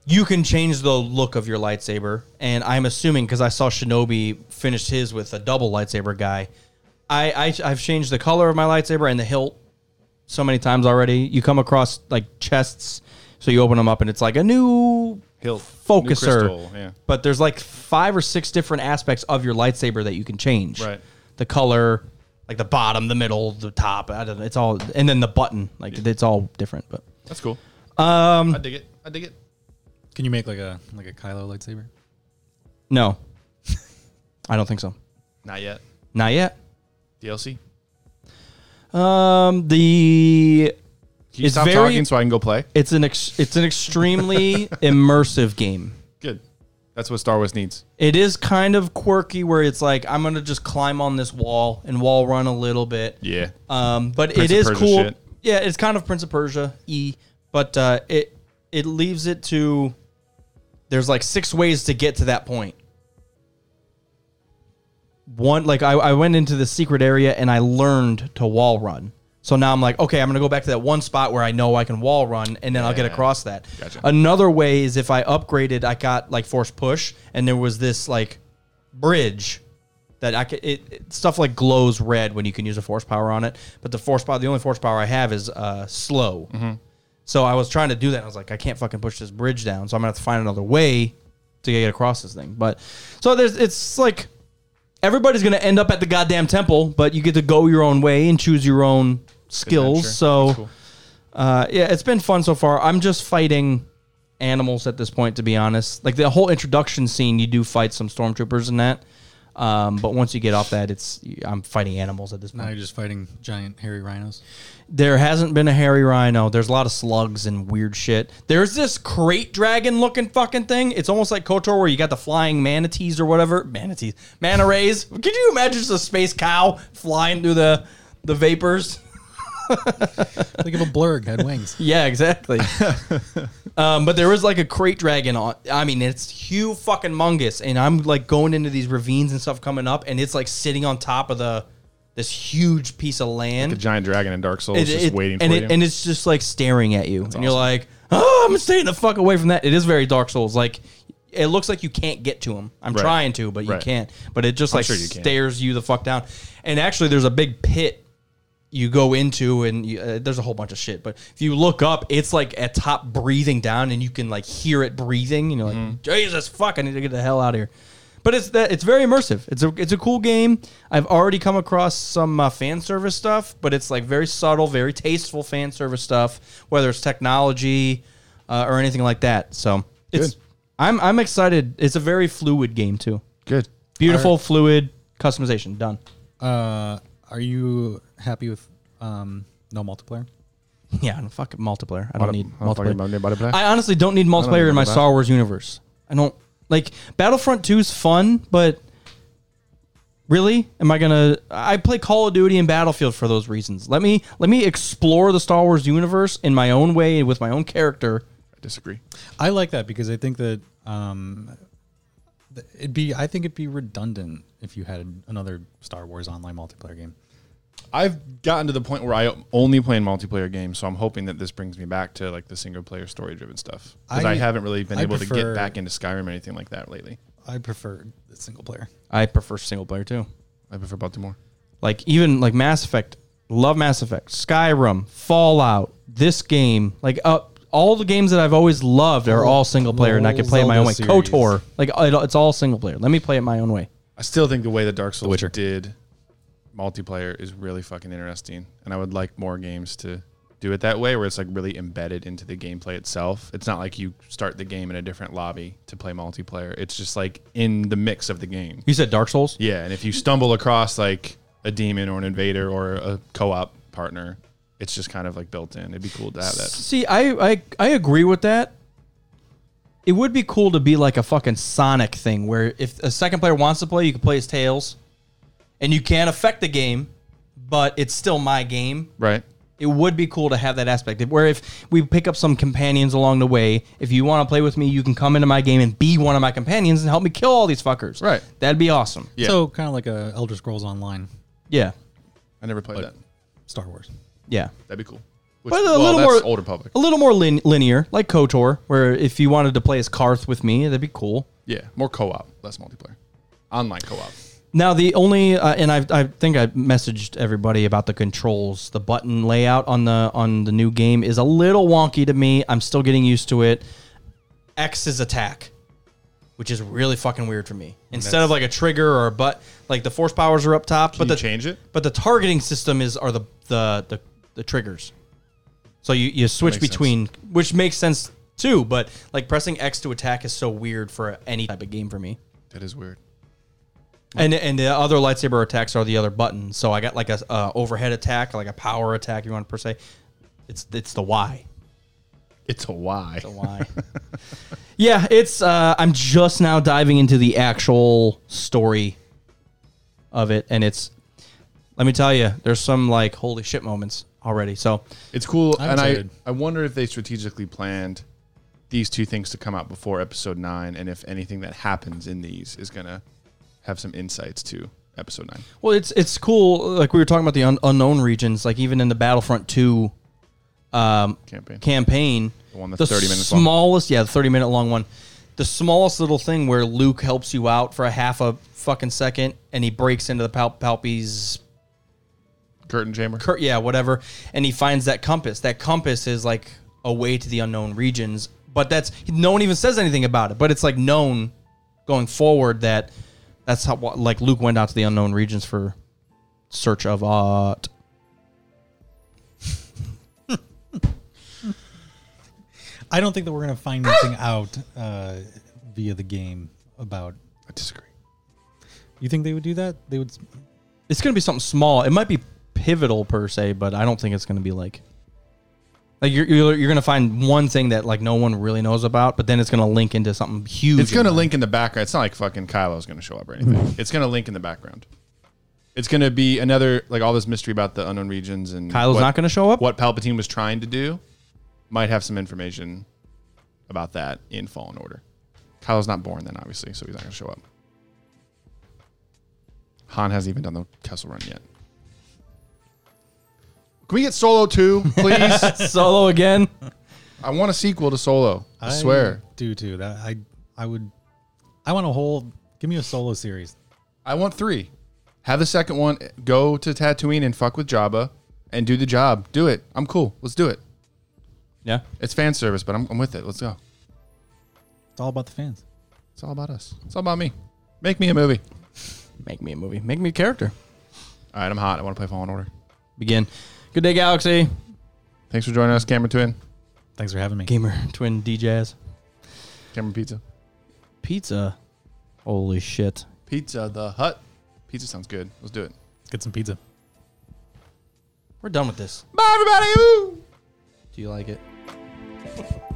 [SPEAKER 3] you can change the look of your lightsaber. And I'm assuming because I saw Shinobi finished his with a double lightsaber guy. I, I I've changed the color of my lightsaber and the hilt so many times already. You come across like chests, so you open them up and it's like a new
[SPEAKER 9] Hilt. New
[SPEAKER 3] focuser.
[SPEAKER 9] crystal, yeah.
[SPEAKER 3] But there's like five or six different aspects of your lightsaber that you can change.
[SPEAKER 9] Right.
[SPEAKER 3] The color, like the bottom, the middle, the top. I don't know. It's all, and then the button. Like it's all different. But
[SPEAKER 9] That's cool. Um, I dig it. I dig it.
[SPEAKER 10] Can you make like a like a Kylo lightsaber?
[SPEAKER 3] no, I don't think so.
[SPEAKER 9] Not yet.
[SPEAKER 3] Not yet.
[SPEAKER 9] DLC.
[SPEAKER 3] Um, the
[SPEAKER 9] Can you
[SPEAKER 3] It's
[SPEAKER 9] stop
[SPEAKER 3] very-
[SPEAKER 9] talking so I can go play?
[SPEAKER 3] it's an ex, it's an extremely immersive game.
[SPEAKER 9] Good. That's what Star Wars needs.
[SPEAKER 3] It is kind of quirky where it's like I'm gonna just climb on this wall and wall run a little bit.
[SPEAKER 9] Yeah.
[SPEAKER 3] Um, but
[SPEAKER 9] Prince
[SPEAKER 3] it
[SPEAKER 9] of
[SPEAKER 3] is
[SPEAKER 9] Persia
[SPEAKER 3] cool.
[SPEAKER 9] shit.
[SPEAKER 3] Yeah, it's kind of Prince of Persia e, but uh, it it leaves it to there's like six ways to get to that point. One like I, I went into the secret area and I learned to wall run. So now I'm like, okay, I'm gonna go back to that one spot where I know I can wall run, and then I'll get
[SPEAKER 9] Yeah.
[SPEAKER 3] across that.
[SPEAKER 9] Gotcha.
[SPEAKER 3] Another way is if I upgraded, I got like force push, and there was this like bridge that I could, it, it stuff like glows red when you can use a force power on it. But the force power, the only force power I have is uh, slow. So I was trying to do that. And I was like, I can't fucking push this bridge down. So I'm gonna have to find another way to get across this thing. But so there's, it's like everybody's gonna end up at the goddamn temple, but you get to go your own way and choose your own skills.
[SPEAKER 9] Adventure.
[SPEAKER 3] So
[SPEAKER 9] That's cool.
[SPEAKER 3] uh, yeah, it's been fun so far. I'm just fighting animals at this point, to be honest. Like the whole introduction scene, you do fight some stormtroopers and that. Um, but once you get off that, it's I'm fighting animals at this
[SPEAKER 10] Now
[SPEAKER 3] point.
[SPEAKER 10] you're just fighting giant hairy rhinos.
[SPEAKER 3] There hasn't been a hairy rhino. There's a lot of slugs and weird shit. There's this crate dragon looking fucking thing. It's almost like Kotor, where you got the flying manatees or whatever. Manatees, manta rays. Could you imagine just a space cow flying through the the vapors?
[SPEAKER 10] Think of a blurg had wings.
[SPEAKER 3] Yeah, exactly. um, but there was like a crate dragon on. I mean, it's huge, fucking mungus, and I'm like going into these ravines and stuff coming up, and it's like sitting on top of the this huge piece of land.
[SPEAKER 9] The giant dragon in Dark Souls
[SPEAKER 3] It-
[SPEAKER 9] just
[SPEAKER 3] it-
[SPEAKER 9] waiting
[SPEAKER 3] and
[SPEAKER 9] for
[SPEAKER 3] it,
[SPEAKER 9] you.
[SPEAKER 3] and it's just like staring at you, and you're like, "Oh, I'm staying the fuck away from that." It is very Dark Souls. Like, it looks like you can't get to him. I'm
[SPEAKER 9] Right.
[SPEAKER 3] trying to, but you
[SPEAKER 9] Right.
[SPEAKER 3] can't. But it just like
[SPEAKER 9] sure you can.
[SPEAKER 3] stares you the fuck down. And actually, there's a big pit you go into, and you, uh, there's a whole bunch of shit. But if you look up, it's like at top breathing down, and you can like hear it breathing. And you're like,
[SPEAKER 9] Mm-hmm.
[SPEAKER 3] "Jesus fuck, I need to get the hell out of here." But it's that it's very immersive. It's a it's a cool game. I've already come across some uh, fan service stuff, but it's like very subtle, very tasteful fan service stuff, whether it's technology uh, or anything like that. So it's
[SPEAKER 9] Good.
[SPEAKER 3] I'm I'm excited. It's a very fluid game too.
[SPEAKER 9] good.
[SPEAKER 3] Beautiful, fluid customization done.
[SPEAKER 10] Uh, are you happy with um, no multiplayer?
[SPEAKER 3] Yeah, and fuck multiplayer. I don't need
[SPEAKER 9] I don't fucking
[SPEAKER 3] multiplayer.
[SPEAKER 9] know about multiplayer.
[SPEAKER 3] I honestly don't need
[SPEAKER 9] need
[SPEAKER 3] multiplayer in my
[SPEAKER 9] multiplayer.
[SPEAKER 3] Star Wars universe. I don't like Battlefront 2 is fun, but really, am I gonna? I play Call of Duty and Battlefield for those reasons. Let me let me explore the Star Wars universe in my own way and with my own character.
[SPEAKER 9] disagree.
[SPEAKER 10] I like that because I think that um, th- it'd be I think it'd be redundant if you had another Star Wars online multiplayer game.
[SPEAKER 9] I've gotten to the point where I only play in multiplayer games, so I'm hoping that this brings me back to like the single player story driven stuff because I,
[SPEAKER 10] I-
[SPEAKER 9] haven't really been
[SPEAKER 10] I
[SPEAKER 9] able to get
[SPEAKER 10] prefer-
[SPEAKER 9] back into Skyrim or anything like that lately.
[SPEAKER 10] I prefer the single player.
[SPEAKER 3] I prefer single player too.
[SPEAKER 9] I prefer Baltimore.
[SPEAKER 3] Like even like Mass Effect, love Mass Effect, Skyrim, Fallout, this game, like uh, all the games that I've always loved are all single player, and I can play it my own way.
[SPEAKER 10] Zelda series.
[SPEAKER 3] KOTOR, like it, it's all single player. Let me play it my own way.
[SPEAKER 9] I still think the way that Dark Souls
[SPEAKER 10] Witcher.
[SPEAKER 9] did multiplayer is really fucking interesting, and I would like more games to do it that way, where it's like really embedded into the gameplay itself. It's not like you start the game in a different lobby to play multiplayer. It's just like in the mix of the game.
[SPEAKER 3] You said Dark Souls.
[SPEAKER 9] Yeah, and if you stumble across like a demon or an invader or a co-op partner, it's just kind of like built in. It'd be cool to have that.
[SPEAKER 3] See, I, I I agree with that. It would be cool to be like a fucking Sonic thing where if a second player wants to play, you can play as Tails, and you can't affect the game, but it's still my game.
[SPEAKER 9] Right.
[SPEAKER 3] It would be cool to have that aspect where if we pick up some companions along the way, if you want to play with me, you can come into my game and be one of my companions and help me kill all these fuckers.
[SPEAKER 9] Right.
[SPEAKER 3] That'd be awesome.
[SPEAKER 9] Yeah.
[SPEAKER 10] So kind of like a Elder Scrolls Online
[SPEAKER 3] Yeah.
[SPEAKER 9] I never played that.
[SPEAKER 10] Star Wars.
[SPEAKER 3] Yeah.
[SPEAKER 9] That'd be cool. Which,
[SPEAKER 3] But a
[SPEAKER 9] well,
[SPEAKER 3] little
[SPEAKER 9] that's
[SPEAKER 3] more
[SPEAKER 9] older public.
[SPEAKER 3] A little more lin- linear, like KOTOR, where if you wanted to play as Karth with me, that'd be cool.
[SPEAKER 9] Yeah, more co-op, less multiplayer. Online co-op.
[SPEAKER 3] Now the only uh, and I I think I messaged everybody about the controls. The button layout on the on the new game is a little wonky to me. I'm still getting used to it. X is attack, which is really fucking weird for me. Instead of like a trigger or a butt, like the force powers are up top, but the
[SPEAKER 9] you change it?
[SPEAKER 3] But the targeting system is are the the the, the triggers. So you you switch
[SPEAKER 9] makes sense.
[SPEAKER 3] between, which makes sense too. But like pressing X to attack is so weird for any type of game for me.
[SPEAKER 9] That is weird.
[SPEAKER 3] And and the other lightsaber attacks are the other button. So I got like a uh, overhead attack, like a power attack. You want per se? It's it's the Y.
[SPEAKER 9] It's a why.
[SPEAKER 3] The Y. yeah, it's. Uh, I'm just now diving into the actual story of it, and it's. Let me tell you, there's some like holy shit moments already. So
[SPEAKER 9] It's cool,
[SPEAKER 10] I'm
[SPEAKER 9] and
[SPEAKER 10] excited.
[SPEAKER 9] I I wonder if they strategically planned these two things to come out before episode nine, and if anything that happens in these is gonna have some insights to episode nine.
[SPEAKER 3] Well, it's it's cool. Like we were talking about the un- unknown regions. Like even in the Battlefront Two um,
[SPEAKER 9] Campaign.
[SPEAKER 3] campaign,
[SPEAKER 9] The one that's 30 minutes long.
[SPEAKER 3] smallest, yeah, the thirty minute long one, the smallest little thing where Luke helps you out for a half a fucking second, and he breaks into the Pal- Palpy's
[SPEAKER 9] Curtain chamber.
[SPEAKER 3] cur- yeah, whatever, and he finds that compass. That compass is like a way to the unknown regions, but that's no one even says anything about it. But it's like known going forward that that's how wha- like Luke went out to the unknown regions for search of uh, Ot.
[SPEAKER 10] I don't think that we're gonna find anything
[SPEAKER 9] Ah!
[SPEAKER 10] out uh, via the game about.
[SPEAKER 9] I disagree.
[SPEAKER 10] You think they would do that? They would. s-
[SPEAKER 3] It's gonna be something small. It might be pivotal per se, but I don't think it's gonna be like like you're you're, you're gonna find one thing that like no one really knows about, but then it's gonna link into something huge.
[SPEAKER 9] It's gonna
[SPEAKER 3] and-
[SPEAKER 9] link in the background. It's not like fucking Kylo's gonna show up or
[SPEAKER 3] Mm-hmm.
[SPEAKER 9] anything. it's gonna link in the background. It's gonna be another like all this mystery about the unknown regions and
[SPEAKER 3] Kylo's
[SPEAKER 9] what-
[SPEAKER 3] not gonna show up.
[SPEAKER 9] What Palpatine was trying to do might have some information about that in Fallen Order. Kylo's not born then, obviously, so he's not gonna show up. Han hasn't even done the Kessel Run yet. Can we get Solo two, please?
[SPEAKER 3] Solo again?
[SPEAKER 9] I want a sequel to Solo. I, swear.
[SPEAKER 10] do too. That I I would. I want a whole. Give me a solo series.
[SPEAKER 9] I want three. Have the second one. Go to Tatooine and fuck with Jabba, and do the job. Do it. I'm cool. Let's do it.
[SPEAKER 3] Yeah.
[SPEAKER 9] It's fan service, but I'm, I'm with it. Let's go.
[SPEAKER 10] It's all about the fans.
[SPEAKER 9] It's all about us. It's all about me. Make me a movie.
[SPEAKER 3] Make me a movie. Make me a character.
[SPEAKER 9] All right, I'm hot. I want to play Fallen Order.
[SPEAKER 3] Begin. Good day, Galaxy.
[SPEAKER 9] Thanks for joining us, Cameron Twin,
[SPEAKER 10] Thanks for having me.
[SPEAKER 3] Gamer twin D Jazz.
[SPEAKER 9] Cameron Pizza,
[SPEAKER 3] Pizza. Holy shit.
[SPEAKER 9] Pizza the Hut. Pizza sounds good. Let's do it.
[SPEAKER 10] Get some pizza.
[SPEAKER 3] We're done with this.
[SPEAKER 9] Bye, everybody. Woo!
[SPEAKER 3] Do you like it?